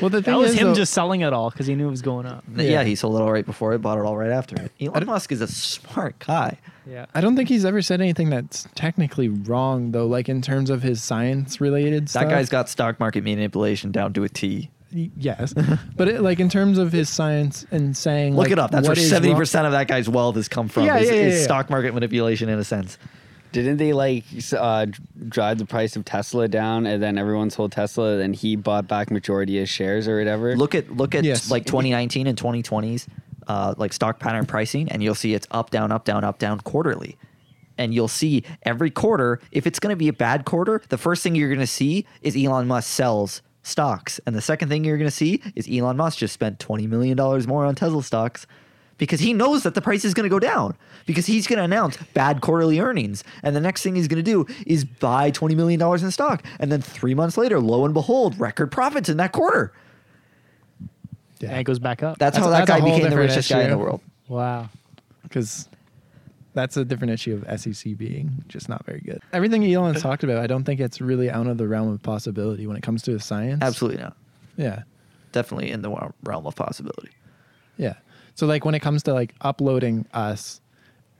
[SPEAKER 5] Well, the thing
[SPEAKER 4] That was
[SPEAKER 5] is,
[SPEAKER 4] him
[SPEAKER 5] though-
[SPEAKER 4] just selling it all because he knew it was going up.
[SPEAKER 1] Yeah. he sold it all right before it, bought it all right after it. Elon Musk is a smart guy.
[SPEAKER 4] Yeah.
[SPEAKER 5] I don't think he's ever said anything that's technically wrong though. Like in terms of his science related stuff.
[SPEAKER 1] That guy's got stock market manipulation down to a T.
[SPEAKER 5] yes, but it, like in terms of his science and saying
[SPEAKER 1] Look
[SPEAKER 5] like,
[SPEAKER 1] it up. That's where
[SPEAKER 5] what is wrong-
[SPEAKER 1] seventy percent of that guy's wealth has come from.
[SPEAKER 5] Yeah,
[SPEAKER 1] is,
[SPEAKER 5] yeah, yeah,
[SPEAKER 1] is
[SPEAKER 5] yeah.
[SPEAKER 1] stock market manipulation in a sense.
[SPEAKER 3] Didn't they like s- uh, d- drive the price of Tesla down, and then everyone sold Tesla, and he bought back majority of shares or whatever?
[SPEAKER 1] Look at look at
[SPEAKER 5] Yes.
[SPEAKER 1] like 2019 and 2020s uh, like stock pattern pricing, and you'll see it's up down up down up down quarterly. And you'll see every quarter if it's going to be a bad quarter, the first thing you're going to see is Elon Musk sells stocks, and the second thing you're going to see is Elon Musk just spent 20 million dollars more on Tesla stocks. because he knows that the price is going to go down because he's going to announce bad quarterly earnings and the next thing he's going to do is buy $20 million in stock and then three months later lo and behold record profits in that quarter
[SPEAKER 5] Yeah.
[SPEAKER 4] and it goes back up.
[SPEAKER 1] That's,
[SPEAKER 5] That's-
[SPEAKER 1] how that
[SPEAKER 5] that's
[SPEAKER 1] guy
[SPEAKER 5] a whole
[SPEAKER 1] became the
[SPEAKER 5] different
[SPEAKER 1] richest guy in the
[SPEAKER 5] issue.
[SPEAKER 1] world.
[SPEAKER 4] wow.
[SPEAKER 5] because that's a different issue of SEC being just not very good. Everything Elon's talked about, I don't think it's really out of the realm of possibility when it comes to the science.
[SPEAKER 1] Absolutely not.
[SPEAKER 5] Yeah.
[SPEAKER 1] Definitely in the wa- realm of possibility.
[SPEAKER 5] Yeah. So like when it comes to like uploading us,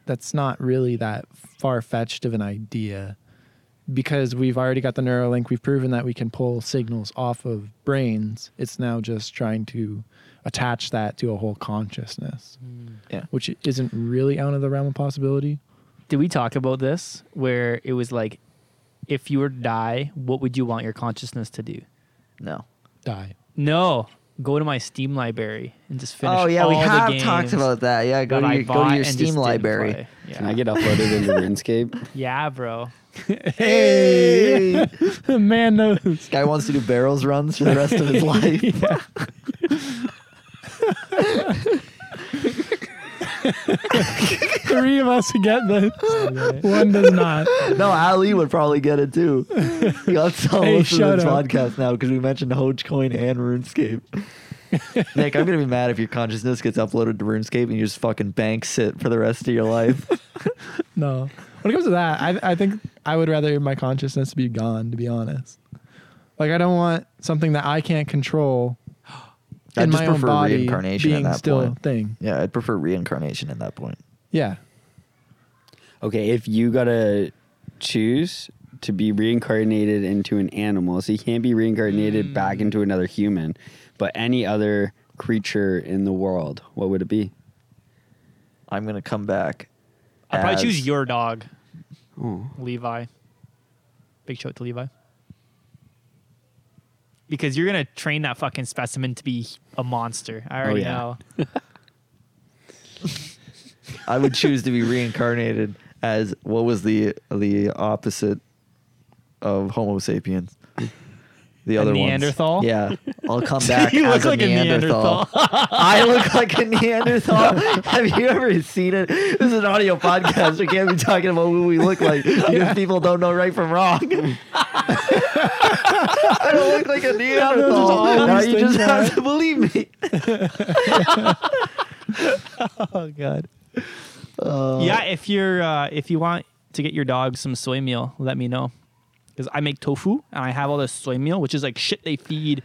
[SPEAKER 5] that's not really that far fetched of an idea because we've already got the Neuralink. We've proven that we can pull signals off of brains. It's now just trying to attach that to a whole consciousness,
[SPEAKER 1] Yeah.
[SPEAKER 5] which isn't really out of the realm of possibility.
[SPEAKER 4] Did we talk about this where it was like, if you were to die, what would you want your consciousness to do?
[SPEAKER 1] No.
[SPEAKER 5] Die.
[SPEAKER 4] No, go to my Steam library and just finish.
[SPEAKER 1] Oh yeah, we
[SPEAKER 4] all the
[SPEAKER 1] have
[SPEAKER 4] games
[SPEAKER 1] talked about that. Yeah, go
[SPEAKER 4] that
[SPEAKER 1] to
[SPEAKER 4] I
[SPEAKER 1] your, go
[SPEAKER 4] bought
[SPEAKER 1] to your
[SPEAKER 4] and just
[SPEAKER 1] Steam
[SPEAKER 4] didn't
[SPEAKER 1] library.
[SPEAKER 4] play. Yeah.
[SPEAKER 3] Can I get uploaded into RuneScape?
[SPEAKER 4] yeah, bro.
[SPEAKER 1] Hey,
[SPEAKER 5] Man knows.
[SPEAKER 1] guy wants to do barrels runs for the rest of his life.
[SPEAKER 5] Three of us get this. One does not.
[SPEAKER 1] No, Ali would probably get it too. He got all
[SPEAKER 5] Hey,
[SPEAKER 1] listen to
[SPEAKER 5] shut
[SPEAKER 1] this
[SPEAKER 5] up.
[SPEAKER 1] podcast now because we mentioned Dogecoin and RuneScape. Nick, I'm gonna be mad if your consciousness gets uploaded to RuneScape and you just fucking bank sit for the rest of your life.
[SPEAKER 5] No. When it comes to that, I, I think I would rather my consciousness be gone, to be honest. Like, I don't want something that I can't control
[SPEAKER 1] I
[SPEAKER 5] in
[SPEAKER 1] just
[SPEAKER 5] my own
[SPEAKER 1] prefer
[SPEAKER 5] body
[SPEAKER 1] reincarnation at
[SPEAKER 5] being
[SPEAKER 1] that
[SPEAKER 5] still
[SPEAKER 1] point.
[SPEAKER 5] a thing.
[SPEAKER 1] yeah, I'd prefer reincarnation at that point.
[SPEAKER 5] Yeah.
[SPEAKER 3] Okay, if you gotta choose to be reincarnated into an animal, so you can't be reincarnated back into another human, but any other creature in the world, what would it be?
[SPEAKER 1] I'm gonna come back.
[SPEAKER 4] I probably
[SPEAKER 1] as-
[SPEAKER 4] choose your dog,
[SPEAKER 3] Oh,
[SPEAKER 4] Levi. Big shout to Levi. Because you're gonna train that fucking specimen to be a monster.
[SPEAKER 1] Oh,
[SPEAKER 4] I already
[SPEAKER 3] yeah.
[SPEAKER 4] know.
[SPEAKER 1] I would choose to be reincarnated as what was the the opposite of Homo sapiens? The
[SPEAKER 4] A
[SPEAKER 1] other
[SPEAKER 4] Neanderthal?
[SPEAKER 1] Ones. Yeah, I'll come back
[SPEAKER 4] you
[SPEAKER 1] as
[SPEAKER 4] look
[SPEAKER 1] a
[SPEAKER 4] like a
[SPEAKER 1] Neanderthal. I look like a Neanderthal. Have you ever seen it? This is an audio podcast. We can't be talking about what we look like because people don't know right from wrong. I don't look like a Neanderthal.
[SPEAKER 5] all
[SPEAKER 1] now
[SPEAKER 5] these
[SPEAKER 1] you just
[SPEAKER 5] things
[SPEAKER 1] have to believe me.
[SPEAKER 4] Oh god.
[SPEAKER 1] Uh,
[SPEAKER 4] yeah, if you're uh, if you want to get your dog some soy meal, let me know. Because I make tofu and I have all this soy meal, which is like shit they feed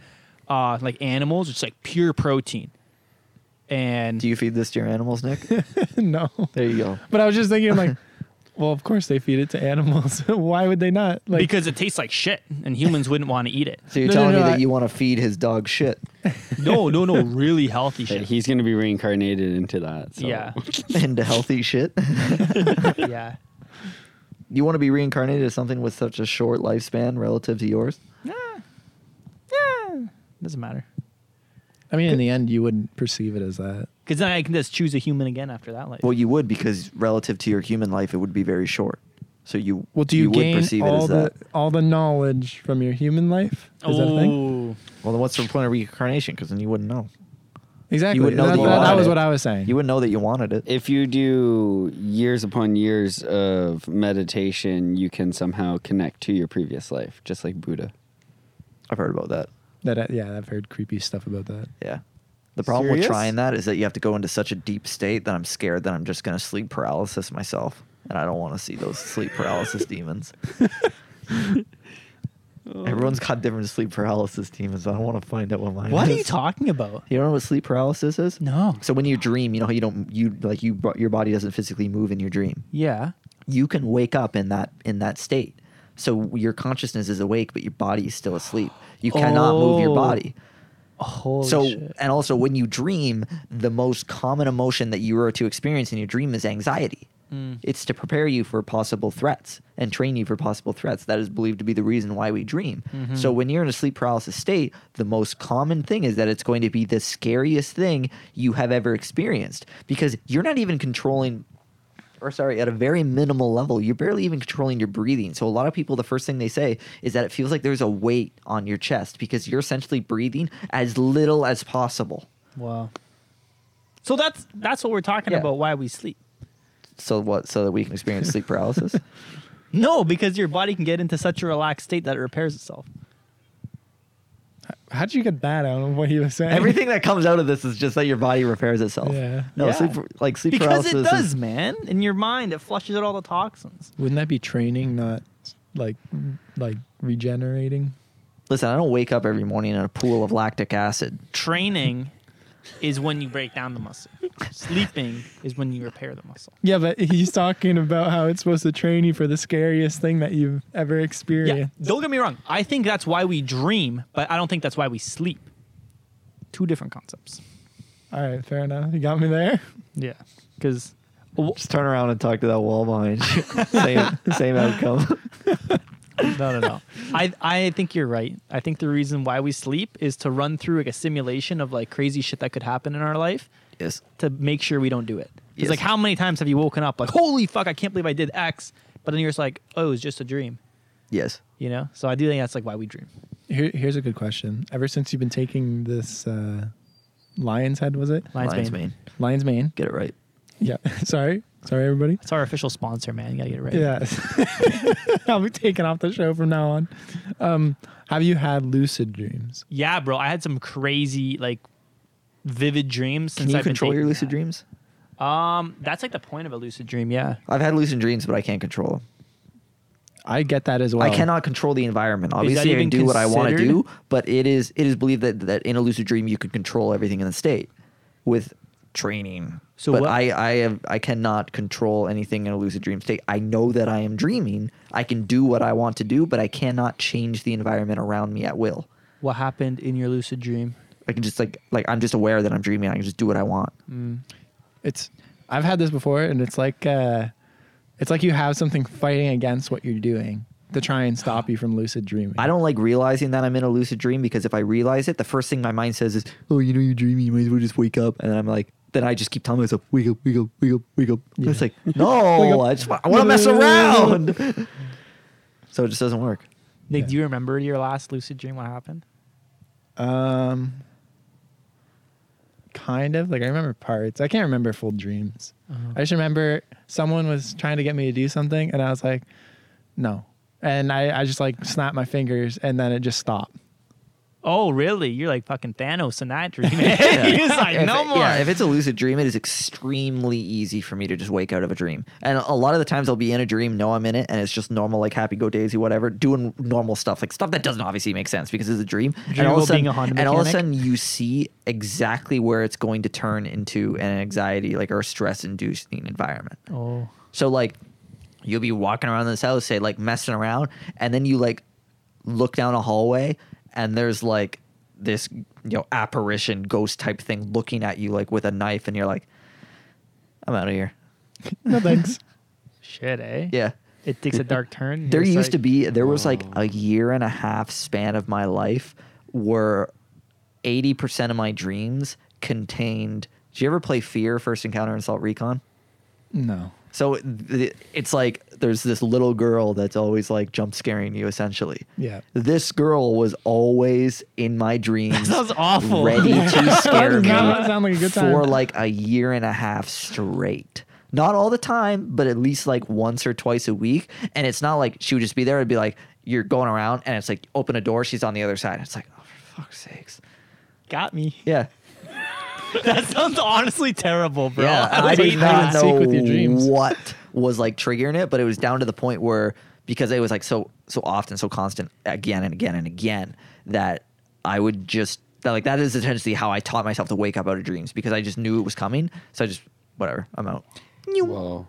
[SPEAKER 4] uh, like animals. It's like pure protein. And
[SPEAKER 1] Do you feed this to your animals, Nick?
[SPEAKER 5] no.
[SPEAKER 1] There you go.
[SPEAKER 5] But I was just thinking, like, well, of course they feed it to animals. Why would they not? Like,
[SPEAKER 4] because it tastes like shit and humans wouldn't want to eat it.
[SPEAKER 1] So you're
[SPEAKER 5] No, no,
[SPEAKER 1] telling
[SPEAKER 5] no,
[SPEAKER 1] me that
[SPEAKER 5] I-
[SPEAKER 1] you want to feed his dog shit?
[SPEAKER 4] No, no, no, really healthy
[SPEAKER 3] but
[SPEAKER 4] shit.
[SPEAKER 3] he's gonna be reincarnated into that. So.
[SPEAKER 4] Yeah.
[SPEAKER 1] into healthy shit.
[SPEAKER 4] yeah.
[SPEAKER 1] you want to be reincarnated as something with such a short lifespan relative to yours?
[SPEAKER 4] Nah. Yeah. Doesn't matter.
[SPEAKER 5] I mean, in the end, you wouldn't perceive it as that.
[SPEAKER 4] Because then I can just choose a human again after that life.
[SPEAKER 1] Well, you would because relative to your human life, it would be very short. So you
[SPEAKER 5] Well, do you,
[SPEAKER 1] you
[SPEAKER 5] gain
[SPEAKER 1] would perceive it
[SPEAKER 5] all
[SPEAKER 1] as
[SPEAKER 5] the
[SPEAKER 1] that.
[SPEAKER 5] all the knowledge from your human life? Is that a thing?
[SPEAKER 4] oh.
[SPEAKER 1] Well, then what's the point of reincarnation? Because then you wouldn't know.
[SPEAKER 5] Exactly.
[SPEAKER 1] You wouldn't know
[SPEAKER 5] that,
[SPEAKER 1] that you
[SPEAKER 5] that- that
[SPEAKER 1] wanted
[SPEAKER 5] was
[SPEAKER 1] it.
[SPEAKER 5] what I was saying.
[SPEAKER 1] You wouldn't know that you wanted it.
[SPEAKER 3] If you do years upon years of meditation, you can somehow connect to your previous life, just like Buddha.
[SPEAKER 1] I've heard about that.
[SPEAKER 5] That uh, yeah, I've heard creepy stuff about that.
[SPEAKER 1] Yeah. The problem with
[SPEAKER 3] Serious?
[SPEAKER 1] trying that is that you have to go into such a deep state that I'm scared that I'm just going to sleep paralysis myself. And I don't want to see those sleep paralysis demons.
[SPEAKER 4] Oh.
[SPEAKER 1] Everyone's got different sleep paralysis demons. I don't want to find out what mine
[SPEAKER 4] What are
[SPEAKER 1] is.
[SPEAKER 4] you talking about?
[SPEAKER 1] You don't know what sleep paralysis is?
[SPEAKER 4] No.
[SPEAKER 1] So when you dream, you know how you don't you like you bo- your body doesn't physically move in your dream.
[SPEAKER 4] Yeah.
[SPEAKER 1] You can wake up in that in that state. So your consciousness is awake, but your body is still asleep. You cannot move your
[SPEAKER 4] Oh.
[SPEAKER 1] body.
[SPEAKER 4] Holy
[SPEAKER 1] so
[SPEAKER 4] shit.
[SPEAKER 1] and also when you dream, the most common emotion that you are to experience in your dream is anxiety.
[SPEAKER 4] Hmm.
[SPEAKER 1] It's to prepare you for possible threats and train you for possible threats. That is believed to be the reason why we dream.
[SPEAKER 4] Mm-hmm.
[SPEAKER 1] So when you're in a sleep paralysis state, the most common thing is that it's going to be the scariest thing you have ever experienced because you're not even controlling or sorry, at a very minimal level, you're barely even controlling your breathing. So a lot of people, the first thing they say is that it feels like there's a weight on your chest because you're essentially breathing as little as possible.
[SPEAKER 4] Wow. So that's that's what we're talking
[SPEAKER 1] Yeah.
[SPEAKER 4] about. Why we sleep?
[SPEAKER 1] So what? So that we can experience sleep paralysis.
[SPEAKER 4] No, because your body can get into such a relaxed state that it repairs itself.
[SPEAKER 5] how'd you get that out of what he was saying?
[SPEAKER 1] Everything that comes out of this is just that your body repairs itself.
[SPEAKER 5] Yeah.
[SPEAKER 1] No,
[SPEAKER 4] Yeah.
[SPEAKER 1] sleep like sleep
[SPEAKER 4] because
[SPEAKER 1] paralysis.
[SPEAKER 4] it
[SPEAKER 1] is-
[SPEAKER 4] does, man. In your mind, it flushes out all the toxins.
[SPEAKER 5] Wouldn't that be training, not like like regenerating?
[SPEAKER 1] listen, I don't wake up every morning in a pool of lactic acid.
[SPEAKER 4] Training is when you break down the muscle. Sleeping is when you repair the muscle.
[SPEAKER 5] Yeah, but he's talking about how it's supposed to train you for the scariest thing that you've ever
[SPEAKER 4] Yeah.
[SPEAKER 5] experienced.
[SPEAKER 4] Don't get me wrong. I think that's why we dream, but I don't think that's why we sleep. Two different concepts.
[SPEAKER 5] All right, fair enough. You got me there.
[SPEAKER 4] Yeah. Because
[SPEAKER 1] Just turn around and talk to that wall behind you. same, same outcome.
[SPEAKER 4] no, no, no. I I think you're right. I think the reason why we sleep is to run through like a simulation of like crazy shit that could happen in our life
[SPEAKER 1] Yes.
[SPEAKER 4] to make sure we don't do it. It's
[SPEAKER 1] Yes.
[SPEAKER 4] like how many times have you woken up like holy fuck I can't believe I did X, but then you're just like oh it was just a dream,
[SPEAKER 1] Yes.
[SPEAKER 4] you know. So I do think that's like why we dream.
[SPEAKER 5] Here, here's a good question. Ever since you've been taking this uh, lion's head, was it?
[SPEAKER 4] Lion's,
[SPEAKER 1] Lion's
[SPEAKER 4] mane.
[SPEAKER 1] mane.
[SPEAKER 5] Lion's mane.
[SPEAKER 1] Get it right.
[SPEAKER 5] Yeah. sorry, sorry, everybody.
[SPEAKER 4] It's our official sponsor, man. You gotta get it right.
[SPEAKER 5] Yeah, I'll be taken off the show from now on. Um, have you had lucid dreams?
[SPEAKER 4] Yeah, bro. I had some crazy like vivid dreams.
[SPEAKER 1] Can
[SPEAKER 4] since
[SPEAKER 1] you
[SPEAKER 4] I've been
[SPEAKER 1] control your
[SPEAKER 4] taking
[SPEAKER 1] lucid
[SPEAKER 4] that.
[SPEAKER 1] dreams?
[SPEAKER 4] Um, that's like the point of a lucid dream. Yeah.
[SPEAKER 1] I've had lucid dreams, but I can't control them.
[SPEAKER 5] I get that as well.
[SPEAKER 1] I cannot control the environment. Obviously, I
[SPEAKER 4] even
[SPEAKER 1] can do what I want to
[SPEAKER 4] considered?
[SPEAKER 1] do, but it is it is believed that that in a lucid dream you could control everything in the state with training.
[SPEAKER 4] So
[SPEAKER 1] but
[SPEAKER 4] what-
[SPEAKER 1] I I have, I cannot control anything in a lucid dream state. I know that I am dreaming. I can do what I want to do, but I cannot change the environment around me at will.
[SPEAKER 4] What happened in your lucid dream?
[SPEAKER 1] I can just like like I'm just aware that I'm dreaming. I can just do what I want.
[SPEAKER 5] it's I've had this before, and it's like uh, it's like you have something fighting against what you're doing to try and stop you from lucid dreaming.
[SPEAKER 1] I don't like realizing that I'm in a lucid dream because if I realize it, the first thing my mind says is, "Oh, you know you're dreaming. You might as well just wake up." And I'm like, then I just keep telling myself, "Wake up, wake up, wake up, wake up." And It's like, no, I just wa- I want to mess around. so it just doesn't work.
[SPEAKER 4] Nick,
[SPEAKER 5] Yeah.
[SPEAKER 4] do you remember your last lucid dream? What happened?
[SPEAKER 5] Um, kind of like I remember parts. I can't remember full dreams. I just remember someone was trying to get me to do something, and I was like, no. And I, I just like snapped my fingers, and then it just stopped.
[SPEAKER 4] Oh, really? You're like fucking Thanos in that dream. He's like,
[SPEAKER 1] If
[SPEAKER 4] no
[SPEAKER 1] it-
[SPEAKER 4] more.
[SPEAKER 1] Yeah, if it's a lucid dream, it is extremely easy for me to just wake out of a dream. And a lot of the times I'll be in a dream, know I'm in it, and it's just normal, like happy go daisy, whatever, doing normal stuff, like stuff that doesn't obviously make sense because it's a dream.
[SPEAKER 4] Dream
[SPEAKER 1] and all of a
[SPEAKER 4] about being
[SPEAKER 1] sudden,
[SPEAKER 4] a Honda
[SPEAKER 1] and all of a
[SPEAKER 4] mechanic.
[SPEAKER 1] sudden, you see exactly where it's going to turn into an anxiety, like or stress inducing environment.
[SPEAKER 4] oh.
[SPEAKER 1] So like you'll be walking around this house, say like messing around, and then you like look down a hallway and there's like this you know apparition ghost type thing looking at you like with a knife and you're like I'm out of here.
[SPEAKER 5] No thanks.
[SPEAKER 4] Shit, eh?
[SPEAKER 1] Yeah.
[SPEAKER 4] It takes a dark turn.
[SPEAKER 1] There
[SPEAKER 4] It's
[SPEAKER 1] used
[SPEAKER 4] like-
[SPEAKER 1] to be there was like a year and a half span of my life where 80% of my dreams contained Did you ever play Fear First Encounter and Salt Recon?
[SPEAKER 5] no.
[SPEAKER 1] So th- it's like there's this little girl that's always like jump scaring you, essentially.
[SPEAKER 5] Yeah.
[SPEAKER 1] This girl was always in my dreams.
[SPEAKER 4] sounds awful.
[SPEAKER 1] Ready to scare
[SPEAKER 5] Does
[SPEAKER 1] me
[SPEAKER 5] not sound like a good time.
[SPEAKER 1] for like a year and a half straight. Not all the time, but at least like once or twice a week. And it's not like she would just be there. It'd be like you're going around, and it's like open a door, she's on the other side. It's like, oh, for fuck's sakes.
[SPEAKER 4] Got me.
[SPEAKER 1] Yeah.
[SPEAKER 4] That sounds honestly terrible, bro.
[SPEAKER 1] Yeah, and I
[SPEAKER 4] would hate
[SPEAKER 1] did
[SPEAKER 4] that.
[SPEAKER 1] not
[SPEAKER 5] Seek
[SPEAKER 1] know
[SPEAKER 5] with your dreams.
[SPEAKER 1] what was like triggering it, but it was down to the point where because it was like so so often, so constant, again and again and again, that I would just that like that is essentially how I taught myself to wake up out of dreams because I just knew it was coming. So I just whatever, I'm out.
[SPEAKER 3] Whoa.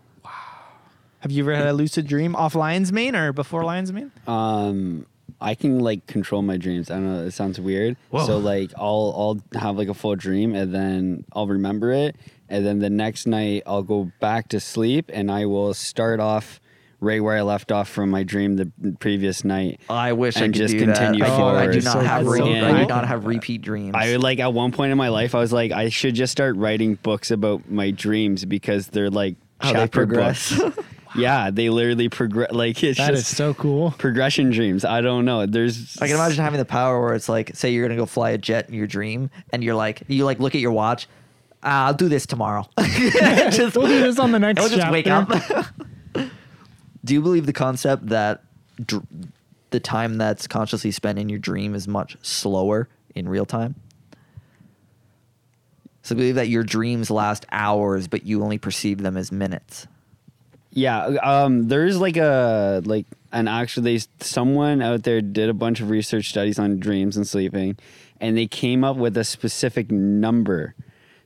[SPEAKER 4] Have you ever had a lucid dream off Lion's Mane or before Lion's Mane?
[SPEAKER 3] Um, I can like control my dreams. I don't know. It sounds weird. So like, I'll I'll have like a full dream, and then I'll remember it, and then the next night I'll go back to sleep, and I will start off right where I left off from my dream the previous night.
[SPEAKER 1] I wish I
[SPEAKER 3] And
[SPEAKER 1] could
[SPEAKER 3] just
[SPEAKER 1] do
[SPEAKER 3] continue
[SPEAKER 1] that. I,
[SPEAKER 3] forward.
[SPEAKER 1] I do
[SPEAKER 3] It's
[SPEAKER 1] not
[SPEAKER 5] so
[SPEAKER 1] have
[SPEAKER 5] cool.
[SPEAKER 1] re-
[SPEAKER 3] Yeah.
[SPEAKER 1] I do not have repeat dreams.
[SPEAKER 3] I would, like at one point in my life I was like I should just start writing books about my dreams because they're like
[SPEAKER 1] How they
[SPEAKER 3] chapter
[SPEAKER 1] progress.
[SPEAKER 3] books. yeah, they literally progress. Like it's
[SPEAKER 5] That is
[SPEAKER 3] just
[SPEAKER 5] so cool.
[SPEAKER 3] progression dreams. I don't know. There's
[SPEAKER 1] I can imagine having the power where it's like, say you're gonna go fly a jet in your dream, and you're like, you like look at your watch. "Ah, I'll do this tomorrow. Just-
[SPEAKER 5] We'll do this on the next
[SPEAKER 1] I'll just
[SPEAKER 5] chapter.
[SPEAKER 1] wake up. do you believe the concept that dr- the time that's consciously spent in your dream is much slower in real time. So believe that your dreams last hours, but you only perceive them as minutes.
[SPEAKER 3] Yeah, um, there's like a like an actual they someone out there did a bunch of research studies on dreams and sleeping, and they came up with a specific number.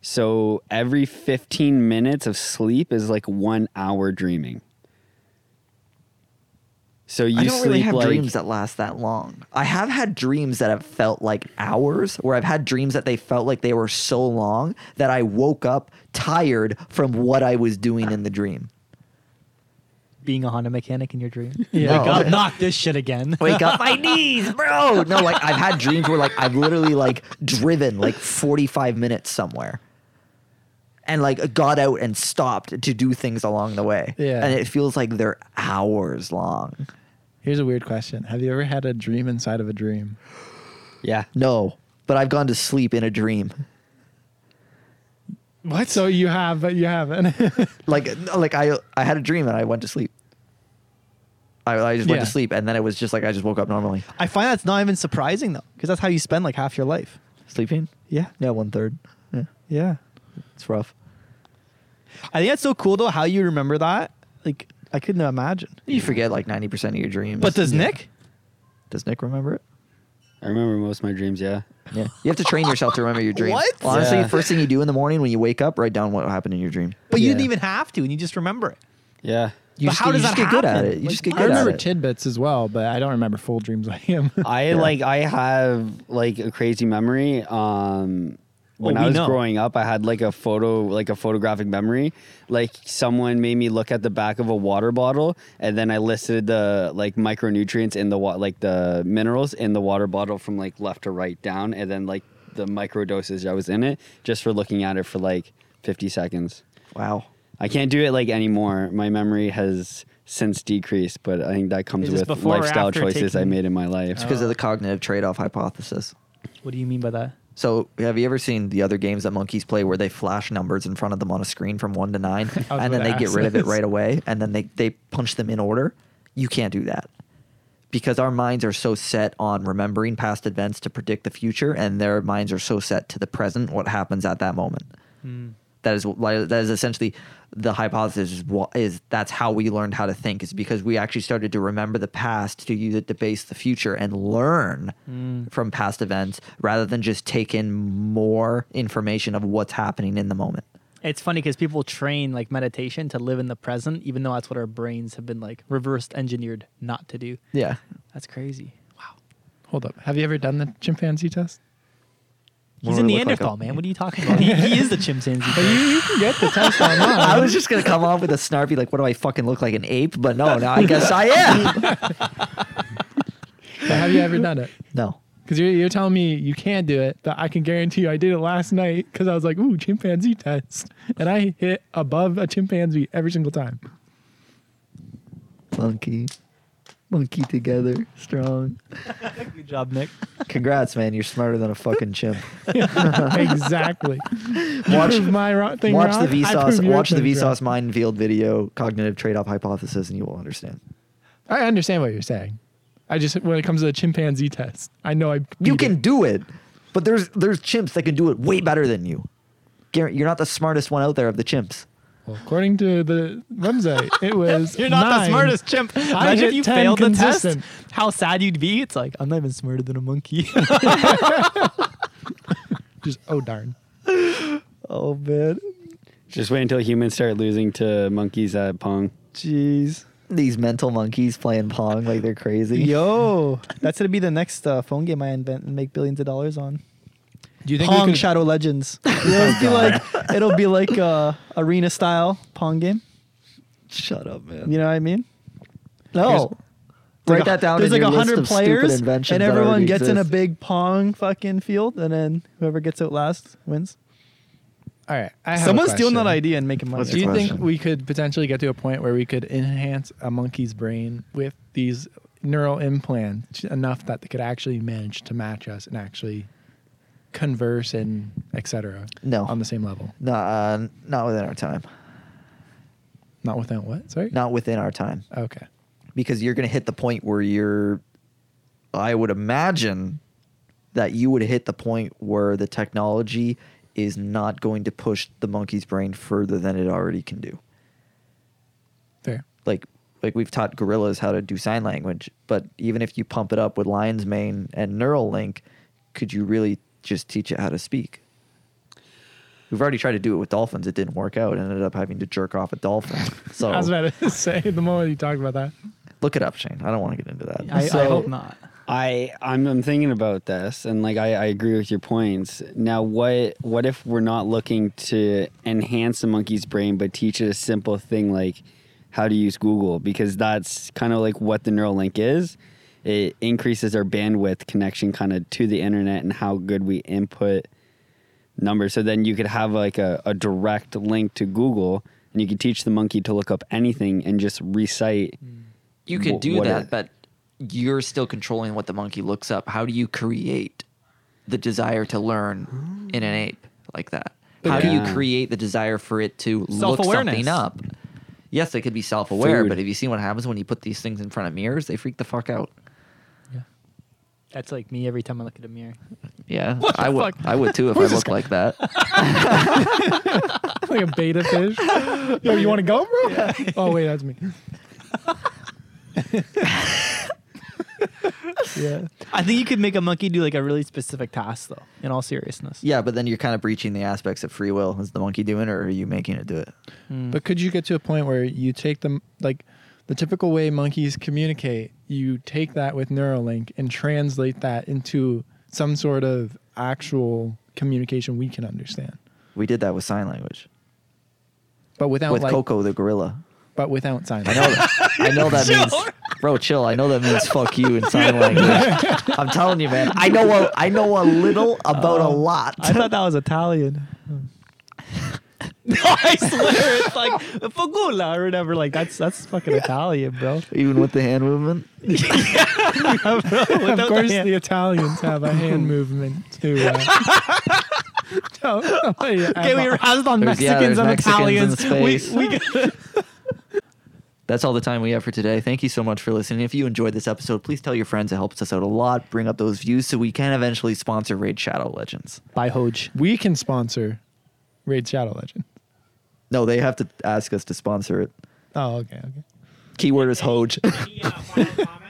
[SPEAKER 3] So every 15 minutes of sleep is like one hour dreaming. So you
[SPEAKER 1] I don't
[SPEAKER 3] sleep
[SPEAKER 1] really have
[SPEAKER 3] like
[SPEAKER 1] dreams that last that long. I have had dreams that have felt like hours, where I've had dreams that they felt like they were so long that I woke up tired from what I was doing in the dream.
[SPEAKER 4] Being a Honda mechanic in your dream.
[SPEAKER 1] Yeah.
[SPEAKER 4] Like,
[SPEAKER 1] No.
[SPEAKER 4] "Oh, not this shit again.
[SPEAKER 1] Wake up my knees, bro. No, like I've had dreams where like I've literally like driven like 45 minutes somewhere and like got out and stopped to do things along the way.
[SPEAKER 5] Yeah.
[SPEAKER 1] And it feels like they're hours long.
[SPEAKER 5] Here's a weird question. Have you ever had a dream inside of a dream?
[SPEAKER 3] yeah.
[SPEAKER 1] No, but I've gone to sleep in a dream.
[SPEAKER 5] What? So you have, but you haven't.
[SPEAKER 1] Like no, like I I had a dream and I went to sleep. I, I just went
[SPEAKER 5] Yeah.
[SPEAKER 1] to sleep and then it was just like I just woke up normally.
[SPEAKER 4] I find that's not even surprising though, because that's how you spend like half your life.
[SPEAKER 1] Sleeping?
[SPEAKER 4] Yeah.
[SPEAKER 1] Yeah, one third. Yeah.
[SPEAKER 4] Yeah.
[SPEAKER 1] It's rough.
[SPEAKER 4] I think that's so cool though how you remember that. Like I couldn't imagine.
[SPEAKER 1] You forget like 90% of your dreams.
[SPEAKER 4] But does
[SPEAKER 1] Yeah.
[SPEAKER 4] Nick?
[SPEAKER 1] Does Nick remember it?
[SPEAKER 3] I remember most of my dreams, yeah.
[SPEAKER 1] Yeah. You have to train yourself to remember your dreams.
[SPEAKER 4] What?
[SPEAKER 1] Well, honestly,
[SPEAKER 3] Yeah.
[SPEAKER 1] first thing you do in the morning when you wake up, write down what happened in your dream.
[SPEAKER 4] But you
[SPEAKER 3] Yeah.
[SPEAKER 4] didn't even have to, and you just remember it.
[SPEAKER 3] Yeah.
[SPEAKER 1] You
[SPEAKER 4] But
[SPEAKER 1] just,
[SPEAKER 4] how
[SPEAKER 1] you
[SPEAKER 4] does
[SPEAKER 1] just
[SPEAKER 4] that
[SPEAKER 1] get good at
[SPEAKER 4] happen?
[SPEAKER 1] it. You
[SPEAKER 4] Like,
[SPEAKER 1] just get
[SPEAKER 5] I
[SPEAKER 1] good at
[SPEAKER 5] remember
[SPEAKER 1] it.
[SPEAKER 5] tidbits as well, but I don't remember full dreams like him.
[SPEAKER 3] I like I have like a crazy memory. Um
[SPEAKER 4] Well,
[SPEAKER 3] when
[SPEAKER 4] Oh, we
[SPEAKER 3] I was
[SPEAKER 4] know.
[SPEAKER 3] growing up, I had like a photo, like a photographic memory. Like someone made me look at the back of a water bottle, and then I listed the like micronutrients in the water, like the minerals in the water bottle from like left to right down, and then like the micro dosage I was in it, just for looking at it for like 50 seconds.
[SPEAKER 1] Wow.
[SPEAKER 3] I can't do it like anymore. My memory has since decreased, but I think that comes
[SPEAKER 4] Is this
[SPEAKER 3] with
[SPEAKER 4] before or
[SPEAKER 3] lifestyle
[SPEAKER 4] after
[SPEAKER 3] choices I
[SPEAKER 4] taking-
[SPEAKER 3] made in my life.
[SPEAKER 1] It's because of the cognitive trade off hypothesis.
[SPEAKER 4] What do you mean by that?
[SPEAKER 1] So, have you ever seen the other games that monkeys play where they flash numbers in front of them on a screen from one to nine and then
[SPEAKER 5] gonna
[SPEAKER 1] they get
[SPEAKER 5] ask
[SPEAKER 1] rid of it
[SPEAKER 5] this.
[SPEAKER 1] right away and then they, they punch them in order? You can't do that because our minds are so set on remembering past events to predict the future and their minds are so set to the present, what happens at that moment. That is why- that is essentially the hypothesis is, wha- is that's how we learned how to think is because we actually started to remember the past to use it to base the future and learn from past events rather than just take in more information of what's happening in the moment.
[SPEAKER 4] It's funny because people train like meditation to live in the present, even though that's what our brains have been like reversed engineered not to do.
[SPEAKER 1] Yeah.
[SPEAKER 4] That's crazy. Wow.
[SPEAKER 5] Hold up. Have you ever done the chimpanzee test?
[SPEAKER 1] What
[SPEAKER 4] He's
[SPEAKER 1] do
[SPEAKER 4] in
[SPEAKER 1] I
[SPEAKER 4] the
[SPEAKER 1] look like a-
[SPEAKER 4] Neanderthal, man. What are you talking about? he, he is the chimpanzee.
[SPEAKER 5] You can get the test
[SPEAKER 1] I
[SPEAKER 5] online.
[SPEAKER 1] was just gonna come off with a snarpy like, what do I fucking look like an ape? But no, now I guess I am.
[SPEAKER 5] But have you ever done it?
[SPEAKER 1] No.
[SPEAKER 5] Because you're, you're telling me you can't do it, but I can guarantee you I did it last night because I was like, ooh, chimpanzee test. And I hit above a chimpanzee every single time.
[SPEAKER 1] Monkey. Monkey together, strong.
[SPEAKER 4] Good job, Nick.
[SPEAKER 1] Congrats, man. You're smarter than a fucking chimp.
[SPEAKER 5] exactly.
[SPEAKER 1] Watch-
[SPEAKER 5] Watch my ro- thing.
[SPEAKER 1] watch
[SPEAKER 5] wrong,
[SPEAKER 1] the
[SPEAKER 5] I
[SPEAKER 1] Vsauce.
[SPEAKER 5] prove your
[SPEAKER 1] Watch the
[SPEAKER 5] thing wrong.
[SPEAKER 1] Vsauce minefield video, cognitive trade-off hypothesis, and you will understand.
[SPEAKER 5] I understand what you're saying. I just when it comes to the chimpanzee test, I know I
[SPEAKER 1] You
[SPEAKER 5] beat
[SPEAKER 1] can
[SPEAKER 5] it.
[SPEAKER 1] do it, but there's there's chimps that can do it way better than you. Gar- You're not the smartest one out there of the chimps.
[SPEAKER 5] Well, according to the website, it was
[SPEAKER 4] You're not the
[SPEAKER 5] nine.
[SPEAKER 4] smartest chimp. Imagine
[SPEAKER 5] hit
[SPEAKER 4] if you
[SPEAKER 5] 10
[SPEAKER 4] failed the
[SPEAKER 5] consistent.
[SPEAKER 4] test. How sad you'd be. It's like, I'm not even smarter than a monkey.
[SPEAKER 5] Just oh darn.
[SPEAKER 4] oh, man.
[SPEAKER 3] Just wait until humans start losing to monkeys at Pong.
[SPEAKER 4] Jeez.
[SPEAKER 1] These mental monkeys playing pong like they're crazy.
[SPEAKER 4] Yo, that's going to be the next uh, phone game I invent and make billions of dollars on.
[SPEAKER 5] Do you think
[SPEAKER 4] Pong
[SPEAKER 5] we could,
[SPEAKER 4] Shadow Legends. It'll be like it'll be like uh, arena style Pong game.
[SPEAKER 1] Shut up, man.
[SPEAKER 4] You know what I mean? No.
[SPEAKER 1] Write
[SPEAKER 4] Like a-
[SPEAKER 1] that down.
[SPEAKER 4] There's
[SPEAKER 1] in
[SPEAKER 4] like
[SPEAKER 1] your
[SPEAKER 4] a
[SPEAKER 1] list
[SPEAKER 4] hundred
[SPEAKER 1] of stupid
[SPEAKER 4] players,
[SPEAKER 1] inventions
[SPEAKER 4] and
[SPEAKER 1] that
[SPEAKER 4] everyone
[SPEAKER 1] already
[SPEAKER 4] gets in a
[SPEAKER 1] exist.
[SPEAKER 4] big pong fucking field, and then whoever gets out last wins.
[SPEAKER 5] All right, I have a
[SPEAKER 4] Someone's stealing that
[SPEAKER 5] question.
[SPEAKER 4] idea and making money.
[SPEAKER 1] What's
[SPEAKER 5] Do you
[SPEAKER 1] your
[SPEAKER 5] think
[SPEAKER 1] question?
[SPEAKER 5] we could potentially get to a point where we could enhance a monkey's brain with these neural implants enough that they could actually manage to match us and actually converse and etc.
[SPEAKER 1] No.
[SPEAKER 5] on the same level.
[SPEAKER 1] No, uh, not within our time.
[SPEAKER 5] Not without what? Sorry.
[SPEAKER 1] Not within our time.
[SPEAKER 5] Okay.
[SPEAKER 1] because you're going to hit the point where you're i would imagine that you would hit the point where the technology is not going to push the monkey's brain further than it already can do
[SPEAKER 5] Fair.
[SPEAKER 1] like like we've taught gorillas how to do sign language, but even if you pump it up with lion's mane and Neuralink, could you really just teach it how to speak? We've already tried to do it with dolphins. It didn't work out. Ended up having to jerk off a dolphin.
[SPEAKER 5] I was
[SPEAKER 1] So
[SPEAKER 5] about to say the moment you talked about that.
[SPEAKER 1] look it up, Shane. I don't want to get into that.
[SPEAKER 4] I, I
[SPEAKER 3] So-
[SPEAKER 4] hope not.
[SPEAKER 3] I I'm, I'm thinking about this, and like I, I agree with your points. Now, what what if we're not looking to enhance the monkey's brain, but teach it a simple thing like how to use Google? Because that's kind of like what the Neuralink is. It increases our bandwidth connection, kind of to the internet, and how good we input numbers. So then you could have like a, a direct link to Google, and you could teach the monkey to look up anything and just recite.
[SPEAKER 1] You
[SPEAKER 3] could Wh- do what that, it-
[SPEAKER 1] but you're still controlling what the monkey looks up. How do you create the desire to learn in an ape like that? How
[SPEAKER 3] do you Yeah.
[SPEAKER 1] create the desire for it to look
[SPEAKER 4] Self-awareness.
[SPEAKER 1] something up? Yes, they could be self-aware,
[SPEAKER 3] Food.
[SPEAKER 1] but have you seen what happens when you put these things in front of mirrors? They freak the fuck out.
[SPEAKER 4] That's like me every time I look at a mirror.
[SPEAKER 1] Yeah, I would. I would too if I looked like that.
[SPEAKER 5] like a beta fish. Yo, you want to go, bro? Oh wait, that's me.
[SPEAKER 2] Yeah.
[SPEAKER 4] I think you could make a monkey do like a really specific task though. In all seriousness,
[SPEAKER 1] Yeah, but then you're kind of breaching the aspects of free will. Is the monkey doing, it or are you making it do it?
[SPEAKER 5] But could you get to a point where you take them like the typical way monkeys communicate? You take that with Neuralink and translate that into some sort of actual communication we can understand,
[SPEAKER 1] We did that with sign language
[SPEAKER 5] but without
[SPEAKER 1] with
[SPEAKER 5] Oh, like,
[SPEAKER 1] Coco the gorilla.
[SPEAKER 5] but without sign.
[SPEAKER 1] I know that. I know that means, bro. Chill. I know that means fuck you in sign language. I'm telling you, man. I know. A, I know a little about a lot.
[SPEAKER 4] Oh, I thought that was Italian. no, I swear it's like fagula or whatever. Like that's that's fucking Italian, bro.
[SPEAKER 1] Even with the hand movement.
[SPEAKER 5] of course, the Italians have a hand movement too. Uh, no, no, yeah, Oh,
[SPEAKER 4] Okay, we were housed on
[SPEAKER 1] There's- yeah,
[SPEAKER 4] Mexicans
[SPEAKER 1] there's
[SPEAKER 4] and Italians.
[SPEAKER 1] Mexicans in
[SPEAKER 4] we,
[SPEAKER 1] space.
[SPEAKER 4] we got-
[SPEAKER 1] That's all the time we have for today. Thank you so much for listening. If you enjoyed this episode, please tell your friends. It helps us out a lot. Bring up those views so we can eventually sponsor Raid Shadow Legends.
[SPEAKER 4] Bye, Hoj.
[SPEAKER 5] we can sponsor Raid Shadow Legend.
[SPEAKER 1] No, they have to ask us to sponsor it.
[SPEAKER 5] Oh, okay, okay.
[SPEAKER 1] Keyword is Hoj.
[SPEAKER 6] Yeah,